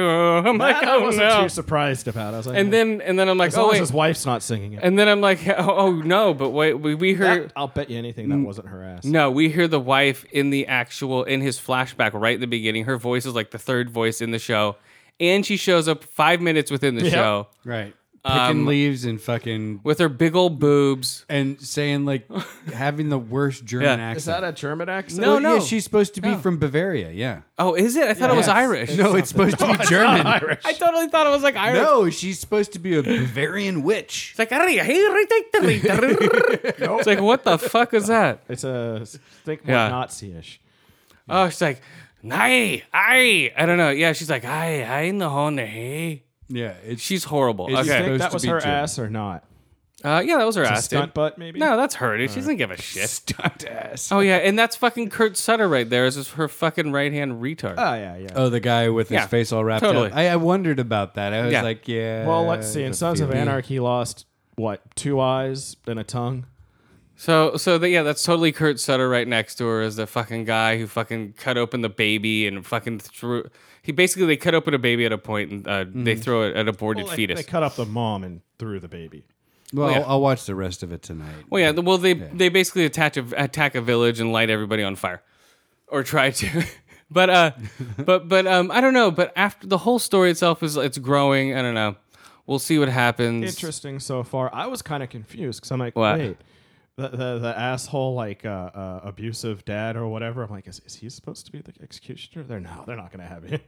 Speaker 1: I'm like,
Speaker 3: That I
Speaker 1: oh
Speaker 3: wasn't
Speaker 1: no.
Speaker 3: too surprised about. I was like,
Speaker 1: And then, and then I'm like,
Speaker 3: as
Speaker 1: oh
Speaker 3: long as
Speaker 1: wait.
Speaker 3: his wife's not singing it,
Speaker 1: And then I'm like, oh, oh, no, but wait, we, we hear,
Speaker 3: That- I'll bet you anything that wasn't her ass.
Speaker 1: no, we hear the wife in the actual, in his flashback right in the beginning. Her voice is like the third voice in the show. And she shows up five minutes within the show
Speaker 2: right. Picking
Speaker 1: Um,
Speaker 2: leaves and fucking
Speaker 1: with her big old boobs.
Speaker 2: and saying like having the worst German
Speaker 1: Yeah.
Speaker 2: accent.
Speaker 3: Is that a German accent?
Speaker 1: No,
Speaker 2: Well,
Speaker 1: no.
Speaker 2: Yeah, she's supposed to be from Bavaria. Yeah.
Speaker 1: Oh, is it? I thought it was
Speaker 2: Yes.
Speaker 1: Irish.
Speaker 2: No, it's supposed to be German.
Speaker 1: I totally thought it was like Irish.
Speaker 2: No, she's supposed to be a Bavarian witch.
Speaker 1: It's like, it's like, what the fuck is that?
Speaker 3: It's a think more
Speaker 1: Yeah.
Speaker 3: Nazi-ish.
Speaker 1: Oh, she's like, nay, I, I don't know. Yeah, she's like, I, I in the honor, hey.
Speaker 2: Yeah, it's
Speaker 1: She's horrible.
Speaker 2: Is she
Speaker 1: okay.
Speaker 3: Think
Speaker 2: Supposed
Speaker 3: that
Speaker 2: to
Speaker 3: was
Speaker 2: be
Speaker 3: her
Speaker 2: German.
Speaker 3: ass or not?
Speaker 1: uh, yeah, that was her
Speaker 3: A
Speaker 1: ass. dude.
Speaker 3: stunt butt, maybe.
Speaker 1: No, that's her. Dude. She doesn't give a shit.
Speaker 2: stunt ass.
Speaker 1: Oh yeah, and that's fucking Kurt Sutter right there. Is just her fucking right hand retard?
Speaker 3: Oh yeah, yeah.
Speaker 2: Oh, the guy with his
Speaker 1: Yeah,
Speaker 2: face all wrapped
Speaker 1: totally.
Speaker 2: up. I, I wondered about that. I was
Speaker 1: Yeah.
Speaker 2: like, yeah.
Speaker 3: well, let's see. In
Speaker 2: it's a
Speaker 3: Sons of
Speaker 2: feeling.
Speaker 3: Anarchy, lost what two eyes and a tongue.
Speaker 1: So, so the, yeah, that's totally Kurt Sutter right next to her is the fucking guy who fucking cut open the baby and fucking threw. He basically they cut open a baby at a point and uh, they throw it at aborted
Speaker 3: Mm-hmm. Well, like,
Speaker 1: fetus.
Speaker 3: They cut up the mom and threw the baby.
Speaker 2: Well,
Speaker 1: yeah.
Speaker 2: I'll, I'll watch the rest of it tonight.
Speaker 1: Well, yeah. the- Well, they they basically attach a, attack a village and light everybody on fire, or try to. but uh, but but um, I don't know. But after the whole story itself is it's growing. I don't know. We'll see what happens.
Speaker 3: Interesting so far. I was kind of confused because I'm like,
Speaker 1: What?
Speaker 3: wait, the, the the asshole like uh, uh, abusive dad or whatever. I'm like, is, is he supposed to be the executioner? They're no, they're not gonna have him.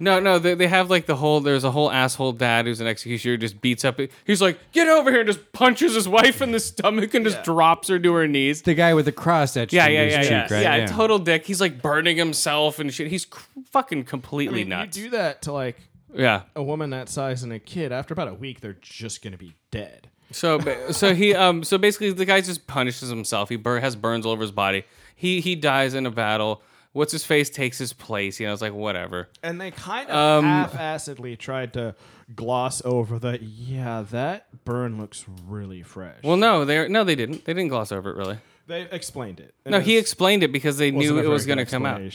Speaker 1: No, no, they, they have like the whole. There's a whole asshole dad who's an executioner who just beats up. He's like, get over here, and just punches his wife in the stomach and just drops her to her knees.
Speaker 2: The guy with the cross etched
Speaker 1: Yeah,
Speaker 2: in
Speaker 1: yeah,
Speaker 2: his
Speaker 1: yeah,
Speaker 2: cheek,
Speaker 1: yeah,
Speaker 2: right?
Speaker 1: yeah, Total dick. He's like burning himself and shit. He's cr- fucking completely
Speaker 3: I mean,
Speaker 1: nuts.
Speaker 3: You do that to like
Speaker 1: yeah.
Speaker 3: a woman that size and a kid. After about a week, they're just gonna be dead.
Speaker 1: So ba- so he um so basically the guy just punishes himself. He bur- has burns all over his body. He he dies in a battle. What's his face takes his place. You know, it's like whatever.
Speaker 3: And they kind of
Speaker 1: Um,
Speaker 3: half-assedly tried to gloss over the yeah that burn looks really fresh.
Speaker 1: Well, no, they no they didn't. They didn't gloss over it really.
Speaker 3: they explained it.
Speaker 1: No, he explained it because they knew it was going to come out. It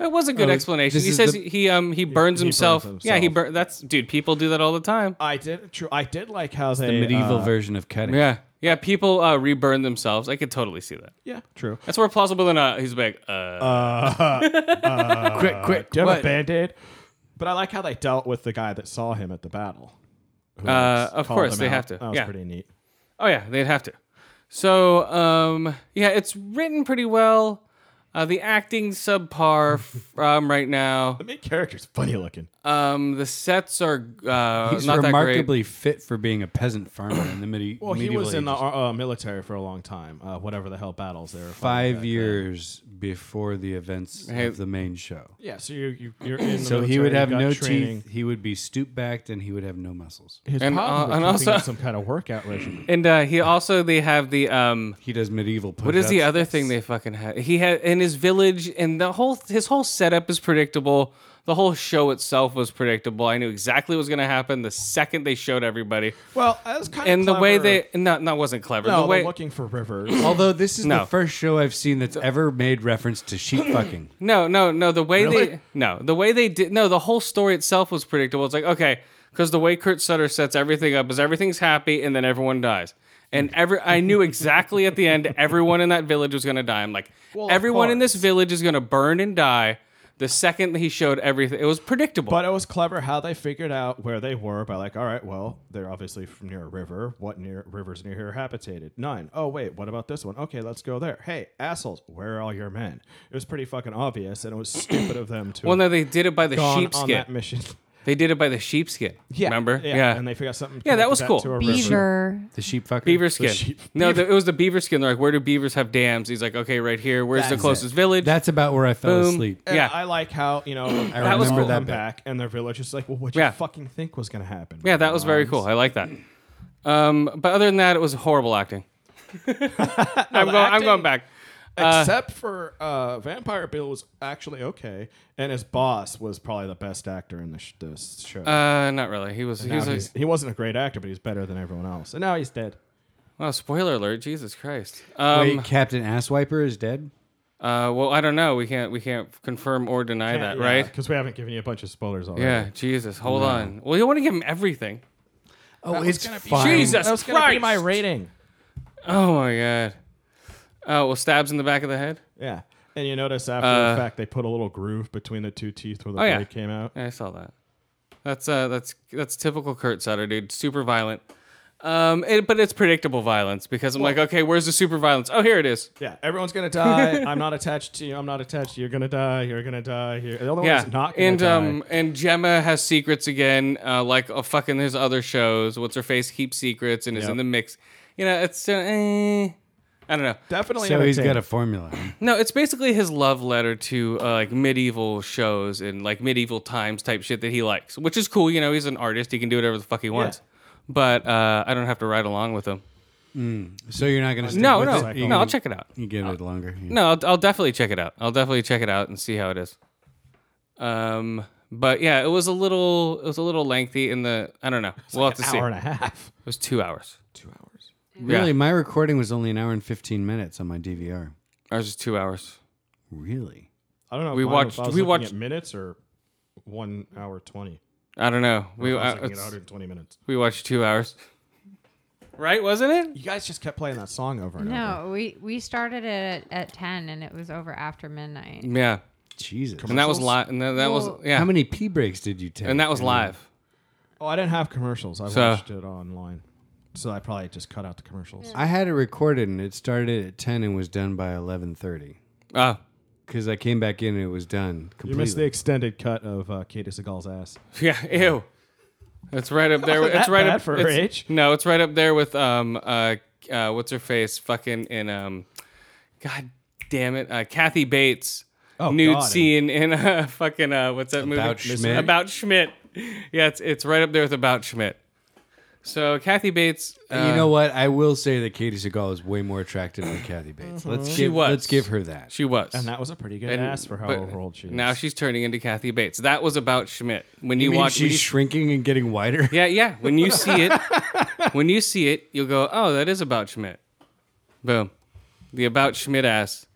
Speaker 1: was a good
Speaker 2: Oh,
Speaker 1: explanation.
Speaker 2: this
Speaker 1: He
Speaker 2: is
Speaker 1: says
Speaker 2: the-
Speaker 1: he um he burns
Speaker 3: he burns
Speaker 1: himself. Yeah, he
Speaker 3: himself.
Speaker 1: bur- that's dude. People do that all the time.
Speaker 3: I did true. I did like how they
Speaker 2: The medieval
Speaker 3: uh,
Speaker 2: version of cutting.
Speaker 1: Yeah, yeah. People uh, reburn themselves. I could totally see that.
Speaker 3: Yeah, true.
Speaker 1: That's more plausible than uh, he's like uh,
Speaker 2: quick, quick.
Speaker 3: Do you have
Speaker 2: what?
Speaker 3: a band aid? But I like how they dealt with the guy that saw him at the battle. who,
Speaker 1: Uh,
Speaker 3: like,
Speaker 1: of
Speaker 3: called
Speaker 1: course,
Speaker 3: him
Speaker 1: they
Speaker 3: out.
Speaker 1: have to.
Speaker 3: That was
Speaker 1: Yeah.
Speaker 3: pretty neat.
Speaker 1: oh yeah, they'd have to. So um yeah, it's written pretty well. Uh, the acting subpar f- um, right now.
Speaker 3: The main character's funny looking.
Speaker 1: Um, the sets are uh,
Speaker 2: He's
Speaker 1: not that great.
Speaker 2: remarkably fit for being a peasant farmer in the medi-
Speaker 3: Well, he
Speaker 2: medieval
Speaker 3: was in the
Speaker 2: ages.
Speaker 3: uh, military for a long time. Uh, whatever the hell battles there.
Speaker 2: five years before the events
Speaker 1: Hey.
Speaker 2: of the main show.
Speaker 3: Yeah, so you you you're in the
Speaker 2: So he
Speaker 3: military,
Speaker 2: would
Speaker 3: you
Speaker 2: have
Speaker 3: got
Speaker 2: no
Speaker 3: training.
Speaker 2: teeth. He would be stoop backed, and he would have no muscles.
Speaker 3: His
Speaker 1: And,
Speaker 3: problem
Speaker 1: uh,
Speaker 3: was
Speaker 1: and
Speaker 3: keeping
Speaker 1: also-
Speaker 3: up some kind of workout regimen.
Speaker 1: And uh, he also they have the um
Speaker 2: He does medieval. Push-ups.
Speaker 1: What is the other thing they fucking had? He had in his village, and the whole his whole setup is predictable. The whole show itself was predictable. I knew exactly what was going to happen the second they showed everybody,
Speaker 3: Well, that was kind of
Speaker 1: and the way they no, no, it wasn't clever.
Speaker 3: no
Speaker 1: the
Speaker 3: they're
Speaker 1: way
Speaker 3: looking for rivers.
Speaker 2: Although this is
Speaker 1: No.
Speaker 2: the first show I've seen that's ever made reference to sheep fucking.
Speaker 1: no, no, no, the way they
Speaker 2: Really?
Speaker 1: no, the way they did no, the whole story itself was predictable. It's like okay, because the way Kurt Sutter sets everything up is everything's happy, and then everyone dies. And every I knew exactly at the end everyone in that village was gonna die. I'm like,
Speaker 3: Well, of
Speaker 1: everyone in this
Speaker 3: course.
Speaker 1: village is gonna burn and die. The second that he showed everything, it was predictable.
Speaker 3: But it was clever how they figured out where they were by like, all right, well, they're obviously from near a river. What near rivers near here are habitated? None. Oh wait, what about this one? Okay, let's go there. Hey, assholes, where are all your men? It was pretty fucking obvious, and it was stupid of them to
Speaker 1: well, no,
Speaker 3: have
Speaker 1: they did it by the
Speaker 3: gone on
Speaker 1: sheepskin.
Speaker 3: that mission.
Speaker 1: They did it by the sheepskin.
Speaker 3: Yeah,
Speaker 1: remember?
Speaker 3: Yeah, and they figured out something.
Speaker 1: Yeah, that was
Speaker 3: connected
Speaker 1: cool.
Speaker 3: to a river.
Speaker 5: Beaver.
Speaker 2: The sheep fucker.
Speaker 1: beaver skin.
Speaker 3: sheep-
Speaker 1: No, the, it was the beaver skin. They're like, where do beavers have dams? He's like, okay, right here. Where's the
Speaker 2: That's
Speaker 1: closest
Speaker 2: it.
Speaker 1: village?
Speaker 2: That's about where I fell
Speaker 1: Boom.
Speaker 2: asleep.
Speaker 3: And
Speaker 1: Yeah.
Speaker 3: I like how you know I
Speaker 2: was
Speaker 1: cool.
Speaker 2: that bit.
Speaker 3: back, and their village is like, well, what you
Speaker 1: Yeah.
Speaker 3: fucking think was gonna happen?
Speaker 1: yeah, that was very cool. I like that. Um, but other than that, it was horrible acting. I'm,
Speaker 3: the
Speaker 1: going, I'm
Speaker 3: acting-
Speaker 1: going back.
Speaker 3: except for uh, Vampire Bill was actually okay, and his boss was probably the best actor in the sh- this show.
Speaker 1: Uh, not really. He was. He
Speaker 3: Now
Speaker 1: was. A,
Speaker 3: he's- he wasn't a great actor, but he's better than everyone else, and now he's dead.
Speaker 1: wow. Spoiler alert. Jesus Christ. Um.
Speaker 2: Wait, Captain Asswiper is dead.
Speaker 1: Uh. Well, I don't know. We can't. We can't confirm or deny that, right?
Speaker 3: Because we haven't given you a bunch of spoilers already.
Speaker 1: Yeah. Jesus. Hold on. Well, you want to give him everything.
Speaker 2: Oh, it's fine.
Speaker 1: Jesus
Speaker 3: that was gonna be my
Speaker 1: Christ.
Speaker 3: rating.
Speaker 1: Oh my God. Oh well, stabs in the back of the head.
Speaker 3: Yeah, and you notice after the fact they put a little groove between the two teeth where the
Speaker 1: Uh, Oh,
Speaker 3: blade
Speaker 1: yeah.
Speaker 3: came out.
Speaker 1: Yeah, I saw that. That's uh, that's that's typical Kurt Sutter, dude. Super violent. Um, it, but it's predictable violence because I'm like, okay, where's the super violence? Oh, here it is.
Speaker 3: Yeah, everyone's gonna die. I'm not attached to you. I'm not attached. to you. You're gonna die. You're gonna die. You're, the only one
Speaker 1: Yeah,
Speaker 3: that's not gonna
Speaker 1: and
Speaker 3: die.
Speaker 1: um, and Gemma has secrets again, uh, like oh, fucking his other shows. What's her face keeps secrets and is in
Speaker 3: Yep.
Speaker 1: the mix. You know, it's uh, eh, I don't know.
Speaker 3: definitely.
Speaker 2: So he's got
Speaker 3: entertaining.
Speaker 2: a formula.
Speaker 1: No, it's basically his love letter to uh, like medieval shows and like medieval times type shit that he likes, which is cool. You know, he's an artist; he can do whatever the fuck he wants. But uh, I don't have to ride along with him.
Speaker 2: So you're not going to.
Speaker 1: No, no,
Speaker 3: cycle.
Speaker 1: no. I'll check it out.
Speaker 2: You give it longer. yeah.
Speaker 1: No, I'll, I'll definitely check it out. I'll definitely check it out and see how it is. Um, but yeah, it was a little, it was a little lengthy in the. I don't know. we'll have to see.
Speaker 3: hour
Speaker 1: It
Speaker 3: and a half.
Speaker 1: was two hours.
Speaker 2: Really, my recording was only an hour and 15 minutes on my DVR.
Speaker 1: Ours is two hours.
Speaker 2: Really?
Speaker 3: I don't know.
Speaker 1: We
Speaker 3: if mine-
Speaker 1: watched-
Speaker 3: If I was
Speaker 1: we
Speaker 3: looking
Speaker 1: watched-
Speaker 3: at minutes or one hour twenty.
Speaker 1: I don't know. We
Speaker 3: I was
Speaker 1: uh,
Speaker 3: looking at
Speaker 1: it's-
Speaker 3: 120 minutes.
Speaker 1: we watched two hours. Right? Wasn't it?
Speaker 3: You guys just kept playing that song over and over.
Speaker 5: No, we we started it at, at ten and it was over after midnight.
Speaker 1: Yeah.
Speaker 2: Jesus.
Speaker 1: And that was live. And that, that was
Speaker 5: Well-
Speaker 1: yeah.
Speaker 2: How many pee breaks did you take?
Speaker 1: and that was live.
Speaker 3: Oh, I didn't have commercials. I
Speaker 1: So-
Speaker 3: watched it online, so I probably just cut out the commercials.
Speaker 2: I had it recorded and it started at ten and was done by eleven thirty.
Speaker 1: Oh,
Speaker 2: Because I came back in and it was done completely.
Speaker 3: You missed the extended cut of uh, Katie Seagal's ass.
Speaker 1: yeah. Ew. It's right up there. with-
Speaker 3: Wasn't
Speaker 1: it's
Speaker 3: that
Speaker 1: right
Speaker 3: bad
Speaker 1: up
Speaker 3: for her
Speaker 1: it's,
Speaker 3: age.
Speaker 1: No, it's right up there with um uh, uh what's her face fucking in um, god damn it, uh, Kathy Bates
Speaker 3: Oh,
Speaker 1: nude
Speaker 3: God.
Speaker 1: scene in uh, fucking uh what's that movie
Speaker 2: About Schmidt?
Speaker 1: About Schmidt. Yeah, it's it's right up there with About Schmidt. So Kathy Bates, uh,
Speaker 2: you know what? I will say that Katie Seagal is way more attractive than Kathy Bates.
Speaker 3: Mm-hmm.
Speaker 2: Let's give
Speaker 1: was.
Speaker 2: let's give her that.
Speaker 1: she was.
Speaker 3: And that was a pretty good
Speaker 1: And-
Speaker 3: ass for how
Speaker 1: but
Speaker 3: old she is.
Speaker 1: Now she's turning into Kathy Bates. That was about Schmidt. When you,
Speaker 2: mean
Speaker 1: watch, when
Speaker 2: she's
Speaker 1: you-
Speaker 2: shrinking and getting wider.
Speaker 1: yeah, yeah. When you see it, when you see it, you'll go, "Oh, that is about Schmidt." Boom, the about Schmidt ass.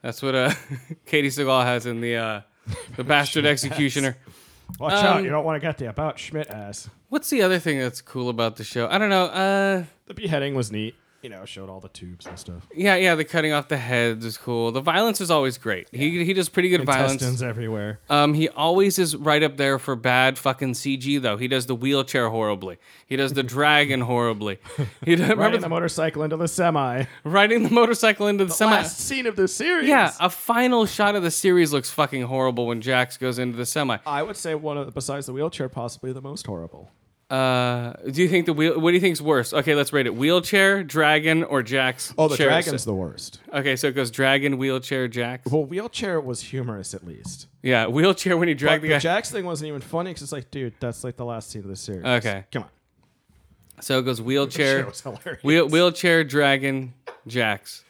Speaker 1: That's what uh, Katie Seagal has in the uh, the bastard executioner.
Speaker 3: Watch
Speaker 1: um,
Speaker 3: out! You don't want to get the about Schmidt ass.
Speaker 1: What's the other thing that's cool about the show? I don't know. Uh,
Speaker 3: The beheading was neat. You know, showed all the tubes and stuff.
Speaker 1: yeah, yeah. The cutting off the heads is cool. The violence is always great. He he does pretty good violence.
Speaker 3: Intestines everywhere.
Speaker 1: Um, he always is right up there for bad fucking CG though. He does the wheelchair horribly. He does the dragon horribly. He does, remember
Speaker 3: Riding
Speaker 1: the,
Speaker 3: the motorcycle into the semi.
Speaker 1: riding the motorcycle into the, semi.
Speaker 3: Last scene of the series.
Speaker 1: Yeah, a final shot of the series looks fucking horrible when Jax goes into the semi.
Speaker 3: I would say one of the, besides the wheelchair, possibly the most horrible.
Speaker 1: Uh, do you think the wheel? What do you think's worse? Okay, let's rate it: wheelchair, dragon, or Jax.
Speaker 3: Oh, the
Speaker 1: chair?
Speaker 3: dragon's the worst.
Speaker 1: Okay, so it goes dragon, wheelchair, Jax.
Speaker 3: Well, wheelchair was humorous at least.
Speaker 1: Yeah, wheelchair when he
Speaker 3: But
Speaker 1: dragged the
Speaker 3: the
Speaker 1: guy.
Speaker 3: Jax thing wasn't even funny because it's like, dude, that's like the last scene of the series.
Speaker 1: Okay.
Speaker 3: come on.
Speaker 1: so it goes
Speaker 3: It
Speaker 1: wheelchair,
Speaker 3: was hilarious.
Speaker 1: wheel, wheelchair, dragon, Jax.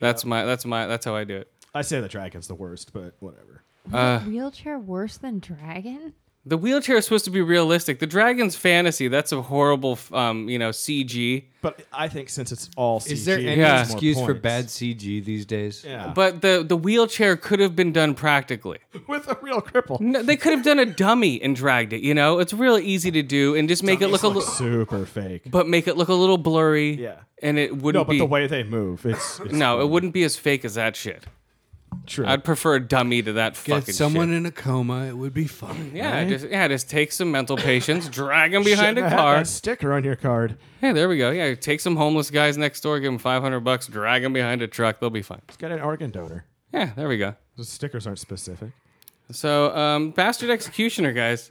Speaker 1: That's my. That's my. That's how I do it.
Speaker 3: I say the dragon's the worst, but whatever.
Speaker 1: Uh,
Speaker 5: Wheelchair worse than dragon?
Speaker 1: The wheelchair is supposed to be realistic. The dragon's fantasy. That's a horrible, f- um, you know, CG.
Speaker 3: But I think since it's all CG,
Speaker 2: Is there any
Speaker 1: Yeah.
Speaker 3: it's more
Speaker 2: excuse for
Speaker 3: points.
Speaker 2: bad CG these days?
Speaker 3: Yeah,
Speaker 1: But
Speaker 3: but
Speaker 1: the the wheelchair could have been done practically.
Speaker 3: with a real cripple,
Speaker 1: No, they could have done a dummy and dragged it. You know, it's real easy to do and just make it look a little,
Speaker 3: super fake.
Speaker 1: but make it look a little blurry.
Speaker 3: Yeah.
Speaker 1: and it wouldn't
Speaker 3: no, but
Speaker 1: be.
Speaker 3: the way they move, it's, it's
Speaker 1: no, it wouldn't be as fake as that shit.
Speaker 3: true.
Speaker 1: I'd prefer a dummy to that
Speaker 2: Get
Speaker 1: fucking
Speaker 2: someone
Speaker 1: shit.
Speaker 2: in a coma, it would be fun.
Speaker 1: yeah, just yeah, just take some mental patients, drag them
Speaker 3: Shouldn't
Speaker 1: behind a
Speaker 3: have had
Speaker 1: car.
Speaker 3: that sticker on your card.
Speaker 1: Hey, there we go. Yeah, take some homeless guys next door, give them five hundred bucks, drag them behind a truck. They'll be fine.
Speaker 3: It's got an organ donor.
Speaker 1: Yeah, there we go.
Speaker 3: The stickers aren't specific.
Speaker 1: So, um, bastard executioner, guys.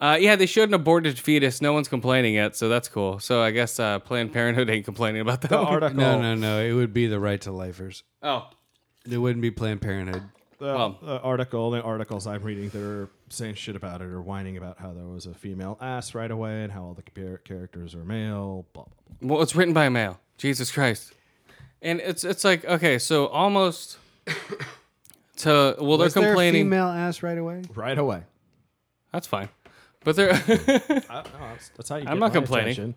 Speaker 1: Uh, yeah, they showed an aborted fetus. No one's complaining yet, so that's cool. So I guess uh, Planned Parenthood ain't complaining about that.
Speaker 3: The
Speaker 1: one.
Speaker 3: article.
Speaker 2: No, no, no. It would be the right to lifers.
Speaker 1: Oh,
Speaker 2: There wouldn't be Planned Parenthood.
Speaker 3: The,
Speaker 1: Well-
Speaker 3: the article, the articles I'm reading that are saying shit about it or whining about how there was a female ass right away and how all the char- characters are male. Blah, blah, blah.
Speaker 1: well, it's written by a male. Jesus Christ. And it's it's like okay, so almost to well, they're
Speaker 2: Was there a
Speaker 1: complaining.
Speaker 2: female ass right away?
Speaker 3: Right away.
Speaker 1: that's fine, but they're
Speaker 3: I, no, that's, that's how you.
Speaker 1: I'm not
Speaker 3: get my
Speaker 1: complaining.
Speaker 3: attention.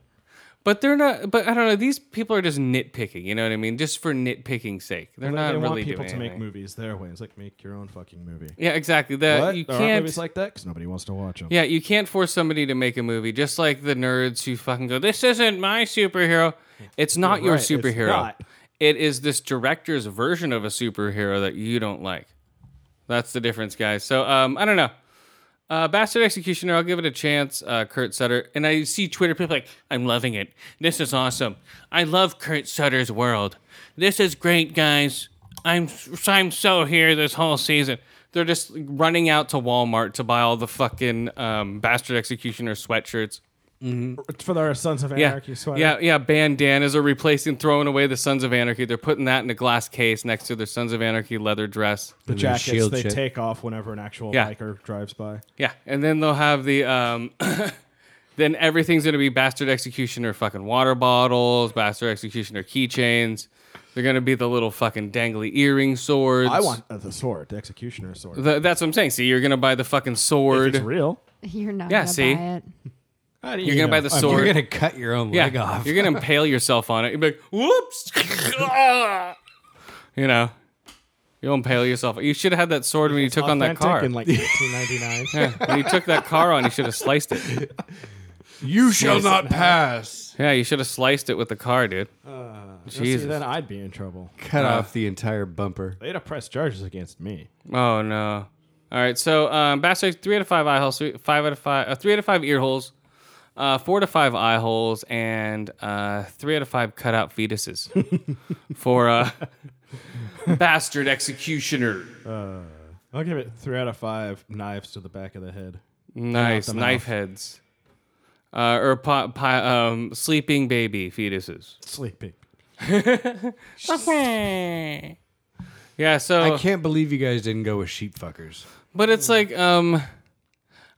Speaker 1: but they're not. But I don't know. These people are just nitpicking. You know what I mean? Just for nitpicking's sake. They're
Speaker 3: They-
Speaker 1: not
Speaker 3: they
Speaker 1: really
Speaker 3: want people
Speaker 1: doing
Speaker 3: to make
Speaker 1: anything.
Speaker 3: movies their way. It's like make your own fucking movie.
Speaker 1: Yeah, exactly. That
Speaker 3: What?
Speaker 1: you
Speaker 3: There
Speaker 1: can't.
Speaker 3: aren't movies like that because nobody wants to watch them.
Speaker 1: Yeah, you can't force somebody to make a movie. Just like the nerds who fucking go, "This isn't my superhero." It's not your
Speaker 3: right, it's
Speaker 1: superhero.
Speaker 3: not.
Speaker 1: It is this director's version of a superhero that you don't like. That's the difference, guys. So um, I don't know. Uh, Bastard Executioner, I'll give it a chance. Uh, Kurt Sutter, and I see Twitter people like, "I'm loving it. This is awesome. I love Kurt Sutter's world. This is great, guys. I'm I'm so here this whole season." They're just running out to Walmart to buy all the fucking um, Bastard Executioner sweatshirts.
Speaker 3: For their Sons of
Speaker 1: Yeah,
Speaker 3: Anarchy sweater.
Speaker 1: yeah, yeah. Bandanas are replacing, throwing away the Sons of Anarchy. They're putting that in a glass case next to their Sons of Anarchy leather dress.
Speaker 3: The
Speaker 2: their
Speaker 3: jackets
Speaker 2: shield
Speaker 3: they
Speaker 2: shit.
Speaker 3: take off whenever an actual
Speaker 1: Yeah.
Speaker 3: biker drives by.
Speaker 1: Yeah, and then they'll have the um, then everything's gonna be bastard executioner fucking water bottles, bastard executioner keychains. They're gonna be the little fucking dangly earring swords.
Speaker 3: I want uh, the sword, the executioner sword.
Speaker 1: The, that's what I'm saying. See, you're gonna buy the fucking
Speaker 3: If
Speaker 1: sword.
Speaker 3: it's real.
Speaker 5: You're not
Speaker 1: Yeah,
Speaker 5: gonna
Speaker 1: see?
Speaker 5: buy it.
Speaker 3: You're
Speaker 1: gonna buy the sword.
Speaker 2: You're gonna cut your own leg
Speaker 1: yeah,
Speaker 2: off.
Speaker 1: you're gonna impale yourself on it. You're like, whoops. you know, you'll impale yourself. You should have had that sword when you took on that car.
Speaker 3: in like 1999.
Speaker 1: Yeah, when you took that car on, you should have sliced it.
Speaker 2: You shall not pass.
Speaker 1: Yeah, you should have sliced it with the car, dude. Jesus.
Speaker 3: See, then I'd be in trouble.
Speaker 2: Cut off the entire bumper.
Speaker 3: They'd have pressed charges against me.
Speaker 1: Oh no! All right, so um, Bastard three out of five eye holes, three, five out of five, uh, three out of five ear holes, uh, four to five eye holes, and uh, three out of five cutout fetuses for uh, bastard executioner.
Speaker 3: I'll give it three out of five knives to the back of the head.
Speaker 1: Nice
Speaker 3: the
Speaker 1: knife heads, uh, or pi- pi- um, sleeping baby fetuses.
Speaker 3: Sleeping.
Speaker 1: Yeah, so
Speaker 2: I can't believe you guys didn't go with sheep fuckers.
Speaker 1: But
Speaker 3: Mm.
Speaker 1: it's like, um,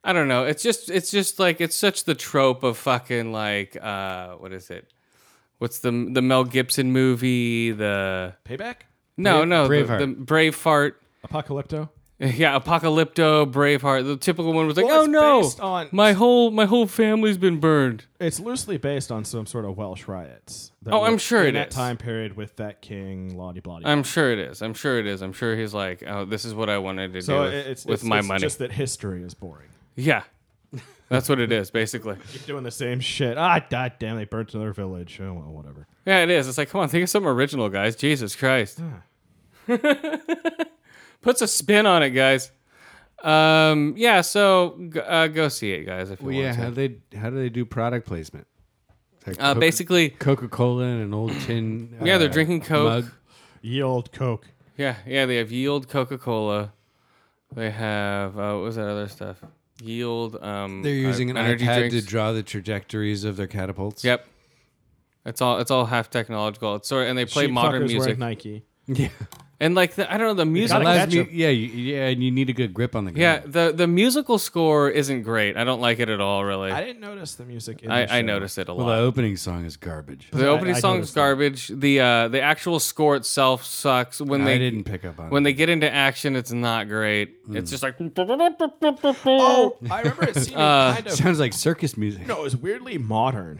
Speaker 1: I don't know. It's just, it's just like, it's such the trope of fucking like, uh, what is it? What's the the Mel Gibson movie? The
Speaker 3: Payback?
Speaker 1: no, no, the,
Speaker 2: Braveheart.
Speaker 1: the Braveheart.
Speaker 3: Apocalypto?
Speaker 1: Yeah, Apocalypto, Braveheart. The typical one was like,
Speaker 3: Well,
Speaker 1: oh
Speaker 3: it's
Speaker 1: no,
Speaker 3: based on-
Speaker 1: my whole my whole family's been burned.
Speaker 3: It's loosely based on some sort of Welsh riots. that
Speaker 1: Oh, I'm
Speaker 3: were
Speaker 1: sure
Speaker 3: in
Speaker 1: it
Speaker 3: that
Speaker 1: is.
Speaker 3: time period with that king, la di blah
Speaker 1: I'm sure it is. I'm sure it is. I'm sure he's like, oh, this is what I wanted to do
Speaker 3: So
Speaker 1: with,
Speaker 3: it- it's,
Speaker 1: with
Speaker 3: it's,
Speaker 1: my
Speaker 3: it's
Speaker 1: money.
Speaker 3: just that history is boring.
Speaker 1: Yeah, that's what it is, basically.
Speaker 3: Keep doing the same shit. Ah, god damn, they burnt another village. Oh, well, whatever.
Speaker 1: Yeah, it is. It's like, come on, think of something original, guys. Jesus Christ.
Speaker 3: Ah.
Speaker 1: Puts a spin on it, guys. Um, yeah, so g- uh, go see it, guys, if you
Speaker 2: Well,
Speaker 1: want
Speaker 2: yeah. How
Speaker 1: to.
Speaker 2: do they how do they do product placement? Like
Speaker 1: Uh,
Speaker 2: Coca-
Speaker 1: basically,
Speaker 2: Coca-Cola in an old tin.
Speaker 1: yeah, they're
Speaker 2: uh,
Speaker 1: drinking Coke.
Speaker 2: mug.
Speaker 3: Ye old Coke.
Speaker 1: Yeah, yeah, they have Yield Coca Cola. They have, uh, what was that other stuff? Yield. Um,
Speaker 2: They're
Speaker 1: uh,
Speaker 2: using an
Speaker 1: energy
Speaker 2: iPad
Speaker 1: drinks.
Speaker 2: to draw the trajectories of their catapults.
Speaker 1: Yep. It's all it's all half technological. It's sort of, and they play
Speaker 3: Sheep
Speaker 1: modern
Speaker 3: fuckers
Speaker 1: music.
Speaker 3: Wearing Nike.
Speaker 2: Yeah.
Speaker 1: And like the, I don't know the music.
Speaker 3: gotta
Speaker 2: Allows
Speaker 3: catch
Speaker 2: me,
Speaker 3: 'em.
Speaker 2: yeah, you, yeah, and you need a good grip on the game.
Speaker 1: Yeah, the the musical score isn't great. I don't like it at all, really.
Speaker 3: I
Speaker 1: I,
Speaker 3: didn't notice the music. In the
Speaker 1: I,
Speaker 3: show.
Speaker 1: noticed it a
Speaker 2: Well,
Speaker 1: lot.
Speaker 2: the opening song is garbage.
Speaker 1: the
Speaker 3: I-
Speaker 1: opening
Speaker 3: I
Speaker 1: song's
Speaker 3: noticed that.
Speaker 1: garbage. The uh, the actual score itself sucks. When they
Speaker 2: I didn't pick up on
Speaker 1: when
Speaker 2: it.
Speaker 1: they get into action, it's not great.
Speaker 3: Mm.
Speaker 1: It's just like
Speaker 3: Oh, I remember it seeming
Speaker 1: Uh,
Speaker 3: kind of.
Speaker 2: Sounds like circus music.
Speaker 3: No, it was weirdly modern.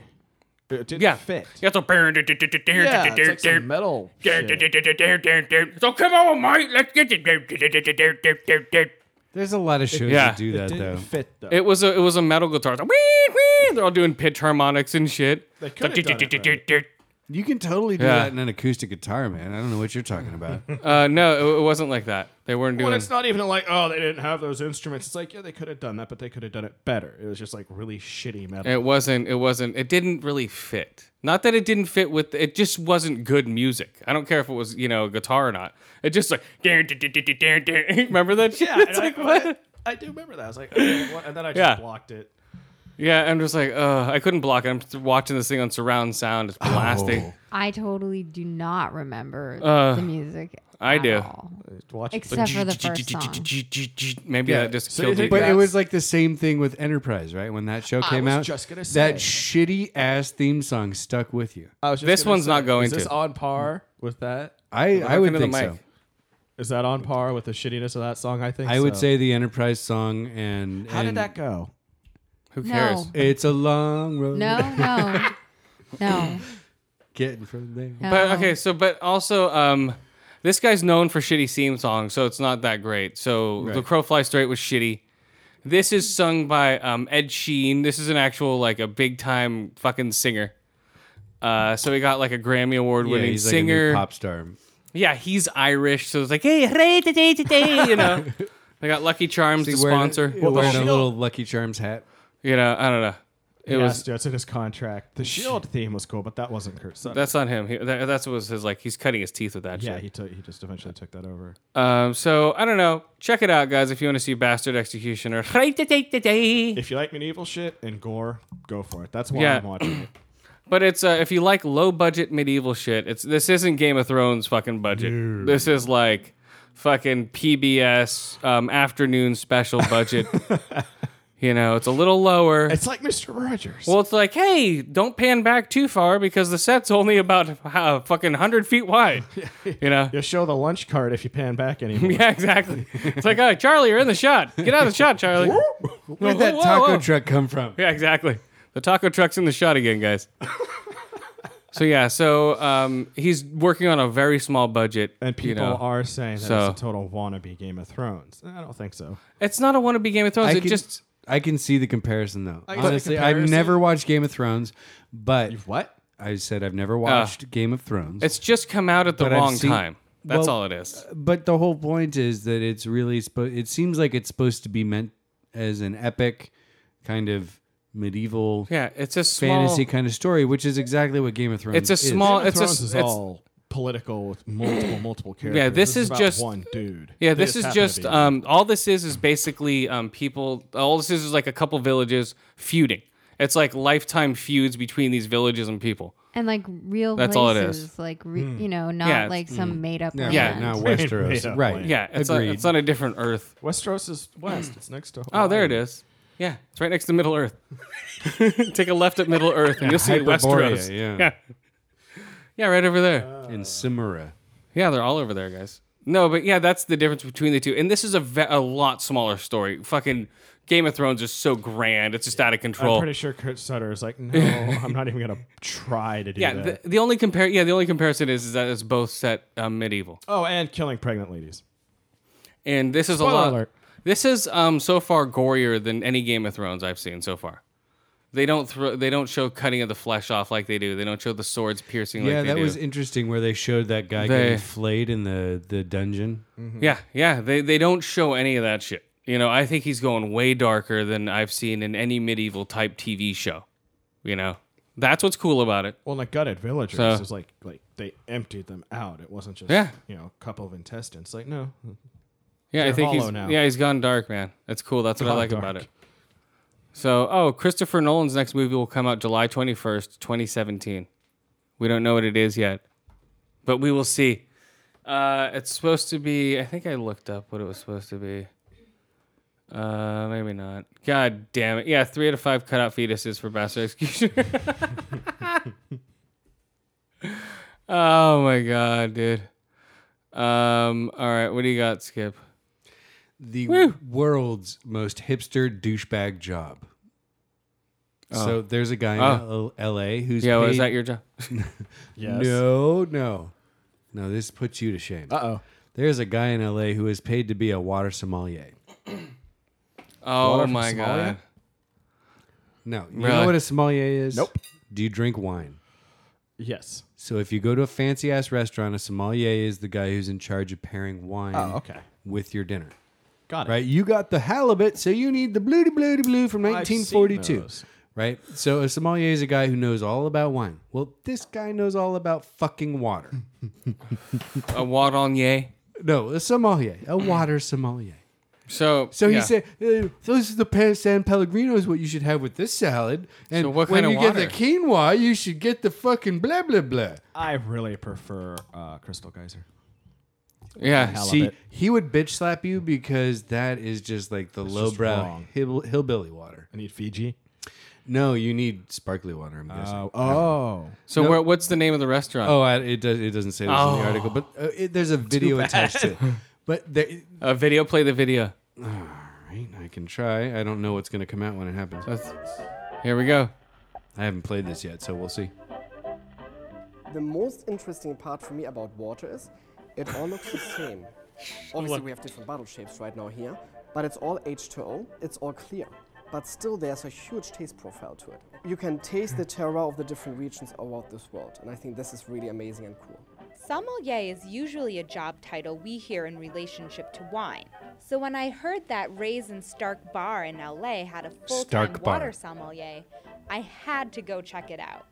Speaker 3: It didn't
Speaker 1: yeah,
Speaker 3: fit.
Speaker 1: Yeah, it's a
Speaker 3: Yeah, it's like some metal. shit.
Speaker 1: so come on, mate, let's get it.
Speaker 2: There's a lot of shows
Speaker 1: Yeah.
Speaker 2: that do
Speaker 3: It
Speaker 2: that
Speaker 3: didn't
Speaker 2: though.
Speaker 3: fit though.
Speaker 1: It was a it was a metal guitar. It's like, wee, wee. They're all doing pitch harmonics and shit.
Speaker 3: They could have done it right.
Speaker 2: You can totally do
Speaker 1: Yeah.
Speaker 2: that in an acoustic guitar, man. I don't know what you're talking about.
Speaker 1: Uh, no, it, it wasn't like that. They weren't doing.
Speaker 3: Well, it's not even like oh they didn't have those instruments. It's like yeah they could have done that, but they could have done it better. It was just like really shitty metal.
Speaker 1: It wasn't. It wasn't. It didn't really fit. Not that it didn't fit with. It just wasn't good music. I don't care if it was you know guitar or not. It just like. Remember that shit?
Speaker 3: yeah,
Speaker 1: It's
Speaker 3: and I,
Speaker 1: like,
Speaker 3: I,
Speaker 1: what?
Speaker 3: I do remember that. I was like, okay, what? and then I just
Speaker 1: Yeah.
Speaker 3: blocked it.
Speaker 1: Yeah, I'm just like, uh, I couldn't block it. I'm just watching this thing on surround sound. It's
Speaker 2: Oh.
Speaker 1: blasting.
Speaker 5: I totally do not remember the music.
Speaker 1: Uh, I
Speaker 5: at
Speaker 1: do.
Speaker 5: all,
Speaker 3: Just Watch it.
Speaker 5: except for the first song.
Speaker 1: Maybe
Speaker 2: Yeah,
Speaker 1: that just
Speaker 3: so
Speaker 1: killed
Speaker 3: it-
Speaker 1: it.
Speaker 2: But it was like the same thing with Enterprise, right? When that show came
Speaker 3: was
Speaker 2: out,
Speaker 3: just gonna
Speaker 2: that shitty ass theme song stuck with you.
Speaker 3: I was just
Speaker 1: This
Speaker 3: gonna
Speaker 1: one's not going
Speaker 3: is this
Speaker 1: to.
Speaker 3: on par with that?
Speaker 2: I, I would
Speaker 1: into the
Speaker 2: think
Speaker 1: mic.
Speaker 2: so.
Speaker 3: Is that on par with the shittiness of that song? I think.
Speaker 2: I would
Speaker 3: so.
Speaker 2: say the Enterprise song and
Speaker 3: How did
Speaker 2: and
Speaker 3: that go?
Speaker 1: Who
Speaker 5: No.
Speaker 1: cares?
Speaker 2: It's a long road
Speaker 5: No, no, no,
Speaker 2: getting from there.
Speaker 5: no.
Speaker 1: But okay, so but also, um, this guy's known for shitty theme songs, so it's not that great. So the crow flies straight was shitty. This is sung by um, Ed Sheen. This is an actual like a big time fucking singer. Uh, so he got like a Grammy award
Speaker 2: Yeah,
Speaker 1: winning
Speaker 2: he's like a new
Speaker 1: singer.
Speaker 2: pop star.
Speaker 1: yeah, he's Irish, so it's like hey, hooray today today, you know. They got Lucky Charms to
Speaker 2: He's wearing-
Speaker 1: sponsor.
Speaker 2: wearing a little Lucky Charms hat.
Speaker 1: You know, I don't know. It
Speaker 3: yes,
Speaker 1: was
Speaker 3: that's in his contract. The Shield theme was cool, but that wasn't Kurt Sutton.
Speaker 1: that's not him. He, that, that's what was his like. He's cutting his teeth with that.
Speaker 3: yeah,
Speaker 1: shit.
Speaker 3: he took. He just eventually took that over.
Speaker 1: Um, so I don't know. Check it out, guys, if you want to see Bastard Executioner. But
Speaker 3: If you like medieval shit and gore, go for it. That's why
Speaker 1: Yeah.
Speaker 3: I'm watching it.
Speaker 1: it's uh, if you like low budget medieval shit, it's this isn't Game of Thrones fucking budget. This is like fucking PBS um, afternoon special budget. you know, it's a little lower.
Speaker 3: It's like Mr. Rogers.
Speaker 1: well, it's like, hey, don't pan back too far because the set's only about uh, fucking hundred feet wide. You know,
Speaker 3: You'll show the lunch card if you pan back anymore.
Speaker 1: yeah, exactly. It's like, oh, Charlie, you're in the shot. Get out of the shot, Charlie.
Speaker 2: Where'd
Speaker 1: Whoa,
Speaker 2: that
Speaker 1: whoa,
Speaker 2: taco
Speaker 1: whoa.
Speaker 2: truck come from?
Speaker 1: Yeah, exactly. The taco truck's in the shot again, guys. so yeah, so um, he's working on a very small budget,
Speaker 3: And people
Speaker 1: you know.
Speaker 3: are saying that
Speaker 1: so-
Speaker 3: it's a total wannabe Game of Thrones. I don't think so.
Speaker 1: It's not a wannabe Game of Thrones.
Speaker 2: I
Speaker 1: it
Speaker 2: can,
Speaker 1: just
Speaker 2: I can see the comparison though.
Speaker 3: can see the
Speaker 2: Honestly, I've
Speaker 3: comparison.
Speaker 2: never watched Game of Thrones, but
Speaker 3: What?
Speaker 2: I said I've never watched Game of Thrones.
Speaker 1: Ah. it's just come out at the
Speaker 2: But I've
Speaker 1: wrong
Speaker 2: seen-
Speaker 1: time. That's
Speaker 2: well,
Speaker 1: all it is.
Speaker 2: but the whole point is that it's really spo- it seems like it's supposed to be meant as an epic kind of medieval
Speaker 1: Yeah, it's a small.
Speaker 2: fantasy kind of story, which is exactly what Game of Thrones.
Speaker 1: It's a
Speaker 2: is.
Speaker 1: small.
Speaker 3: Game of
Speaker 1: It's a.
Speaker 3: Thrones
Speaker 1: s-
Speaker 3: is
Speaker 1: it's-
Speaker 3: all political with multiple multiple characters.
Speaker 1: this is
Speaker 3: about
Speaker 1: just-
Speaker 3: one dude.
Speaker 1: Yeah,
Speaker 3: They
Speaker 1: this is
Speaker 3: happen to
Speaker 1: just
Speaker 3: be.
Speaker 1: um, all this is is basically um, people. All this is is like a couple villages feuding. It's like lifetime feuds between these villages and people.
Speaker 5: and like real
Speaker 1: That's all it
Speaker 5: places,
Speaker 1: is.
Speaker 5: like re- you know, not
Speaker 1: Yeah, it's-
Speaker 5: like some made up.
Speaker 2: Hmm. Yeah,
Speaker 5: land.
Speaker 1: Yeah.
Speaker 2: now
Speaker 3: Made
Speaker 2: Westeros,
Speaker 3: up
Speaker 2: right?
Speaker 3: land.
Speaker 1: Yeah, it's a,
Speaker 2: Agreed.
Speaker 1: it's on a different Earth.
Speaker 3: Westeros is west. It's next to. Hawaii.
Speaker 1: Oh, there it is. Yeah, it's right next to Middle Earth. Take a left at Middle Earth, and you'll see
Speaker 2: Hyperborea,
Speaker 1: Westeros.
Speaker 2: yeah.
Speaker 1: yeah, Yeah, right over there.
Speaker 2: in Cimmeria.
Speaker 1: Yeah, they're all over there, guys. No, but yeah, that's the difference between the two. And this is a ve- a lot smaller story. Fucking Game of Thrones is so grand; it's just out of
Speaker 3: I'm
Speaker 1: control.
Speaker 3: pretty sure Kurt Sutter is like, no, I'm not even gonna try to do
Speaker 1: yeah,
Speaker 3: that.
Speaker 1: the, the only compare yeah the only comparison is, is that it's both set um, medieval,
Speaker 3: oh, and killing pregnant ladies.
Speaker 1: and this is a
Speaker 3: Spoiler
Speaker 1: lot.
Speaker 3: alert.
Speaker 1: This is um so far gorier than any Game of Thrones I've seen so far. They don't throw they don't show cutting of the flesh off like they do. They don't show the swords piercing.
Speaker 2: Yeah,
Speaker 1: like they
Speaker 2: that
Speaker 1: do.
Speaker 2: was interesting where they showed that guy
Speaker 1: They-
Speaker 2: getting flayed in the the dungeon.
Speaker 1: Yeah, yeah. They they don't show any of that shit. You know, I think he's going way darker than I've seen in any medieval type TV show. You know, that's what's cool about it.
Speaker 3: Well, like gutted villagers
Speaker 1: So-
Speaker 3: is like like they emptied them out. It wasn't just
Speaker 1: Yeah.
Speaker 3: you know a couple of intestines. Like no,
Speaker 1: Yeah, I
Speaker 3: They're
Speaker 1: think he's
Speaker 3: hollow now.
Speaker 1: yeah he's gone dark, man. That's cool. That's what I
Speaker 3: Gone
Speaker 1: like about
Speaker 3: dark.
Speaker 1: it. So, oh, Christopher Nolan's next movie will come out July twenty first, twenty seventeen. We don't know what it is yet, but we will see. Uh, it's supposed to be. I think I looked up what it was supposed to be. Uh, maybe not. God damn it! Yeah, three out of five cutout fetuses for Bastard Executioner. oh my god, dude. Um. All right, what do you got, Skip?
Speaker 2: The world's most hipster douchebag job. So there's a guy in
Speaker 1: Oh.
Speaker 2: L- L.A. who's
Speaker 1: Yeah, was
Speaker 2: paid-
Speaker 1: that your job?
Speaker 3: yes,
Speaker 2: No, no, no. This puts you to shame.
Speaker 1: Ah.
Speaker 3: uh oh,
Speaker 2: There's a guy in L.A. who is paid to be a water sommelier.
Speaker 1: Oh
Speaker 3: Water from
Speaker 1: my
Speaker 3: Somalia?
Speaker 1: god.
Speaker 2: No, you
Speaker 1: Really?
Speaker 2: know what a sommelier is?
Speaker 3: Nope.
Speaker 2: Do you drink wine?
Speaker 3: yes.
Speaker 2: So if you go to a fancy ass restaurant, a sommelier is the guy who's in charge of pairing wine
Speaker 3: Oh, okay,
Speaker 2: with your dinner.
Speaker 3: got it.
Speaker 2: Right? You got the halibut, so you need the blue blue blue from
Speaker 3: I've seen
Speaker 2: 1942.
Speaker 3: those.
Speaker 2: Right? So a sommelier is a guy who knows all about wine. Well, this guy knows all about fucking water.
Speaker 1: A wadonier.
Speaker 2: no, a sommelier, a water sommelier.
Speaker 1: So
Speaker 2: So
Speaker 1: yeah.
Speaker 2: he said, uh, "So this is the pe- San Pellegrino is what you should have with this salad." And
Speaker 1: So what
Speaker 2: when
Speaker 1: kind
Speaker 2: you
Speaker 1: of
Speaker 2: get the
Speaker 1: water?
Speaker 2: quinoa, you should get the fucking blah blah blah.
Speaker 3: I really prefer uh, Crystal Geyser.
Speaker 1: Yeah.
Speaker 3: Halibut.
Speaker 2: See, he would bitch slap you because that is just like the
Speaker 3: just
Speaker 2: lowbrow
Speaker 3: wrong.
Speaker 2: hill, hillbilly water.
Speaker 3: I need Fiji.
Speaker 2: No, you need sparkly water. I'm guessing.
Speaker 3: Oh, oh,
Speaker 1: So where, what's the name of the restaurant?
Speaker 2: oh, I, it does. It doesn't say this in
Speaker 1: Oh.
Speaker 2: the article, but uh, it, there's a video attached to it. But there,
Speaker 1: A video play the video.
Speaker 2: right, I can try. I don't know what's going to come out when it happens.
Speaker 1: That's, here we go.
Speaker 2: I haven't played this yet, so we'll see.
Speaker 6: The most interesting part for me about water is it all looks the same. Obviously, we have different bottle shapes right now here, but it's all H2O, it's all clear. But still, there's a huge taste profile to it. You can taste the terroir of the different regions around this world, and I think this is really amazing and cool.
Speaker 7: Sommelier is usually a job title we hear in relationship to wine. So when I heard that Ray's and Stark Bar in LA had a full-time
Speaker 2: Stark Bar.
Speaker 7: water sommelier, I had to go check it out.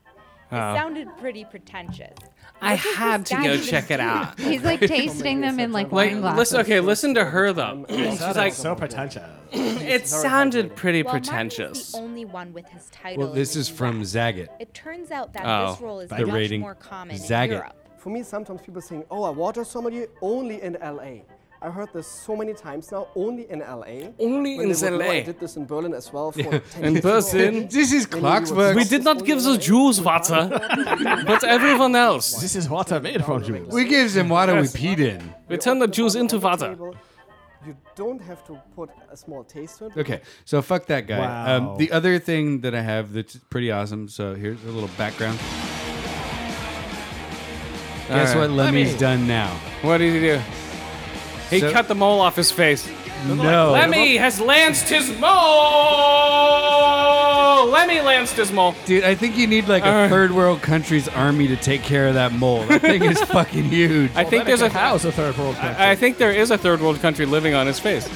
Speaker 7: It
Speaker 1: Oh.
Speaker 7: sounded pretty pretentious.
Speaker 1: I
Speaker 7: What does
Speaker 1: had
Speaker 7: this
Speaker 1: to
Speaker 7: guy
Speaker 1: go
Speaker 7: even
Speaker 1: check it
Speaker 7: do?
Speaker 1: out.
Speaker 5: He's like tasting them in like
Speaker 1: Like,
Speaker 5: wine glasses.
Speaker 1: listen. Okay, listen to her though. She's like,
Speaker 3: so pretentious.
Speaker 1: it sounded pretty
Speaker 7: While Martin is
Speaker 1: pretentious.
Speaker 7: the only one with his title.
Speaker 2: Well,
Speaker 7: in
Speaker 2: this
Speaker 7: the
Speaker 2: is from
Speaker 7: US.
Speaker 2: Zagat.
Speaker 7: It turns out that this
Speaker 1: Oh,
Speaker 7: role is
Speaker 2: the
Speaker 7: much
Speaker 2: rating.
Speaker 7: more common
Speaker 2: Zagat.
Speaker 7: in Europe.
Speaker 6: For me, sometimes people think, oh, a water sommelier only in LA. I heard this so many times now, only in LA.
Speaker 1: Only
Speaker 6: When
Speaker 1: in
Speaker 6: they would know I
Speaker 1: LA.
Speaker 6: did this in Berlin as well for 10
Speaker 1: In
Speaker 6: years ago.
Speaker 1: Berlin.
Speaker 2: This is
Speaker 6: When we were
Speaker 2: Clarksburg.
Speaker 1: We did not give the Jews water, but everyone else.
Speaker 3: This is what I made from you.
Speaker 2: We gave them water we peed in.
Speaker 1: We turned the Jews into water.
Speaker 6: You don't have to put a small taste to it.
Speaker 2: Okay, so fuck that guy.
Speaker 3: Wow.
Speaker 2: Um, the other thing that I have that's pretty awesome. So here's a little background. Guess
Speaker 1: right.
Speaker 2: what Lemmy's done now?
Speaker 1: What did he do? He
Speaker 2: So-
Speaker 1: cut the mole off his face.
Speaker 2: No,
Speaker 1: Lemmy has lanced his mole. Lemmy lanced his mole.
Speaker 2: dude. I think you need like a
Speaker 1: Uh.
Speaker 2: third world country's army to take care of that mole. That thing is fucking huge.
Speaker 1: I think there's a
Speaker 3: house, a third world country.
Speaker 1: I think there is a third world country living on his face.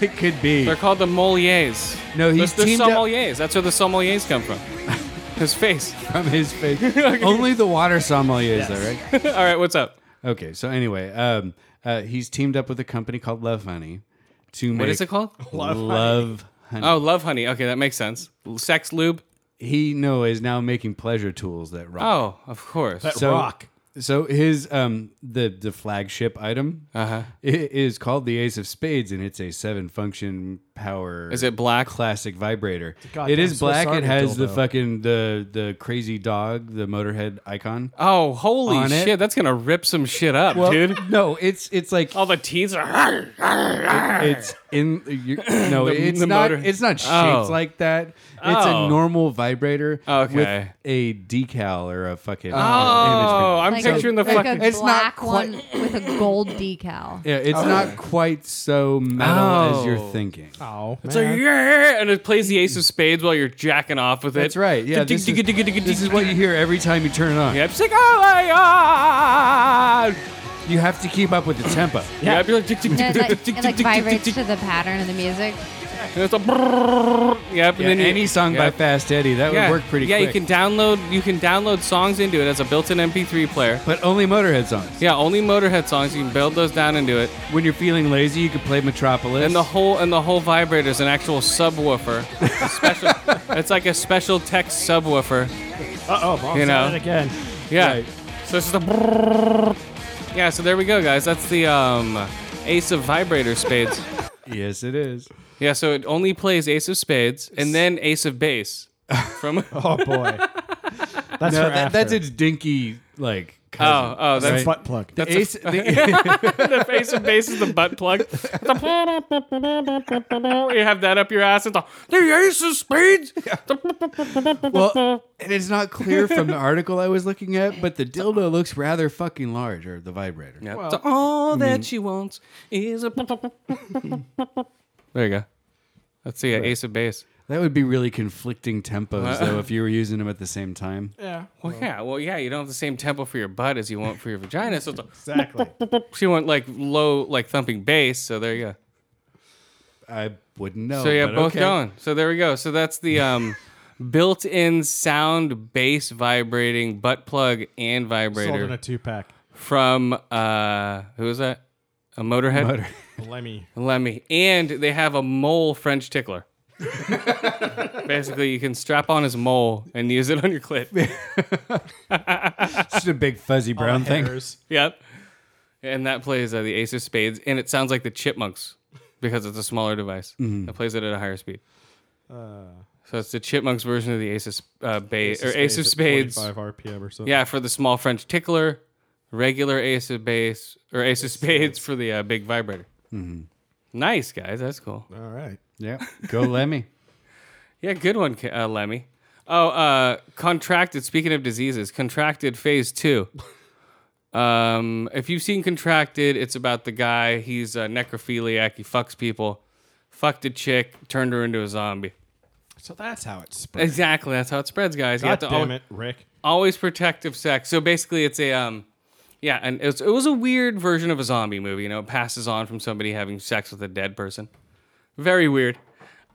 Speaker 2: it could be.
Speaker 1: They're called the Moliers.
Speaker 2: No, he's
Speaker 1: the,
Speaker 2: teamed up-
Speaker 1: sommeliers. That's where the sommeliers come from. His face.
Speaker 2: from his face. Only the water sommelier is there, right?
Speaker 1: All right, what's up?
Speaker 2: Okay, so anyway, um, uh, he's teamed up with a company called Love Honey to make
Speaker 1: What is it called?
Speaker 2: Love, Honey.
Speaker 1: Oh, love honey. Okay, that makes sense. Sex lube.
Speaker 2: He no is now making pleasure tools that rock.
Speaker 1: Oh, of course.
Speaker 2: so,
Speaker 3: rock.
Speaker 2: So his um the the flagship item uh-huh. is called the Ace of Spades, and it's a seven function power.
Speaker 1: Is it black?
Speaker 2: classic vibrator?
Speaker 3: goddamn
Speaker 2: It is
Speaker 3: Swiss
Speaker 2: black. It
Speaker 3: Army
Speaker 2: has the
Speaker 3: dildo.
Speaker 2: fucking the the crazy dog, the Motorhead icon.
Speaker 1: Oh, holy
Speaker 2: On it.
Speaker 1: shit! That's gonna rip some shit up, dude.
Speaker 2: no, it's it's like
Speaker 1: All the teens are.
Speaker 2: it's in you, no,
Speaker 1: The-
Speaker 2: it's
Speaker 1: the
Speaker 2: not.
Speaker 1: motor-
Speaker 2: It's not shaped
Speaker 1: Oh.
Speaker 2: like that. It's
Speaker 1: Oh.
Speaker 2: a normal vibrator with
Speaker 1: Okay.
Speaker 2: a decal or a fucking oh,
Speaker 1: Oh, I'm
Speaker 5: Like a-
Speaker 1: picturing the
Speaker 5: like
Speaker 1: fucking.
Speaker 5: a
Speaker 2: It's not
Speaker 5: black
Speaker 2: quite-
Speaker 5: one with a gold decal.
Speaker 2: Yeah, it's not quite so metal as
Speaker 1: Oh.
Speaker 2: you're thinking.
Speaker 3: Oh,
Speaker 1: It's like yeah, and it plays the Ace of Spades while you're jacking off with it.
Speaker 2: That's right. Yeah, this is, this is what you hear every time you turn it on.
Speaker 1: Yeah, it's like oh my god.
Speaker 2: You have to keep up with the tempo.
Speaker 1: Yeah, I'd be like, tick, tick, tick,
Speaker 5: And it
Speaker 1: tick,
Speaker 5: like,
Speaker 1: tick,
Speaker 5: it
Speaker 1: tick, tick,
Speaker 5: like
Speaker 1: tick,
Speaker 5: vibrates
Speaker 1: tick,
Speaker 5: to the pattern of the music.
Speaker 1: and it's a brrrr. Yep,
Speaker 2: Yeah,
Speaker 1: and then you-
Speaker 2: any song by
Speaker 1: yep.
Speaker 2: Fast Eddie that
Speaker 1: yeah.
Speaker 2: would work pretty
Speaker 1: Yeah,
Speaker 2: quick.
Speaker 1: you can download you can download songs into it as a built-in MP3 player.
Speaker 2: but only Motorhead songs.
Speaker 1: Yeah, only Motorhead songs. You can build those down into it,
Speaker 2: When you're feeling lazy, you can play Metropolis.
Speaker 1: and the whole and the whole vibrator is an actual subwoofer. A special, it's like a special tech subwoofer.
Speaker 3: Uh oh, mom
Speaker 1: You
Speaker 3: you
Speaker 1: know.
Speaker 3: know. it again.
Speaker 1: Yeah.
Speaker 2: Right.
Speaker 1: So it's just a brrrr. Yeah. So there we go, guys. That's the um, Ace of Vibrator Spades.
Speaker 2: yes, it is.
Speaker 1: yeah. So it only plays Ace of Spades and then Ace of Bass. From oh
Speaker 3: Oh boy, that's
Speaker 2: No,
Speaker 3: her
Speaker 2: that, that's
Speaker 3: after.
Speaker 2: its dinky like. cousin,
Speaker 1: oh that's
Speaker 2: right?
Speaker 3: butt plug.
Speaker 2: The ace, the-
Speaker 1: the face of bass is the butt plug. you have that up your ass. It's the, the Ace of Spades.
Speaker 2: well, and it's not clear from the article I was looking at, but the dildo looks rather fucking large, or the vibrator.
Speaker 1: Yeah. So all that she wants is a. there you go. Let's see, uh, Ace of Base.
Speaker 2: That would be really conflicting tempos, though, if you were using them at the same time.
Speaker 3: yeah,
Speaker 1: Well, yeah, well, yeah. You don't have the same tempo for your butt as you want for your vagina. So it's like,
Speaker 3: exactly.
Speaker 1: she want like low, like thumping bass. So there you go.
Speaker 2: I wouldn't know.
Speaker 3: Oh,
Speaker 1: so yeah,
Speaker 2: but
Speaker 1: both
Speaker 2: okay.
Speaker 1: going. So there we go. So that's the um, built-in sound bass vibrating butt plug and
Speaker 3: Sold
Speaker 1: vibrator
Speaker 3: in a two pack.
Speaker 1: from uh, who is that? A Motorhead.
Speaker 2: Motor-
Speaker 3: Lemmy.
Speaker 1: Lemmy. And they have a mole French tickler. Basically, you can strap on his mole and use it on your clit.
Speaker 2: Just a big fuzzy brown thing.
Speaker 3: Headers.
Speaker 1: yep. And that plays uh, the Ace of Spades, and it sounds like the Chipmunks because it's a smaller device. It plays it at a higher speed. so it's the Chipmunks version of the Ace of, Sp- uh, ba- or Uh. Ace of Spades.
Speaker 3: Five RPM or something.
Speaker 1: Yeah, for the small French tickler, regular Ace of Base or Ace of Spades for the uh, big vibrator. Nice guys, that's cool.
Speaker 3: All right.
Speaker 2: Yeah, go Lemmy.
Speaker 1: Yeah, good one, K- uh, Lemmy. Oh, uh, contracted. Speaking of diseases, contracted phase two. Um, if you've seen Contracted, it's about the guy. He's a necrophiliac. He fucks people. Fucked a chick, turned her into a zombie.
Speaker 3: So that's how it spread.
Speaker 1: Exactly. That's how it spreads, guys. you
Speaker 3: God
Speaker 1: have to
Speaker 3: damn
Speaker 1: always,
Speaker 3: it, Rick.
Speaker 1: always protective sex. So basically, it's a um, yeah, and it was, it was a weird version of a zombie movie. You know, it passes on from somebody having sex with a dead person. Very weird.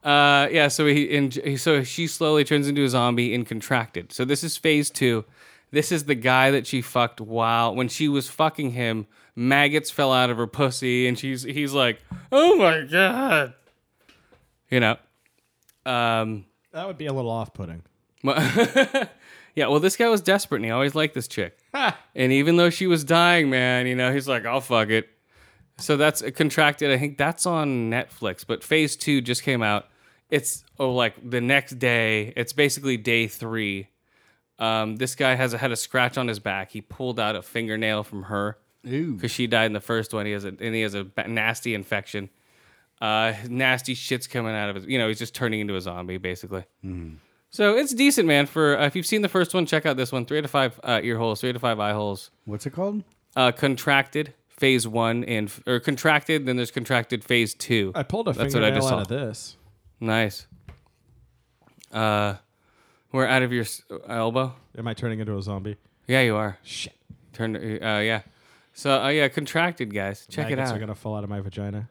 Speaker 1: Uh, yeah. So he and he- so she slowly turns into a zombie and contracted. So this is phase two. This is the guy that she fucked while when she was fucking him. Maggots fell out of her pussy, and she's he's like, oh my god, you know. Um,
Speaker 3: That would be a little off-putting.
Speaker 1: well- yeah, well, this guy was desperate and he always liked this chick. and even though she was dying, man, you know, he's like, I'll fuck it. So that's uh, contracted. I think that's on Netflix, but phase two just came out. It's oh, like the next day. It's basically day three. Um, this guy has had a scratch on his back. He pulled out a fingernail from her
Speaker 2: Ooh,
Speaker 1: because she died in the first one. He has a and he has a ba- nasty infection. Uh, nasty shit's coming out of his. You know, he's just turning into a zombie basically. So it's decent, man. For uh, if you've seen the first one, check out this one. Three out of five uh, ear holes, three out of five eye holes.
Speaker 2: what's it called?
Speaker 1: Uh, contracted phase one and or contracted. Then there's contracted phase two.
Speaker 3: I pulled a
Speaker 1: That's what I
Speaker 3: fingernail
Speaker 1: just
Speaker 3: out
Speaker 1: saw.
Speaker 3: of this.
Speaker 1: nice. Uh, we're out of your s- uh, elbow.
Speaker 3: Am I turning into a zombie?
Speaker 1: Yeah, you are.
Speaker 3: Shit.
Speaker 1: Turn. Uh, yeah. So uh, yeah, contracted guys. Check it
Speaker 3: Maggots
Speaker 1: out.
Speaker 3: are gonna fall out of my vagina.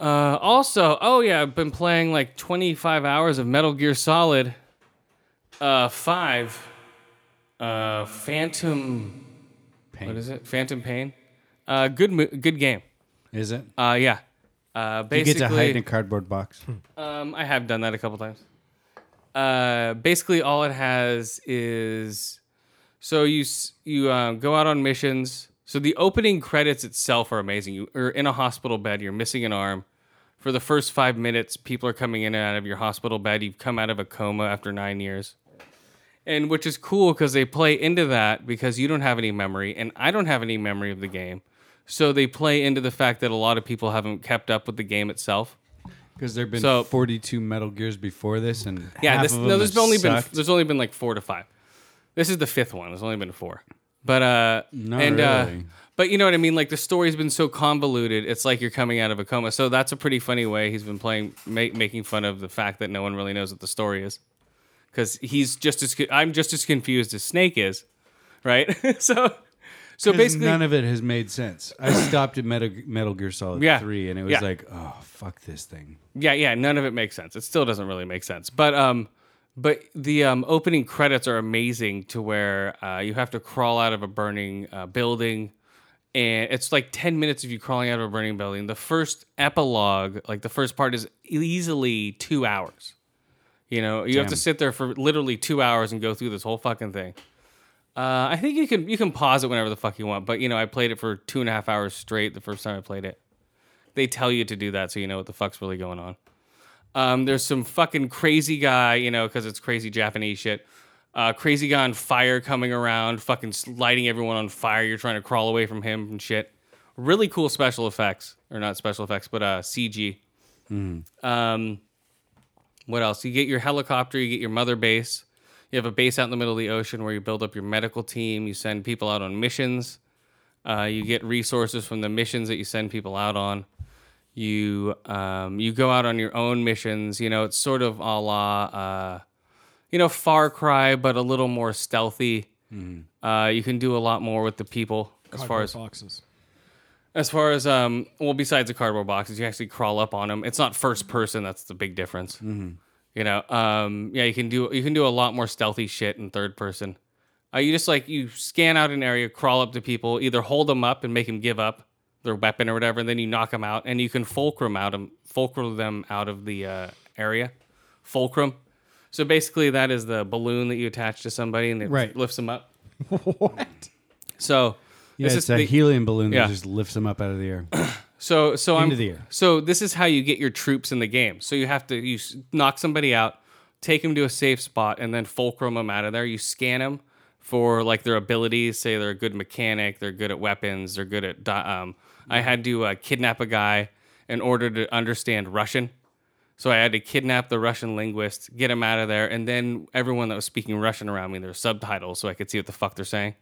Speaker 1: Uh, also, oh yeah, I've been playing like 25 hours of Metal Gear Solid uh, 5 uh, Phantom
Speaker 2: Pain.
Speaker 1: What is it? Phantom Pain. Uh, good mo- good game.
Speaker 2: Is it?
Speaker 1: Uh, yeah. Uh,
Speaker 2: You
Speaker 1: basically,
Speaker 2: get to hide in a cardboard box.
Speaker 1: um, I have done that a couple times. Uh, basically, all it has is so you s- you um, go out on missions. So the opening credits itself are amazing. You are in a hospital bed. You're missing an arm. For the first five minutes, people are coming in and out of your hospital bed. You've come out of a coma after nine years, and which is cool because they play into that because you don't have any memory and I don't have any memory of the game. So they play into the fact that a lot of people haven't kept up with the game itself.
Speaker 2: Because there have been
Speaker 1: So-
Speaker 2: 42 Metal Gears before this, and
Speaker 1: Yeah,
Speaker 2: half
Speaker 1: this,
Speaker 2: of them
Speaker 1: no, there's
Speaker 2: have
Speaker 1: only
Speaker 2: sucked.
Speaker 1: been there's only been like four to five. This is the fifth one. There's only been four, but uh,
Speaker 2: Not
Speaker 1: and uh,
Speaker 2: really.
Speaker 1: but you know what I mean. Like the story's been so convoluted, it's like you're coming out of a coma. So that's a pretty funny way he's been playing, ma- making fun of the fact that no one really knows what the story is, because he's just as co- I'm just as confused as Snake is, right? so so
Speaker 2: 'Cause
Speaker 1: basically,
Speaker 2: none of it has made sense. I stopped at Metal, Metal Gear Solid
Speaker 1: Yeah.
Speaker 2: 3, and it was
Speaker 1: Yeah.
Speaker 2: like, oh, fuck this thing.
Speaker 1: Yeah, yeah, none of it makes sense. It still doesn't really make sense. But um but the um, opening credits are amazing to where uh, you have to crawl out of a burning uh, building and it's like 10 minutes of you crawling out of a burning building. The first epilogue, like the first part is easily 2 hours. You know, you have to
Speaker 2: Damn.
Speaker 1: sit there for literally 2 hours and go through this whole fucking thing. Uh, I think you can you can pause it whenever the fuck you want, but you know I played it for two and a half hours straight the first time I played it they tell you to do that so you know what the fuck's really going on. Um, there's some fucking crazy guy, you know, because it's crazy Japanese shit. Uh, crazy guy on fire coming around, fucking s- lighting everyone on fire. You're trying to crawl away from him and shit. Really cool special effects, or not special effects, but uh, CG. Um, what else? You get your helicopter, you get your mother base. You have a base out in the middle of the ocean where you build up your medical team. You send people out on missions. Uh, you get resources from the missions that you send people out on. You um, you go out on your own missions. You know, it's sort of a la, uh, you know, Far Cry, but a little more stealthy. Uh, you can do a lot more with the people as far as
Speaker 3: boxes.
Speaker 1: as far as um, well, besides the cardboard boxes, you actually crawl up on them. It's not first person. That's the big difference. You know, um, yeah, you can do you can do a lot more stealthy shit in third person. Uh, you just like you scan out an area, crawl up to people, either hold them up and make them give up their weapon or whatever, and then you knock them out, and you can fulcrum out them, fulcrum them out of the uh, area, fulcrum. So basically, that is the balloon that you attach to somebody and it
Speaker 2: Right.
Speaker 1: lifts them up. what? So
Speaker 2: Yeah, it's,
Speaker 1: is
Speaker 2: a
Speaker 1: the-
Speaker 2: helium balloon
Speaker 1: yeah.
Speaker 2: that just lifts them up out of the air.
Speaker 1: so so
Speaker 2: Into
Speaker 1: I'm
Speaker 2: the air.
Speaker 1: so this is how you get your troops in the game. So you have to you s- knock somebody out, take them to a safe spot, and then fulcrum them out of there. You scan them for like their abilities. Say they're a good mechanic, they're good at weapons, they're good at. di- Um, I had to uh, kidnap a guy in order to understand Russian. So I had to kidnap the Russian linguist, get him out of there, and then everyone that was speaking Russian around me, there were subtitles, so I could see what the fuck they're saying.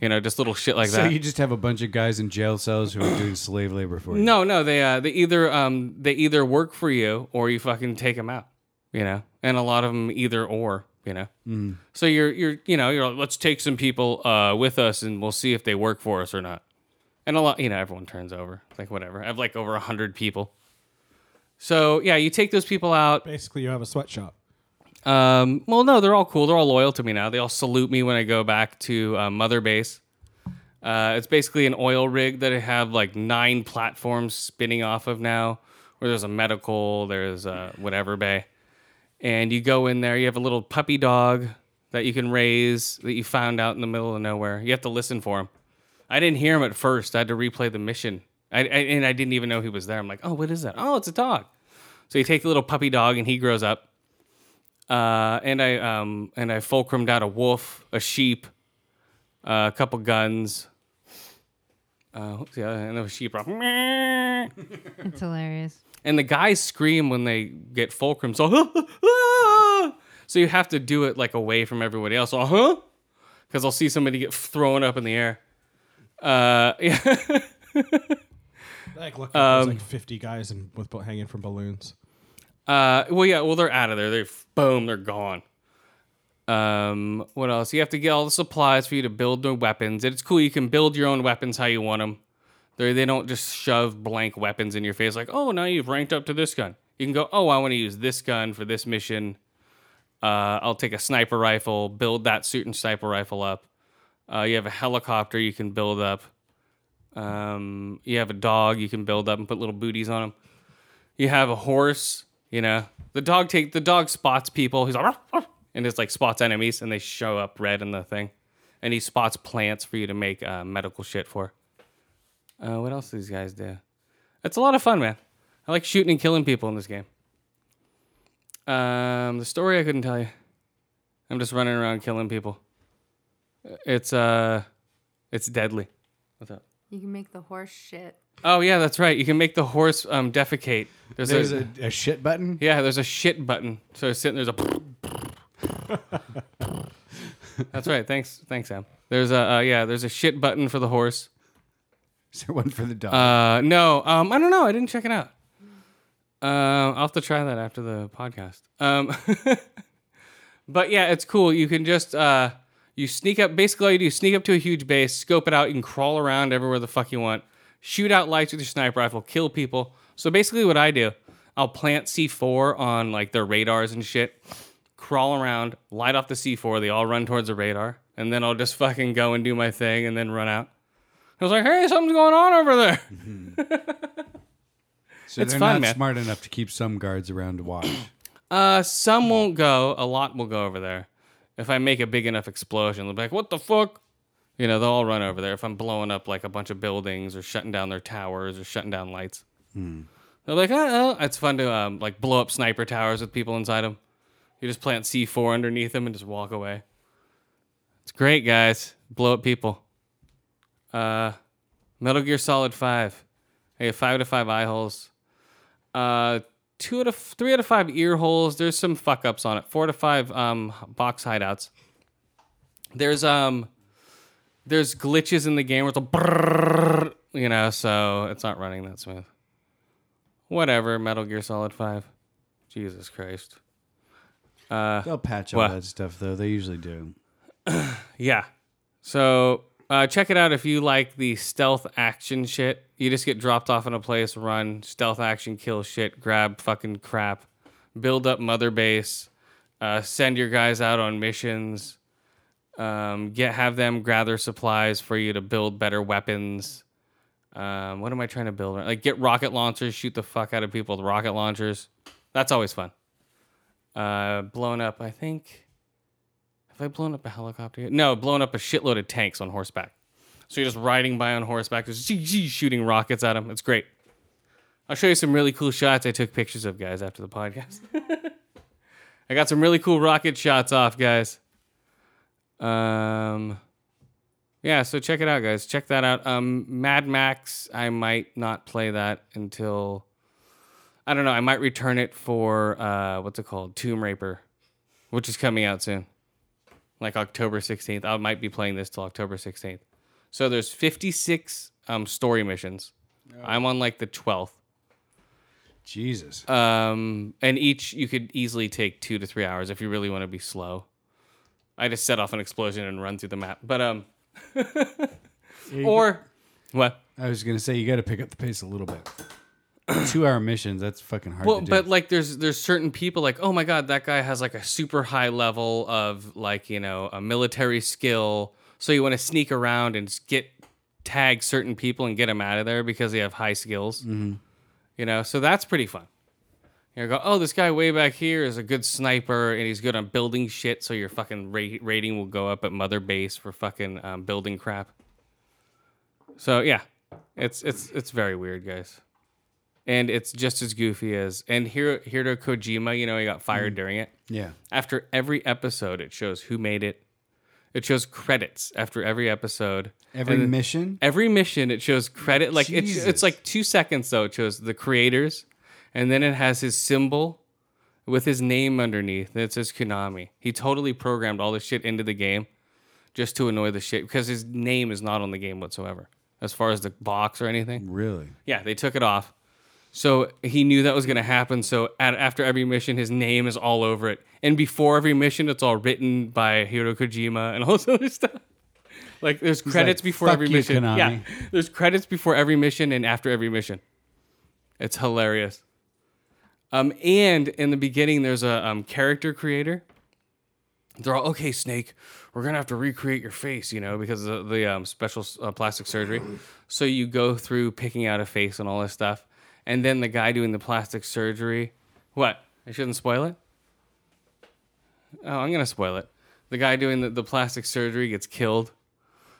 Speaker 1: You know, just little shit like
Speaker 2: Ah. so
Speaker 1: that.
Speaker 2: you just have a bunch of guys in jail cells who are doing slave labor for you.
Speaker 1: No, no, they uh, they either um they either work for you or you fucking take them out, you know. And a lot of them either or, you know. Mm. So you're you're you know you're like, let's take some people uh with us and we'll see if they work for us or not. And a lot, you know, everyone turns over. It's like whatever. I have like over a hundred people. So yeah, you take those people out.
Speaker 3: Basically, you have a sweatshop.
Speaker 1: Um, well, no, they're all cool. They're all loyal to me now. They all salute me when I go back to uh, Mother Base. Uh, it's basically an oil rig that I have like nine platforms spinning off of now, where there's a medical, there's a whatever bay. And you go in there, you have a little puppy dog that you can raise that you found out in the middle of nowhere. You have to listen for him. I didn't hear him at first. I had to replay the mission. I, I, and I didn't even know he was there. I'm like, oh, what is that? Oh, it's a dog. So you take the little puppy dog and he grows up uh, and I um and I fulcrumed out a wolf, a sheep, uh, a couple guns. Uh, what's the other? And the sheep are "Meow."
Speaker 5: It's hilarious.
Speaker 1: and the guys scream when they get fulcrum. So "Ah!" so you have to do it like away from everybody else. Uh huh. Because I'll see somebody get thrown up in the air. Uh, yeah.
Speaker 3: Like, look, there's
Speaker 1: Um,
Speaker 3: like 50 guys and with hanging from balloons.
Speaker 1: Uh, well, yeah. Well, they're out of there. They boom, they're gone. Um, what else? You have to get all the supplies for you to build the weapons. It's cool. You can build your own weapons how you want them. They they don't just shove blank weapons in your face like, oh, now you've ranked up to this gun. You can go, oh, I want to use this gun for this mission. Uh, I'll take a sniper rifle, build that suit and sniper rifle up. Uh, you have a helicopter you can build up. Um, you have a dog you can build up and put little booties on him. You have a horse. You know the dog take the dog spots people. He's like "Ruff, ruff," and it's like spots enemies and they show up red in the thing. And he spots plants for you to make uh, medical shit for. Uh, what else do these guys do? It's a lot of fun, man. I like shooting and killing people in this game. Um, the story I couldn't tell you. I'm just running around killing people. It's uh, it's deadly. What's up?
Speaker 5: You can make the horse shit.
Speaker 1: Oh yeah, that's right. You can make the horse um defecate. There's,
Speaker 2: There's
Speaker 1: a,
Speaker 2: a, a shit button.
Speaker 1: yeah, there's a shit button. So it's sitting there's a. that's right. Thanks, thanks, Sam. There's a uh, yeah. There's a shit button for the horse.
Speaker 2: Is there one for the dog?
Speaker 1: Uh, no, um, I don't know. I didn't check it out. Uh, I'll have to try that after the podcast. Um, but yeah, it's cool. You can just uh, you sneak up. Basically, all you do is sneak up to a huge base, scope it out. You can crawl around everywhere the fuck you want. Shoot out lights with your sniper rifle, kill people. So basically, what I do, I'll plant C4 on like their radars and shit. Crawl around, light off the C4. They all run towards the radar, and then I'll just fucking go and do my thing, and then run out. I was like, "Hey, something's going on over there."
Speaker 2: so
Speaker 1: it's
Speaker 2: they're
Speaker 1: fun,
Speaker 2: not
Speaker 1: man.
Speaker 2: smart enough to keep some guards around to watch.
Speaker 1: Uh, some won't go. A lot will go over there. If I make a big enough explosion, they'll be like, "What the fuck?" You know, they'll all run over there. If I'm blowing up like a bunch of buildings or shutting down their towers or shutting down lights, they're like, "Oh, oh." it's fun to um, like blow up sniper towers with people inside them." You just plant C4 underneath them and just walk away. It's great, guys. Blow up people. Uh, Metal Gear Solid Five. Hey, five out of five eye holes. Uh, two out of three out of five ear holes. There's some fuck ups on it. Four to five um box hideouts. There's um there's glitches in the game where it's a brrrr, you know, so it's not running that smooth. Whatever, Metal Gear Solid Five. Jesus Christ.
Speaker 2: They'll patch all
Speaker 1: Well-
Speaker 2: that stuff though. They usually do.
Speaker 1: Yeah. So uh, check it out if you like the stealth action shit. You just get dropped off in a place, run, stealth action, kill shit, grab fucking crap, build up mother base, uh, send your guys out on missions, um, get have them gather supplies for you to build better weapons. Um, what am I trying to build? Like get rocket launchers, shoot the fuck out of people with rocket launchers. That's always fun. Uh, blown up, I think. Have I blown up a helicopter yet? No, blown up a shitload of tanks on horseback. So you're just riding by on horseback, just zee, zee, shooting rockets at them. It's great. I'll show you some really cool shots I took pictures of, guys, after the podcast. I got some really cool rocket shots off, guys. Um, yeah, so check it out, guys. Check that out. Um, Mad Max, I might not play that until I don't know. I might return it for uh, what's it called, Tomb Raider, which is coming out soon like October 16th. I might be playing this till October 16th. So there's 56 um, story missions. I'm on like the 12th.
Speaker 2: Jesus.
Speaker 1: Um, and each you could easily take two to three hours if you really want to be slow. I just set off an explosion and run through the map. But um, or what?
Speaker 2: I was gonna say you got to pick up the pace a little bit. Two hour missions. That's fucking hard
Speaker 1: Well,
Speaker 2: to do.
Speaker 1: but like there's there's certain people like oh my god that guy has like a super high level of like you know a military skill, so you want to sneak around and s- get tag certain people and get them out of there because they have high skills.
Speaker 2: Mm-hmm.
Speaker 1: You know, so that's pretty fun. You know, go oh this guy way back here is a good sniper and he's good on building shit, so your fucking ra- rating will go up at mother base for fucking um, building crap. So yeah, it's it's it's very weird, guys and it's just as goofy as and here Hiro Kojima, you know, he got fired during it.
Speaker 2: yeah.
Speaker 1: After every episode, it shows who made it. It shows credits after every episode.
Speaker 2: Every
Speaker 1: And then
Speaker 2: mission.
Speaker 1: every mission, it shows credit. Like it's it's
Speaker 2: Jesus.
Speaker 1: like two seconds though. It shows the creators, and then it has his symbol with his name underneath. And it says Konami. He totally programmed all this shit into the game just to annoy the shit because his name is not on the game whatsoever, as far as the box or anything.
Speaker 2: Really?
Speaker 1: Yeah, they took it off. So he knew that was going to happen. So at, after every mission, his name is all over it. And before every mission, it's all written by Hiro Kojima and all this other stuff. Like there's credits
Speaker 2: like,
Speaker 1: before
Speaker 2: "Fuck
Speaker 1: every
Speaker 2: you,
Speaker 1: mission.
Speaker 2: Konami.
Speaker 1: Yeah, there's credits before every mission and after every mission. It's hilarious. Um, and in the beginning, there's a um, character creator. They're all okay, Snake. We're gonna have to recreate your face, you know, because of the um, special uh, plastic surgery. So you go through picking out a face and all this stuff, and then the guy doing the plastic surgery. What? I shouldn't spoil it. Oh, I'm gonna spoil it. The guy doing the, the plastic surgery gets killed.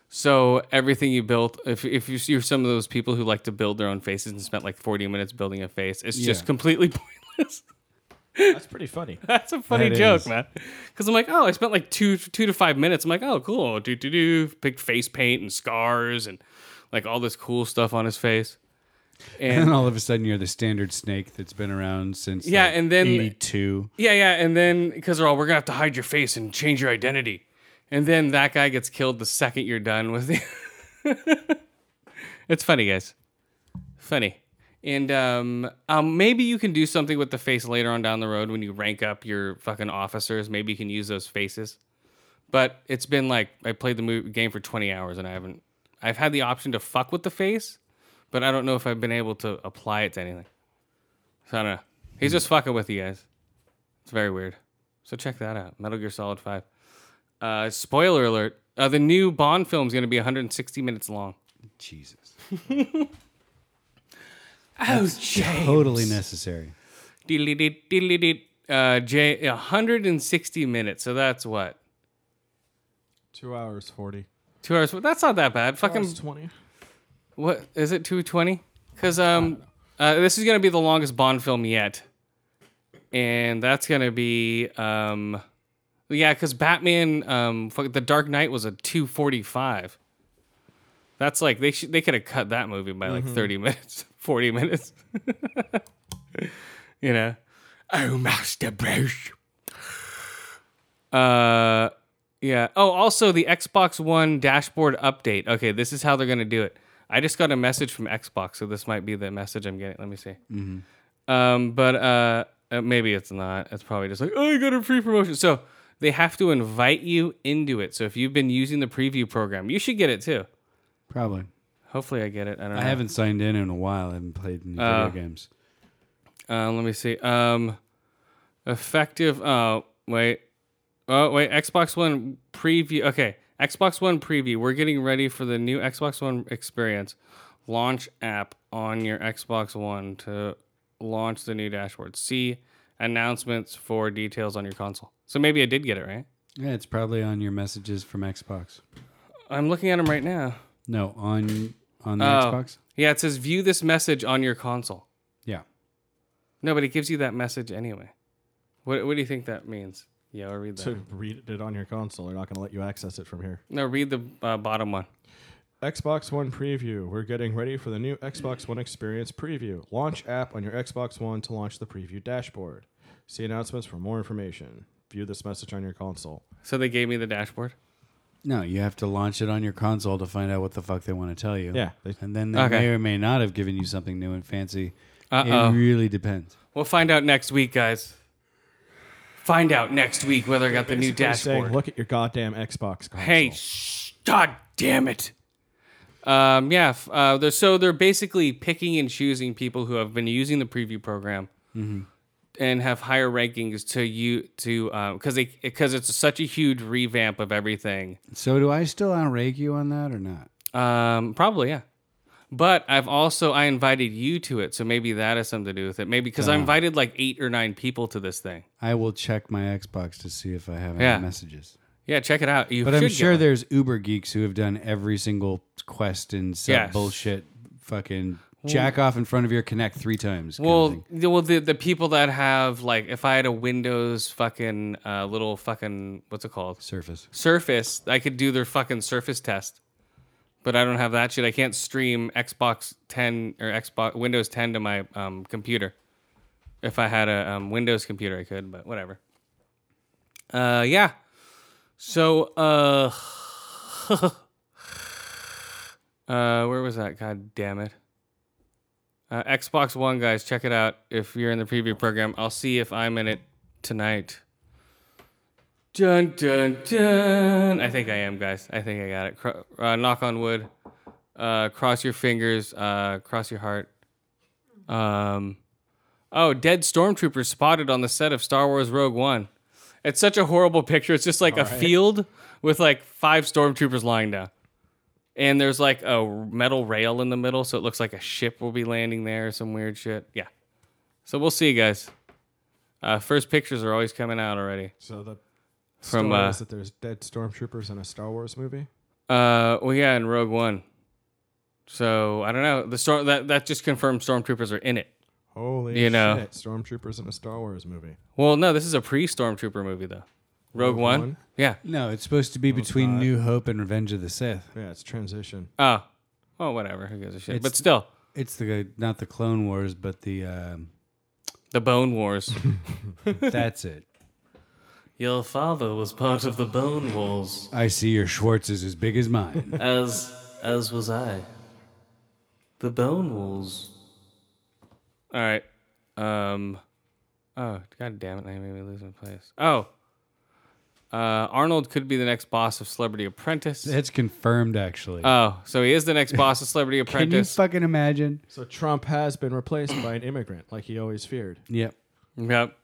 Speaker 1: So everything you built, if if you- you're some of those people who like to build their own faces and spent like 40 minutes building a face, it's just
Speaker 2: Yeah.
Speaker 1: completely pointless.
Speaker 3: That's pretty funny.
Speaker 1: That's a funny
Speaker 2: That
Speaker 1: joke,
Speaker 2: is.
Speaker 1: man. Because I'm like, oh, I spent like two two to five minutes. I'm like, oh, cool. Do do do. Picked face paint and scars and like all this cool stuff on his face.
Speaker 2: And
Speaker 1: And
Speaker 2: then all of a sudden, you're the standard snake that's been around since
Speaker 1: Yeah,
Speaker 2: like,
Speaker 1: and then-
Speaker 2: 82.
Speaker 1: Yeah, yeah, and then because they're all we're gonna have to hide your face and change your identity, and then that guy gets killed the second you're done with the. it's funny, guys. Funny, and um, um, maybe you can do something with the face later on down the road when you rank up your fucking officers. Maybe you can use those faces, but it's been like I played the movie, game for 20 hours and I haven't. I've had the option to fuck with the face, but I don't know if I've been able to apply it to anything. So I don't know. He's just fucking with you guys. It's very weird. So check that out. Metal Gear Solid 5. Uh, spoiler alert. Uh, the new Bond film is going to be 160 minutes long.
Speaker 2: Jesus.
Speaker 1: Oh, Jay.
Speaker 2: Totally necessary.
Speaker 1: Uh, Jay, 160 minutes. So that's what?
Speaker 3: Two hours forty.
Speaker 1: Two hours. That's not that bad.
Speaker 3: Two hours
Speaker 1: Fucking,
Speaker 3: twenty.
Speaker 1: what? Is it 220? Because um, uh, this is going to be the longest Bond film yet. And that's going to be, um, yeah, because Batman, um, fuck, The Dark Knight was a 245. That's like they should they could have cut that movie by like thirty minutes, forty minutes. you know, oh Master Bruce. Uh, yeah. Oh, also the Xbox One dashboard update. Okay, this is how they're gonna do it. I just got a message from Xbox, so this might be the message I'm getting. Let me see. Um, but uh, uh, maybe it's not. It's probably just like, oh, you got a free promotion. So they have to invite you into it. So if you've been using the preview program, you should get it too.
Speaker 2: Probably.
Speaker 1: Hopefully, I get it. I don't know.
Speaker 2: I haven't signed in in a while. I haven't played any
Speaker 1: Uh,
Speaker 2: video games.
Speaker 1: Uh, let me see. Um, effective. Oh wait. Oh wait. Xbox One preview. Okay. Xbox One preview. We're getting ready for the new Xbox One experience launch app on your Xbox One to launch the new dashboard. See announcements for details on your console. So maybe I did get it right.
Speaker 2: Yeah, it's probably on your messages from Xbox.
Speaker 1: I'm looking at them right now.
Speaker 2: No, on on the
Speaker 1: Oh.
Speaker 2: Xbox.
Speaker 1: Yeah, it says view this message on your console.
Speaker 2: Yeah.
Speaker 1: No, but it gives you that message anyway. What What do you think that means? Yeah, I'll read that.
Speaker 3: To read it on your console, they're not going to let you access it from here.
Speaker 1: No, read the uh, bottom one.
Speaker 3: Xbox One preview. We're getting ready for the new Xbox One Experience preview. Launch app on your Xbox One to launch the preview dashboard. See announcements for more information. View this message on your console.
Speaker 1: So they gave me the dashboard.
Speaker 2: No, you have to launch it on your console to find out what the fuck they want to tell you.
Speaker 3: Yeah, they-
Speaker 2: and then they
Speaker 1: Okay.
Speaker 2: may or may not have given you something new and fancy.
Speaker 1: Uh-oh.
Speaker 2: It really depends.
Speaker 1: We'll find out next week, guys. Find out next week whether I got the new
Speaker 3: Basically saying,
Speaker 1: dashboard.
Speaker 3: Look at your goddamn Xbox console.
Speaker 1: Hey, shh, god damn it. Um, yeah, f- uh, they're, so they're basically picking and choosing people who have been using the preview program
Speaker 3: Mm-hmm.
Speaker 1: and have higher rankings to you to because they because it's such a huge revamp of everything.
Speaker 2: So, do I still outrage you on that or not?
Speaker 1: Um, probably, yeah. But I've also I invited you to it, so maybe that has something to do with it. Maybe because I
Speaker 2: Oh.
Speaker 1: invited like eight or nine people to this thing.
Speaker 2: I will check my Xbox to see if I have any
Speaker 1: Yeah.
Speaker 2: messages.
Speaker 1: Yeah, check it out. You
Speaker 2: But
Speaker 1: should
Speaker 2: I'm
Speaker 1: get
Speaker 2: sure
Speaker 1: one.
Speaker 2: there's Uber geeks who have done every single quest and sub
Speaker 1: Yes.
Speaker 2: bullshit fucking jack off in front of your Connect three times. kind of
Speaker 1: well,
Speaker 2: thing.
Speaker 1: the- well, the the people that have like, if I had a Windows fucking uh, little fucking what's it called
Speaker 2: Surface.
Speaker 1: Surface, I could do their fucking Surface test. But I don't have that shit. I can't stream Xbox 10 or Xbox Windows 10 to my um, computer. If I had a um, Windows computer, I could. But whatever. Uh, yeah. So, uh, uh, where was that? God damn it. Uh, Xbox One, guys, check it out. If you're in the preview program, I'll see if I'm in it tonight. Dun dun dun. I think I am, guys. I think I got it. Cro- uh, knock on wood. Uh, cross your fingers. Uh, cross your heart. Um, oh, dead stormtroopers spotted on the set of Star Wars Rogue One. It's such a horrible picture. It's just like a field with like five stormtroopers lying down. And there's like a metal rail in the middle, so it looks like a ship will be landing there or some weird shit. Yeah. So we'll see, guys. Uh, first pictures are always coming out already.
Speaker 3: So the
Speaker 1: From,
Speaker 3: story
Speaker 1: uh,
Speaker 3: is that there's dead stormtroopers in a Star Wars movie.
Speaker 1: Uh, well, yeah, in Rogue One. So I don't know. The storm that that just confirms stormtroopers are in it.
Speaker 3: Holy
Speaker 1: You know.
Speaker 3: shit! Stormtroopers in a Star Wars movie.
Speaker 1: Well, no, this is a pre-stormtrooper movie though. Rogue, One?
Speaker 3: One?
Speaker 1: Yeah.
Speaker 2: No, it's supposed to be between New Hope and Revenge of the Sith.
Speaker 3: Yeah, it's transition.
Speaker 1: Oh, well, whatever. Who gives a shit? but
Speaker 2: It's-
Speaker 1: still,
Speaker 2: It's the not the Clone Wars, but the um,
Speaker 1: the Bone Wars.
Speaker 2: that's it.
Speaker 4: Your father was part of the Bone Wars,
Speaker 2: I see your Schwartz is as big as mine.
Speaker 4: as as was I. The Bone Wars.
Speaker 1: All right. Um. Oh god damn it! I made me lose my place. Oh. Uh, Arnold could be the next boss of Celebrity Apprentice.
Speaker 2: That's confirmed, actually.
Speaker 1: Oh, so he is the next boss of Celebrity
Speaker 2: Can you
Speaker 1: Apprentice.
Speaker 2: fucking imagine?
Speaker 3: So Trump has been replaced by an immigrant, like he always feared.
Speaker 2: Yep.
Speaker 1: Yep.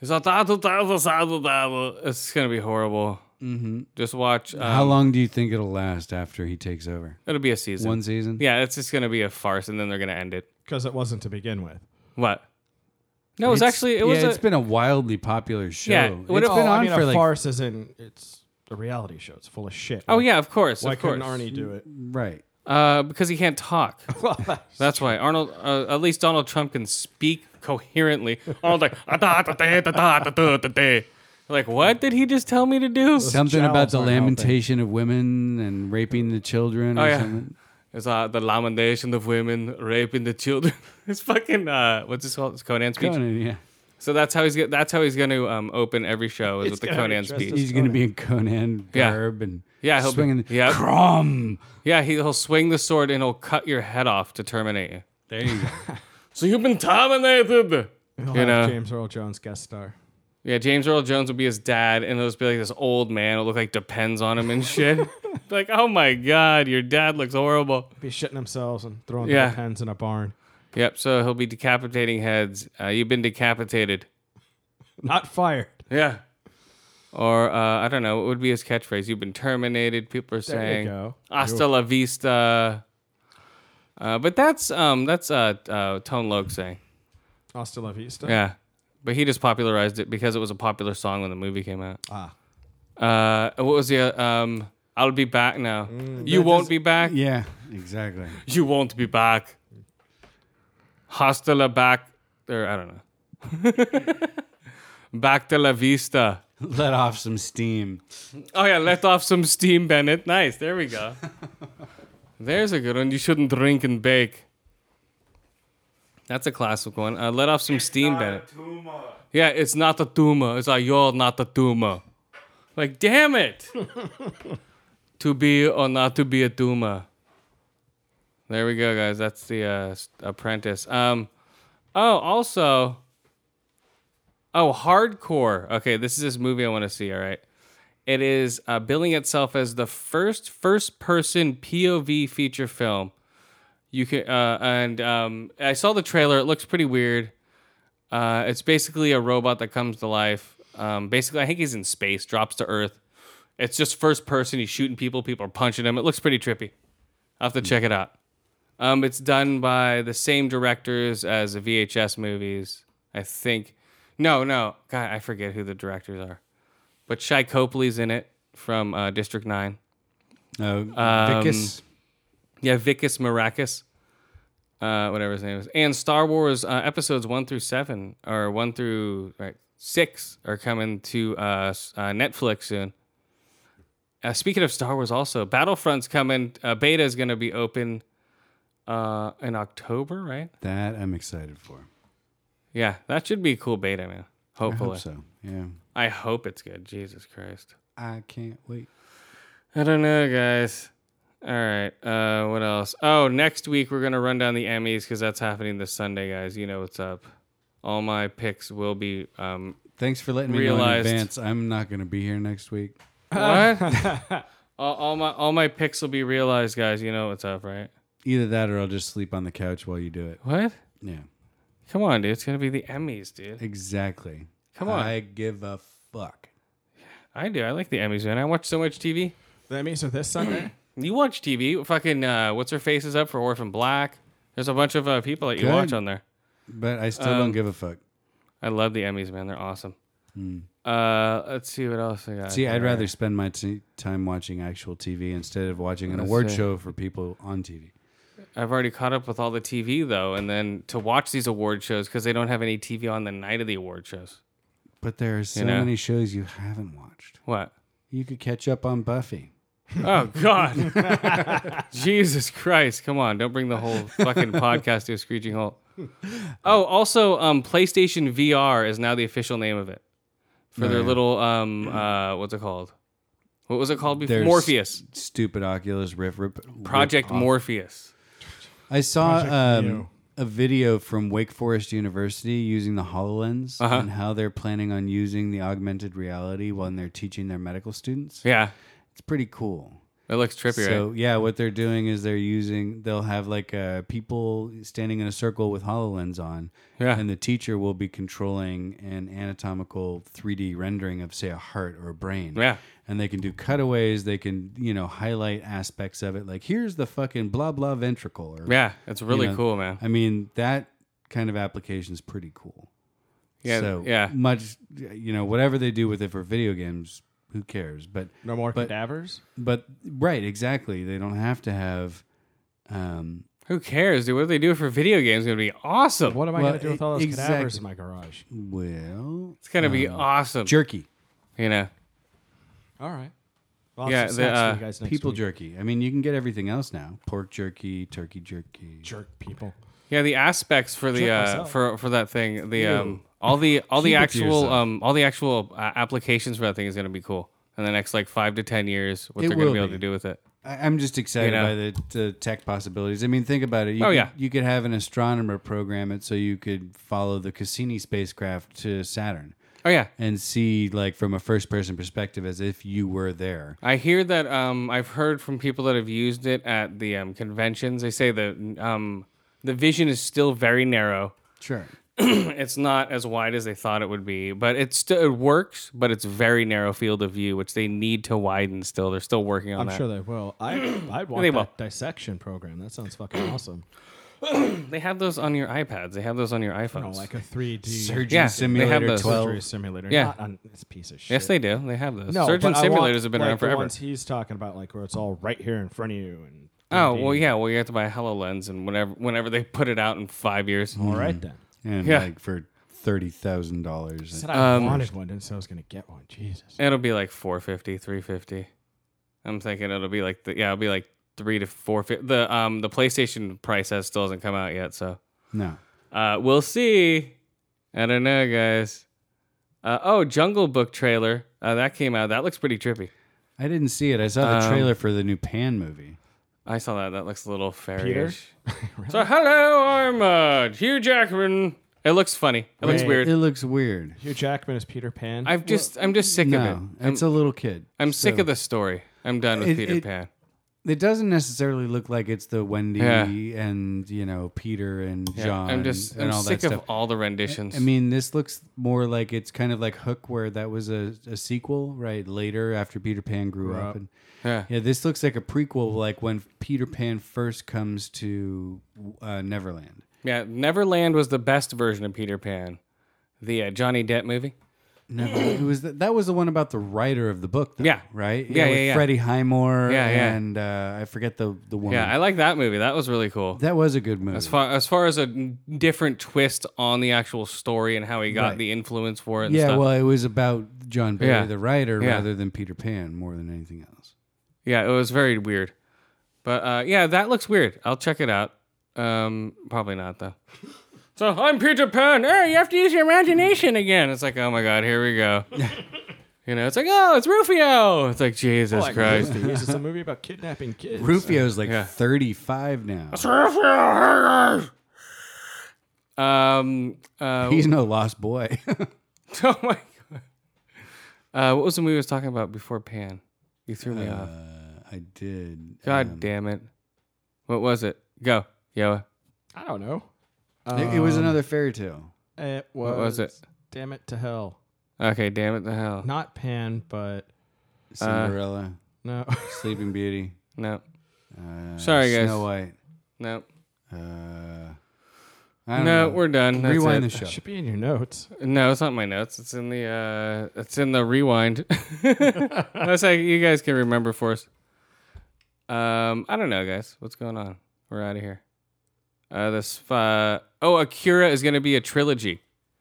Speaker 1: It's all da- da- da- da- da- da- da- da. It's gonna be horrible. Mm-hmm. Just watch. Um,
Speaker 2: How long do you think it'll last after he takes over?
Speaker 1: It'll be a season.
Speaker 2: One season?
Speaker 1: Yeah, it's just gonna be a farce, and then they're gonna end it.
Speaker 3: Because it wasn't to begin with.
Speaker 1: What? No, it was
Speaker 2: It's-
Speaker 1: actually it was.
Speaker 2: yeah,
Speaker 1: a,
Speaker 2: it's been a wildly popular show.
Speaker 1: Yeah,
Speaker 2: it's
Speaker 1: what if-
Speaker 2: been on
Speaker 1: Oh,
Speaker 3: I mean,
Speaker 2: for
Speaker 3: a
Speaker 2: like
Speaker 3: farce is in it's a reality show. It's full of shit.
Speaker 1: oh yeah, of course.
Speaker 3: Why
Speaker 1: of course.
Speaker 3: couldn't Arnie do it?
Speaker 2: right.
Speaker 1: Uh, because he can't talk. That's why Arnold. Uh, at least Donald Trump can speak coherently. Arnold's like "Ah, da, da, da, da, da, da, da, da, da." Like what did he just tell me to do?
Speaker 2: Something about
Speaker 3: jowls
Speaker 2: the
Speaker 3: aren't helping.
Speaker 2: lamentation of women and raping the children or
Speaker 1: Oh, yeah.
Speaker 2: something.
Speaker 1: It's uh, the lamentation of women raping the children. it's fucking uh, what's this called? It's Conan speech.
Speaker 2: Conan, yeah.
Speaker 1: So that's how he's go- that's how he's going to um, open every show is with the
Speaker 3: gonna be
Speaker 1: Conan
Speaker 3: dressed
Speaker 1: speech.
Speaker 3: as-
Speaker 2: He's going to be in Conan
Speaker 1: Yeah.
Speaker 2: garb and
Speaker 1: Yeah, he'll be-
Speaker 2: swinging the
Speaker 1: yep.
Speaker 2: Crom.
Speaker 1: yeah, he- he'll swing the sword and he'll cut your head off to terminate you.
Speaker 2: There you go.
Speaker 1: So you've been terminated.
Speaker 3: He'll
Speaker 1: You
Speaker 3: have
Speaker 1: know.
Speaker 3: James Earl Jones guest star.
Speaker 1: Yeah, James Earl Jones will be his dad, and it'll just be like this old man. It'll look like depends on him and shit. like, oh my god, your dad looks horrible.
Speaker 3: Be shitting themselves and throwing
Speaker 1: Yeah.
Speaker 3: their pens in a barn.
Speaker 1: Yep. So he'll be decapitating heads. Uh, you've been decapitated.
Speaker 3: Not fired.
Speaker 1: Yeah. Or uh, I don't know. What would be his catchphrase? You've been terminated. People are
Speaker 3: There
Speaker 1: saying.
Speaker 3: you go.
Speaker 1: Hasta la vista. Uh, but that's um that's uh, uh Tone Loc saying
Speaker 3: Hasta la vista.
Speaker 1: yeah, but he just popularized it because it was a popular song when the movie came out.
Speaker 3: Ah.
Speaker 1: Uh, what was the uh, um? I'll be back now.
Speaker 3: Mm.
Speaker 1: you won't be back.
Speaker 2: yeah, exactly.
Speaker 1: You won't be back. Hasta la back. Or I don't know. back to la vista.
Speaker 2: Let off some steam.
Speaker 1: Oh yeah, let off some steam, Bennett. Nice. There we go. There's a good one. You shouldn't drink and bake. That's a classic one. Uh, let off some steam, Bennett. Yeah, it's not a tumor. It's like you're not a tumor. Like, damn it. to be or not to be a tumor. There we go, guys. That's the uh, s- apprentice. Um, oh, also. Oh, hardcore. Okay, this is this movie I want to see. All right. It is uh, billing itself as the first first-person POV feature film. You can uh, and um, I saw the trailer. It looks pretty weird. Uh, it's basically a robot that comes to life. Um, basically, I think he's in space, drops to Earth. It's just first person. He's shooting people. People are punching him. It looks pretty trippy. I will have to check it out. Um, it's done by the same directors as the VHS movies, I think. No, no, God, I forget who the directors are but Shai Copley's in it from uh, District Nine.
Speaker 2: No,
Speaker 1: Um,
Speaker 2: Vicus.
Speaker 1: Yeah, Vicus Maracus, uh, whatever his name is, and Star Wars uh, episodes one through seven or one through right six are coming to uh, s- uh, Netflix soon. Uh, speaking of Star Wars, also Battlefront's coming. Uh, beta is going to be open uh, in October, right?
Speaker 2: That I'm excited for.
Speaker 1: Yeah, that should be a cool beta, man.
Speaker 2: I
Speaker 1: Hopefully,
Speaker 2: hope so. Yeah.
Speaker 1: I hope it's good. Jesus Christ.
Speaker 2: I can't wait.
Speaker 1: I don't know, guys. All right. Uh, what else? Oh, next week we're gonna run down the Emmys because that's happening this Sunday, guys. You know what's up. All my picks will be um,
Speaker 2: Thanks for letting me
Speaker 1: Realized.
Speaker 2: know in advance. I'm not going to be here next week.
Speaker 1: What? all, all my all my picks will be realized, guys. You know what's up, right?
Speaker 2: Either that, or I'll just sleep on the couch while you do it.
Speaker 1: What?
Speaker 2: Yeah,
Speaker 1: Come on, dude. It's gonna be the Emmys, dude.
Speaker 2: exactly.
Speaker 1: Come on.
Speaker 2: I give a fuck.
Speaker 1: I do. I like the Emmys, man. I watch so much TV.
Speaker 3: That means so this Sunday.
Speaker 1: You watch TV. Fucking uh, what's her face is up for Orphan Black. There's a bunch of uh, people that you
Speaker 2: Good.
Speaker 1: watch on there.
Speaker 2: But I still
Speaker 1: Um,
Speaker 2: don't give a fuck.
Speaker 1: I love the Emmys, man. They're awesome. Uh, let's see what else I got.
Speaker 2: Hmm. See, I'd
Speaker 1: here.
Speaker 2: rather spend my t- time watching actual TV instead of watching an award
Speaker 1: see.
Speaker 2: show for people on TV.
Speaker 1: I've already caught up with all the TV though, and then to watch these award shows because they don't have any TV on the night of the award shows.
Speaker 2: But there are so
Speaker 1: know?
Speaker 2: many shows you haven't watched.
Speaker 1: What?
Speaker 2: You could catch up on Buffy.
Speaker 1: Oh God! Jesus Christ! Come on! Don't bring the whole fucking podcast to a screeching halt. Oh, also, um, PlayStation VR is now the official name of it for their little um, uh, what's it called? What was it called before?
Speaker 2: There's-
Speaker 1: Morpheus
Speaker 2: Stupid Oculus Rift Rip,
Speaker 1: Project
Speaker 2: rip-off.
Speaker 1: Morpheus.
Speaker 2: I saw
Speaker 3: Project
Speaker 2: um,
Speaker 3: Neo.
Speaker 2: a video from Wake Forest University using the HoloLens
Speaker 1: Uh-huh.
Speaker 2: and how they're planning on using the augmented reality when they're teaching their medical students.
Speaker 1: Yeah,
Speaker 2: It's pretty cool.
Speaker 1: it looks trippy,
Speaker 2: So
Speaker 1: right?
Speaker 2: yeah, what they're doing is they're using they'll have like uh, people standing in a circle with Hololens on,
Speaker 1: Yeah.
Speaker 2: and the teacher will be controlling an anatomical 3D rendering of say a heart or a brain,
Speaker 1: Yeah.
Speaker 2: and they can do cutaways, they can you know highlight aspects of it, like here's the fucking blah blah ventricle, or
Speaker 1: Yeah, it's
Speaker 2: you
Speaker 1: really
Speaker 2: know.
Speaker 1: cool, man.
Speaker 2: I mean that kind of application is pretty cool.
Speaker 1: Yeah,
Speaker 2: so
Speaker 1: yeah.
Speaker 2: much you know whatever they do with it for video games, who cares? But
Speaker 3: No more
Speaker 2: But-
Speaker 3: cadavers.
Speaker 2: but right, exactly. They don't have to have. Um,
Speaker 1: Who cares, dude? What do they do for video games? It's gonna be awesome.
Speaker 3: What am I
Speaker 2: Well,
Speaker 3: gonna do with all those
Speaker 2: exactly.
Speaker 3: cadavers in my garage?
Speaker 2: well,
Speaker 1: It's gonna be awesome.
Speaker 2: jerky,
Speaker 1: You know.
Speaker 3: All right. Well, I'll
Speaker 1: Yeah,
Speaker 3: have some
Speaker 1: the,
Speaker 3: snacks for
Speaker 1: uh,
Speaker 3: you guys next
Speaker 2: people
Speaker 3: week.
Speaker 2: jerky. I mean, you can get everything else now: pork jerky, turkey jerky.
Speaker 3: jerk people.
Speaker 1: Yeah, the aspects for the
Speaker 3: Jerk
Speaker 1: uh,
Speaker 3: myself.
Speaker 1: for for that thing, the um, all the all the
Speaker 2: Keep it to
Speaker 1: actual
Speaker 2: yourself.
Speaker 1: um, all the actual uh, applications for that thing is gonna be cool in the next like five to ten years. What
Speaker 2: It
Speaker 1: they're gonna
Speaker 2: will
Speaker 1: be able
Speaker 2: be.
Speaker 1: to do with it.
Speaker 2: I, I'm just excited
Speaker 1: You know.
Speaker 2: by the, the tech possibilities. I mean, think about it. You
Speaker 1: Oh,
Speaker 2: could,
Speaker 1: yeah.
Speaker 2: you could have an astronomer program it so you could follow the Cassini spacecraft to Saturn
Speaker 1: Oh yeah,
Speaker 2: and see, like, from a first-person perspective, as if you were there.
Speaker 1: I hear that. Um, I've heard from people that have used it at the um, conventions. They say that um, the vision is still very narrow.
Speaker 2: Sure.
Speaker 1: it's not as wide as they thought it would be, but it's still it works. But it's very narrow field of view, which they need to widen. Still, they're still working on
Speaker 3: I'm
Speaker 1: that.
Speaker 3: sure they will. I I'd want
Speaker 1: They
Speaker 3: that
Speaker 1: will.
Speaker 3: dissection program. That sounds fucking awesome.
Speaker 1: They have those on your iPads. They have those on your
Speaker 3: You know,
Speaker 1: iPhones.
Speaker 3: like a 3D
Speaker 2: Surgeon
Speaker 1: Yeah, they have
Speaker 2: Simulator
Speaker 1: those.
Speaker 2: Twelve.
Speaker 3: surgery simulator.
Speaker 1: Yeah.
Speaker 3: Not on this piece of shit.
Speaker 1: yes, they do. They have those.
Speaker 3: No,
Speaker 1: Surgeon
Speaker 3: but I
Speaker 1: simulators have
Speaker 3: want,
Speaker 1: been
Speaker 3: like,
Speaker 1: around
Speaker 3: the
Speaker 1: forever.
Speaker 3: ones he's talking about, like where it's all right here in front of you. And
Speaker 1: Oh
Speaker 3: 3D.
Speaker 1: well, yeah. Well, you have to buy a HoloLens, and whenever whenever they put it out in five years,
Speaker 3: All right then.
Speaker 2: And,
Speaker 1: Yeah.
Speaker 2: like, for $30,000.
Speaker 3: Said I
Speaker 1: Um,
Speaker 3: wanted one, didn't say I was gonna get one. Jesus.
Speaker 1: it'll be like 450, 350. I'm thinking it'll be like the, yeah, it'll be like three to four fifty. The um the PlayStation price has still hasn't come out yet, so
Speaker 2: No.
Speaker 1: uh, we'll see. I don't know, guys. Uh, oh, Jungle Book trailer uh, that came out. That looks pretty trippy.
Speaker 2: I didn't see it. I saw
Speaker 1: Um,
Speaker 2: the trailer for the new Pan movie.
Speaker 1: I saw that. That looks a little fairyish. So hello, I'm uh, Hugh Jackman. It looks funny. It looks
Speaker 3: Wait.
Speaker 1: weird.
Speaker 2: It looks weird.
Speaker 3: Hugh Jackman is Peter Pan.
Speaker 1: I've just I'm just sick of it.
Speaker 2: No,
Speaker 1: I'm,
Speaker 2: it's a little kid.
Speaker 1: I'm sick
Speaker 2: so-
Speaker 1: of the story. I'm done with
Speaker 2: It-
Speaker 1: Peter
Speaker 2: it-
Speaker 1: Pan.
Speaker 2: It doesn't necessarily look like it's the Wendy
Speaker 1: Yeah.
Speaker 2: and you know Peter and
Speaker 1: Yeah,
Speaker 2: John.
Speaker 1: I'm just
Speaker 2: and
Speaker 1: I'm
Speaker 2: all
Speaker 1: sick of
Speaker 2: that stuff.
Speaker 1: all the renditions.
Speaker 2: I mean, this looks more like it's kind of like Hook, where that was a, a sequel, right? Later, after Peter Pan grew up, and
Speaker 1: yeah.
Speaker 2: yeah, this looks like a prequel, like when Peter Pan first comes to uh, Neverland.
Speaker 1: yeah, Neverland was the best version of Peter Pan. The uh, Johnny Depp movie.
Speaker 2: No, it was the, that was the one about the writer of the book, though,
Speaker 1: Yeah.
Speaker 2: right,
Speaker 1: Yeah,
Speaker 2: with
Speaker 1: yeah, yeah.
Speaker 2: Freddie Highmore,
Speaker 1: Yeah, yeah.
Speaker 2: and uh, I forget the the woman.
Speaker 1: Yeah, I like that movie. That was really cool.
Speaker 2: that was a good movie.
Speaker 1: As far as far as a different twist on the actual story and how he got
Speaker 2: Right.
Speaker 1: the influence for it. And
Speaker 2: Yeah,
Speaker 1: stuff.
Speaker 2: well, it was about John Barry,
Speaker 1: Yeah.
Speaker 2: the writer,
Speaker 1: Yeah.
Speaker 2: rather than Peter Pan, more than anything else.
Speaker 1: Yeah, it was very weird. But uh, yeah, that looks weird. I'll check it out. Um, probably not though. So I'm Peter Pan. Hey, you have to use your imagination again. It's like, oh my god, here we go. you know, it's like, oh, it's Rufio. It's like Jesus
Speaker 3: like
Speaker 1: Christ.
Speaker 3: Rufio. It's a movie about kidnapping kids.
Speaker 2: Rufio's like
Speaker 1: uh, Yeah.
Speaker 2: 35 now.
Speaker 1: Um, uh,
Speaker 2: He's no lost boy.
Speaker 1: Um, Oh my god. Uh, what was the movie I was talking about before Pan? You threw me off.
Speaker 2: Uh, I did.
Speaker 1: God
Speaker 2: um,
Speaker 1: damn it. What was it? Go, Yoa.
Speaker 3: I don't know. Um,
Speaker 2: It, it was another fairy tale.
Speaker 3: It was,
Speaker 1: What was it?
Speaker 3: Damn it to hell.
Speaker 1: Okay, damn it the hell.
Speaker 3: Not Pan, but
Speaker 1: Uh,
Speaker 2: Cinderella,
Speaker 3: no.
Speaker 2: Sleeping Beauty.
Speaker 1: No,
Speaker 2: Uh,
Speaker 1: Sorry, guys.
Speaker 2: Snow White.
Speaker 1: no,
Speaker 2: Uh,
Speaker 1: no.
Speaker 2: I don't know.
Speaker 1: We're done. That's
Speaker 2: Rewind
Speaker 1: it.
Speaker 2: the show.
Speaker 3: It should be in your notes.
Speaker 1: No, it's not my notes. It's in the uh, it's in the rewind. Unless I, you guys can remember for us. Um, I don't know, guys. What's going on? We're out of here. Uh, this uh, oh, Akira is gonna be a trilogy.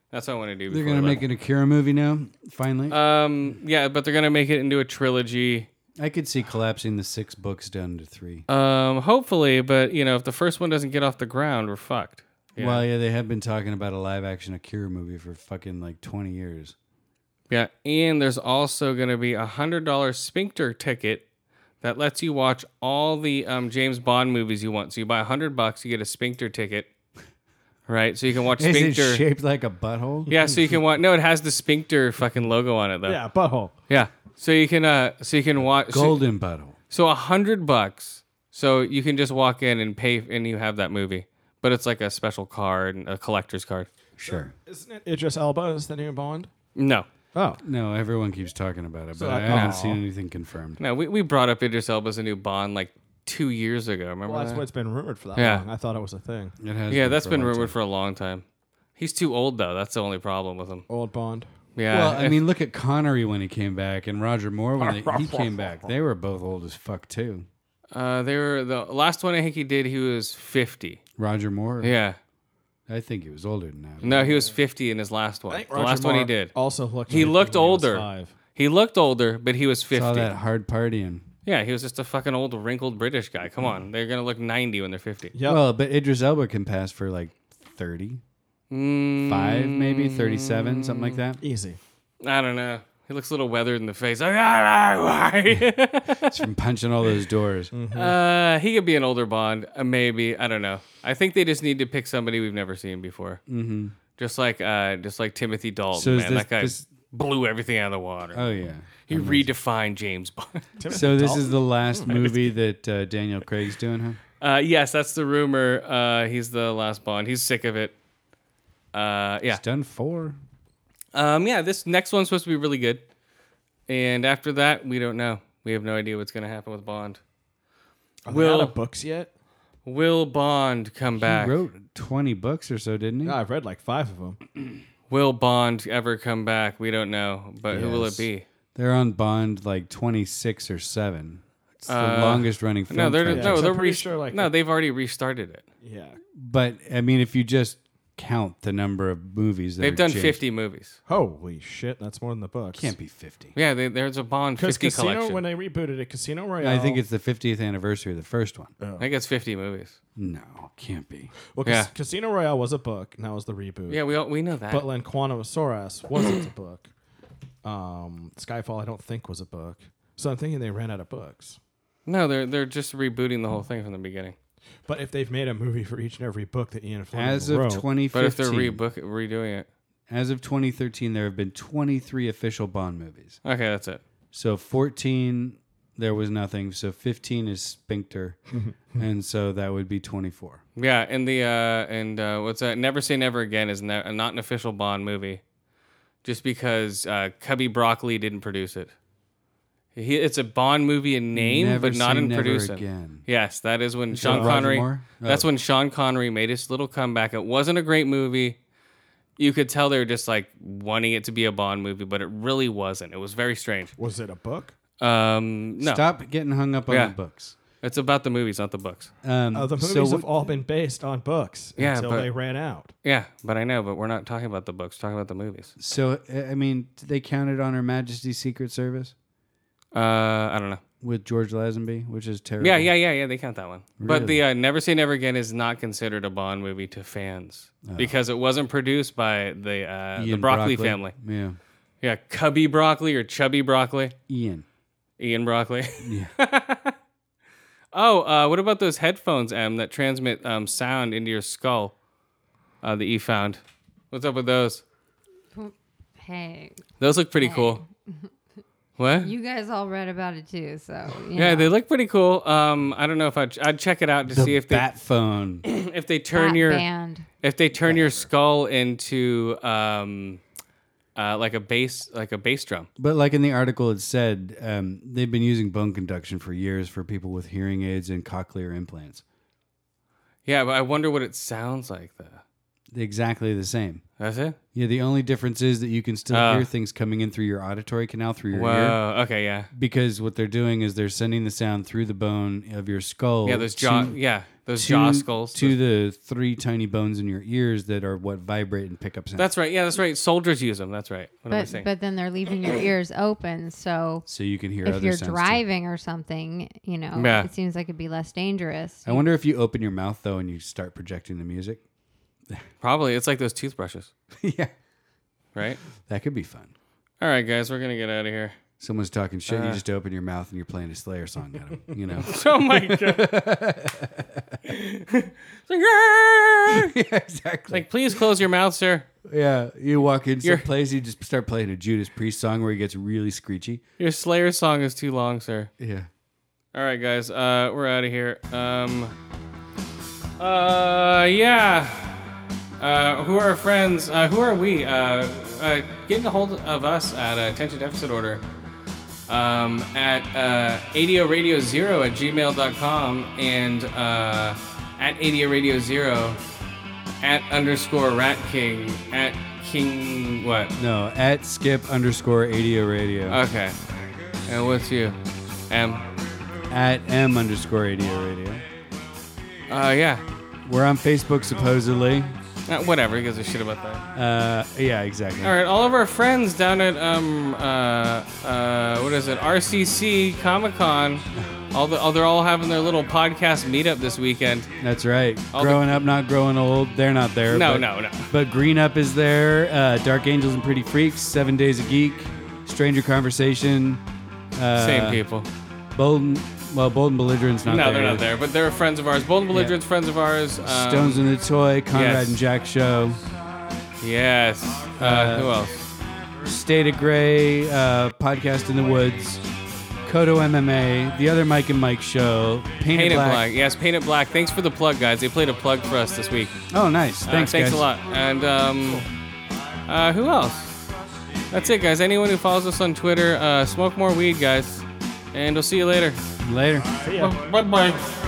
Speaker 1: That's what I want to do.
Speaker 2: They're
Speaker 1: before
Speaker 2: gonna
Speaker 1: I
Speaker 2: make
Speaker 1: left.
Speaker 2: an Akira movie now. Finally,
Speaker 1: Um, yeah, but they're gonna make it into a trilogy.
Speaker 2: I could see collapsing the six books down to three.
Speaker 1: Um, hopefully, but you know, if the first one doesn't get off the ground, we're fucked. Yeah.
Speaker 2: Well, yeah, they have been talking about a live action Akira movie for fucking like twenty years.
Speaker 1: Yeah, and there's also going to be a hundred dollar sphincter ticket that lets you watch all the um, James Bond movies you want. So you buy a hundred bucks, you get a sphincter ticket, right? So you can watch
Speaker 2: Is it
Speaker 1: sphincter.
Speaker 2: shaped like a butthole?
Speaker 1: yeah, so you can watch. No, it has the sphincter fucking logo on it though.
Speaker 3: Yeah, butthole.
Speaker 1: Yeah. So you can uh, so you can watch. so-
Speaker 2: golden butthole.
Speaker 1: So a hundred bucks. So you can just walk in and pay, and you have that movie. But it's like a special card, a collector's card.
Speaker 2: Sure.
Speaker 3: Isn't it Idris Elba is the new Bond?
Speaker 1: No,
Speaker 3: Oh,
Speaker 2: No, everyone keeps talking about it, but I
Speaker 3: like,
Speaker 2: haven't
Speaker 1: uh,
Speaker 3: aw.
Speaker 2: seen anything confirmed.
Speaker 1: no. We, we brought up Idris Elba as a new Bond like two years ago. Remember
Speaker 3: well, that's
Speaker 1: that?
Speaker 3: what's been rumored for that
Speaker 1: Uh, Yeah.
Speaker 3: long. I thought it was a thing.
Speaker 2: It has
Speaker 1: Yeah, that's
Speaker 2: for a
Speaker 1: been
Speaker 2: long
Speaker 1: rumored
Speaker 2: time.
Speaker 1: for a long time. He's too old though. That's the only problem with him.
Speaker 3: Old Bond.
Speaker 1: Yeah.
Speaker 2: Well, I mean, look at Connery when he came back, and Roger Moore when they, he came back. They were both old as fuck too.
Speaker 1: uh, they were the last one I think he did. He was fifty.
Speaker 2: Roger Moore.
Speaker 1: Yeah.
Speaker 2: I think he was older than that.
Speaker 1: No, he was fifty in his last one. The last one he did.
Speaker 3: Also looked.
Speaker 1: He
Speaker 3: like
Speaker 1: looked
Speaker 3: when was
Speaker 1: older.
Speaker 3: five.
Speaker 1: He looked older, but he was
Speaker 2: Saw
Speaker 1: fifty.
Speaker 2: that hard partying.
Speaker 1: Yeah, he was just a fucking old, wrinkled British guy. Come on, they're gonna look ninety when they're fifty.
Speaker 3: Yep.
Speaker 2: Well, but Idris Elba can pass for like 35,
Speaker 1: Mm,
Speaker 2: maybe 37, something like that.
Speaker 3: Easy.
Speaker 1: I don't know. He looks a little weathered in the face. "Ah, uh,
Speaker 2: It's from punching all those doors.
Speaker 1: he could be an older Bond, uh, maybe. I don't know. I think they just need to pick somebody we've never seen before. Mm-hmm. Just like, uh, just like Timothy Dalton.
Speaker 2: So is
Speaker 1: man,
Speaker 2: this-
Speaker 1: that guy
Speaker 2: this-
Speaker 1: blew everything out of the water.
Speaker 2: Oh, yeah.
Speaker 1: he redefined James Bond.
Speaker 2: So this is the last movie that uh, Daniel Craig's doing, huh?
Speaker 1: uh, yes, that's the rumor. Uh, he's the last Bond. He's sick of it. Uh, yeah.
Speaker 2: He's done four.
Speaker 1: Um, yeah, this next one's supposed to be really good. And after that, we don't know. We have no idea what's going to happen with Bond.
Speaker 3: Are
Speaker 1: Will-
Speaker 3: Will out of books yet?
Speaker 1: Will Bond come back?
Speaker 2: He wrote 20 books or so, didn't he?
Speaker 1: Uh,
Speaker 3: No, I've read like five of them.
Speaker 1: will Bond ever come back? We don't know. But who will it
Speaker 2: Yes.
Speaker 1: be?
Speaker 2: They're on Bond like 26 or 7. It's the longest running film.
Speaker 1: Uh, No, they're
Speaker 2: franchise.
Speaker 1: no,
Speaker 3: I'm
Speaker 1: they're
Speaker 3: pretty
Speaker 1: re-
Speaker 3: sure, like,
Speaker 1: no,
Speaker 3: the-
Speaker 1: they've already restarted it.
Speaker 3: Yeah.
Speaker 2: But I mean, if you just count the number of movies that
Speaker 1: They've
Speaker 2: are
Speaker 1: done
Speaker 2: changed-
Speaker 1: fifty movies.
Speaker 3: Holy shit, that's more than the books.
Speaker 2: Can't be 50.
Speaker 1: Yeah, they, there's a Bond
Speaker 3: Because
Speaker 1: fifty
Speaker 3: Casino,
Speaker 1: collection.
Speaker 3: when they rebooted it, Casino Royale.
Speaker 2: I think it's the 50th anniversary of the first one.
Speaker 1: I think it's fifty movies.
Speaker 2: No, can't be.
Speaker 3: well, Cas-
Speaker 1: yeah.
Speaker 3: Casino Royale was a book, and that was the reboot.
Speaker 1: Yeah, we all, we know that.
Speaker 3: But then Quantum of Solace wasn't a book. Um, Skyfall, I don't think was a book. So I'm thinking they ran out of books.
Speaker 1: no, they're they're just rebooting the whole thing from the beginning.
Speaker 3: But if they've made a movie for each and every book that Ian Fleming
Speaker 2: As of
Speaker 3: wrote,
Speaker 2: 2015,
Speaker 1: But if they're rebook redoing it,
Speaker 2: as of 2013, there have been 23 official Bond movies.
Speaker 1: okay, that's it.
Speaker 2: So 14, there was nothing. So 15 is Sphincter, and so that would be 24.
Speaker 1: Yeah, and the uh and uh what's that? Never Say Never Again is ne- uh, not an official Bond movie, just because uh, Cubby Broccoli didn't produce it. He, it's a Bond movie in name,
Speaker 2: Never
Speaker 1: but not
Speaker 2: Say
Speaker 1: in
Speaker 2: Never
Speaker 1: producing.
Speaker 2: Again.
Speaker 1: Yes, that is when Sean
Speaker 2: Roger
Speaker 1: Connery.
Speaker 2: Moore?
Speaker 1: That's
Speaker 2: Oh.
Speaker 1: when Sean Connery made his little comeback. It wasn't a great movie. You could tell they were just like wanting it to be a Bond movie, but it really wasn't. It was very strange.
Speaker 3: was it a book?
Speaker 1: Um, no,
Speaker 2: Stop getting hung up on
Speaker 1: Yeah.
Speaker 2: the books.
Speaker 1: it's about the movies, not the books.
Speaker 2: Um,
Speaker 3: Uh, the movies
Speaker 2: so
Speaker 3: have
Speaker 2: what-
Speaker 3: all been based on books
Speaker 1: Yeah,
Speaker 3: until
Speaker 1: but-
Speaker 3: they ran out.
Speaker 1: Yeah, but I know. But we're not talking about the books. Talking about the movies.
Speaker 2: so I I mean, they counted on Her Majesty's Secret Service
Speaker 1: Uh, I don't know.
Speaker 2: with George Lazenby, which is terrible.
Speaker 1: Yeah, yeah, yeah, yeah. They count that one. But the uh, Never Say Never Again is not considered a Bond movie to fans because it wasn't produced by the uh, the
Speaker 2: Oh. Ian
Speaker 1: Broccoli, family.
Speaker 2: Yeah,
Speaker 1: Yeah, Cubby Broccoli or Chubby Broccoli,
Speaker 2: Ian.
Speaker 1: Ian Broccoli. oh, uh, what about those headphones, M, that transmit um, sound into your skull? Uh, that you found. What's up with those?
Speaker 5: Hey,
Speaker 1: Those look pretty cool. What?
Speaker 5: you guys all read about it too, so you
Speaker 1: yeah,
Speaker 5: know.
Speaker 1: they look pretty cool. Um, I don't know if I'd, I'd check it out to
Speaker 2: The
Speaker 1: see if they
Speaker 2: bat phone.
Speaker 1: if they
Speaker 5: That
Speaker 1: turn your
Speaker 5: band.
Speaker 1: if they turn your skull into um, uh, like a bass like a bass drum.
Speaker 2: But like in the article, it said um, they've been using bone conduction for years for people with hearing aids and cochlear implants.
Speaker 1: Yeah, but I wonder what it sounds like though.
Speaker 2: Exactly the same.
Speaker 1: That's it.
Speaker 2: Yeah, the only difference is that you can still
Speaker 1: Oh.
Speaker 2: hear things coming in through your auditory canal through your ear.
Speaker 1: Whoa. Okay. Yeah.
Speaker 2: Because what they're doing is they're sending the sound through the bone of your skull.
Speaker 1: Yeah. Those jaw.
Speaker 2: to-
Speaker 1: yeah. Those
Speaker 2: to-
Speaker 1: jaw skulls.
Speaker 2: to the three tiny bones in your ears that are what vibrate and pick up sound.
Speaker 1: that's right. Yeah. That's right. Soldiers use them. That's right. What am I
Speaker 5: But
Speaker 1: saying?
Speaker 5: but then they're leaving your ears open, so
Speaker 2: so you can hear
Speaker 5: if
Speaker 2: other
Speaker 5: you're
Speaker 2: sounds. too.
Speaker 5: driving or something, you know,
Speaker 1: Yeah.
Speaker 5: it seems like it'd be less dangerous.
Speaker 2: I wonder if you open your mouth though and you start projecting the music.
Speaker 1: Probably. It's like those toothbrushes,
Speaker 2: yeah,
Speaker 1: right?
Speaker 2: that could be fun.
Speaker 1: All right, guys. We're gonna get out of here.
Speaker 2: Someone's talking shit. you just open your mouth and you're playing a Slayer song at them. You know.
Speaker 1: Oh my god. It's like,
Speaker 2: yeah, exactly.
Speaker 1: like, please close your mouth, sir.
Speaker 2: yeah, you walk in
Speaker 1: You're-
Speaker 2: some place, you just start playing a Judas Priest song where he gets really screechy.
Speaker 1: Your Slayer song is too long, sir.
Speaker 2: Yeah.
Speaker 1: All right, guys, uh, we're out of here. Um, uh, yeah. Uh, who are our friends? Uh, who are we? Uh, uh, getting a hold of us at uh, attention deficit order um, at uh, ADO radio zero at gmail.com and uh, at ADO radio zero at underscore rat king at king what?
Speaker 2: No, at skip underscore ADO radio.
Speaker 1: Okay. And what's you? M.
Speaker 2: at M underscore ADO radio.
Speaker 1: Uh, yeah.
Speaker 2: We're on Facebook supposedly.
Speaker 1: Uh, whatever. He gives a shit about that.
Speaker 2: Uh, yeah, exactly.
Speaker 1: All right, all of our friends down at um uh, uh what is it RCC Comic Con, all the all, they're all having their little podcast meetup this weekend.
Speaker 2: That's right.
Speaker 1: All the-
Speaker 2: growing up, not growing old. They're not there.
Speaker 1: No,
Speaker 2: but-
Speaker 1: no, no.
Speaker 2: But Green Up is there. Uh, Dark Angels and Pretty Freaks. Seven Days a Geek. Stranger Conversation. Uh,
Speaker 1: Same people.
Speaker 2: Bolden. Well, Bolden Belligerent's not
Speaker 1: No,
Speaker 2: there.
Speaker 1: they're not there, but they're friends of ours. Bolden Belligerent's friends of ours. Um,
Speaker 2: Stones in the Toy. Conrad
Speaker 1: yes.
Speaker 2: and Jack Show.
Speaker 1: Yes. Uh,
Speaker 2: Uh,
Speaker 1: who else?
Speaker 2: State of Gray. Uh, Podcast in the Woods. Kodo MMA. The other Mike and Mike Show. Painted,
Speaker 1: Paint It Black. Yes, Paint It Black. Thanks for the plug, guys. They played a plug for us this week.
Speaker 2: Oh, nice.
Speaker 1: Uh,
Speaker 2: thanks,
Speaker 1: thanks
Speaker 2: guys.
Speaker 1: a lot. And um, uh, who else? That's it, guys. Anyone who follows us on Twitter, uh, smoke more weed, guys. And we'll see you later.
Speaker 2: Later.
Speaker 1: Bye bye.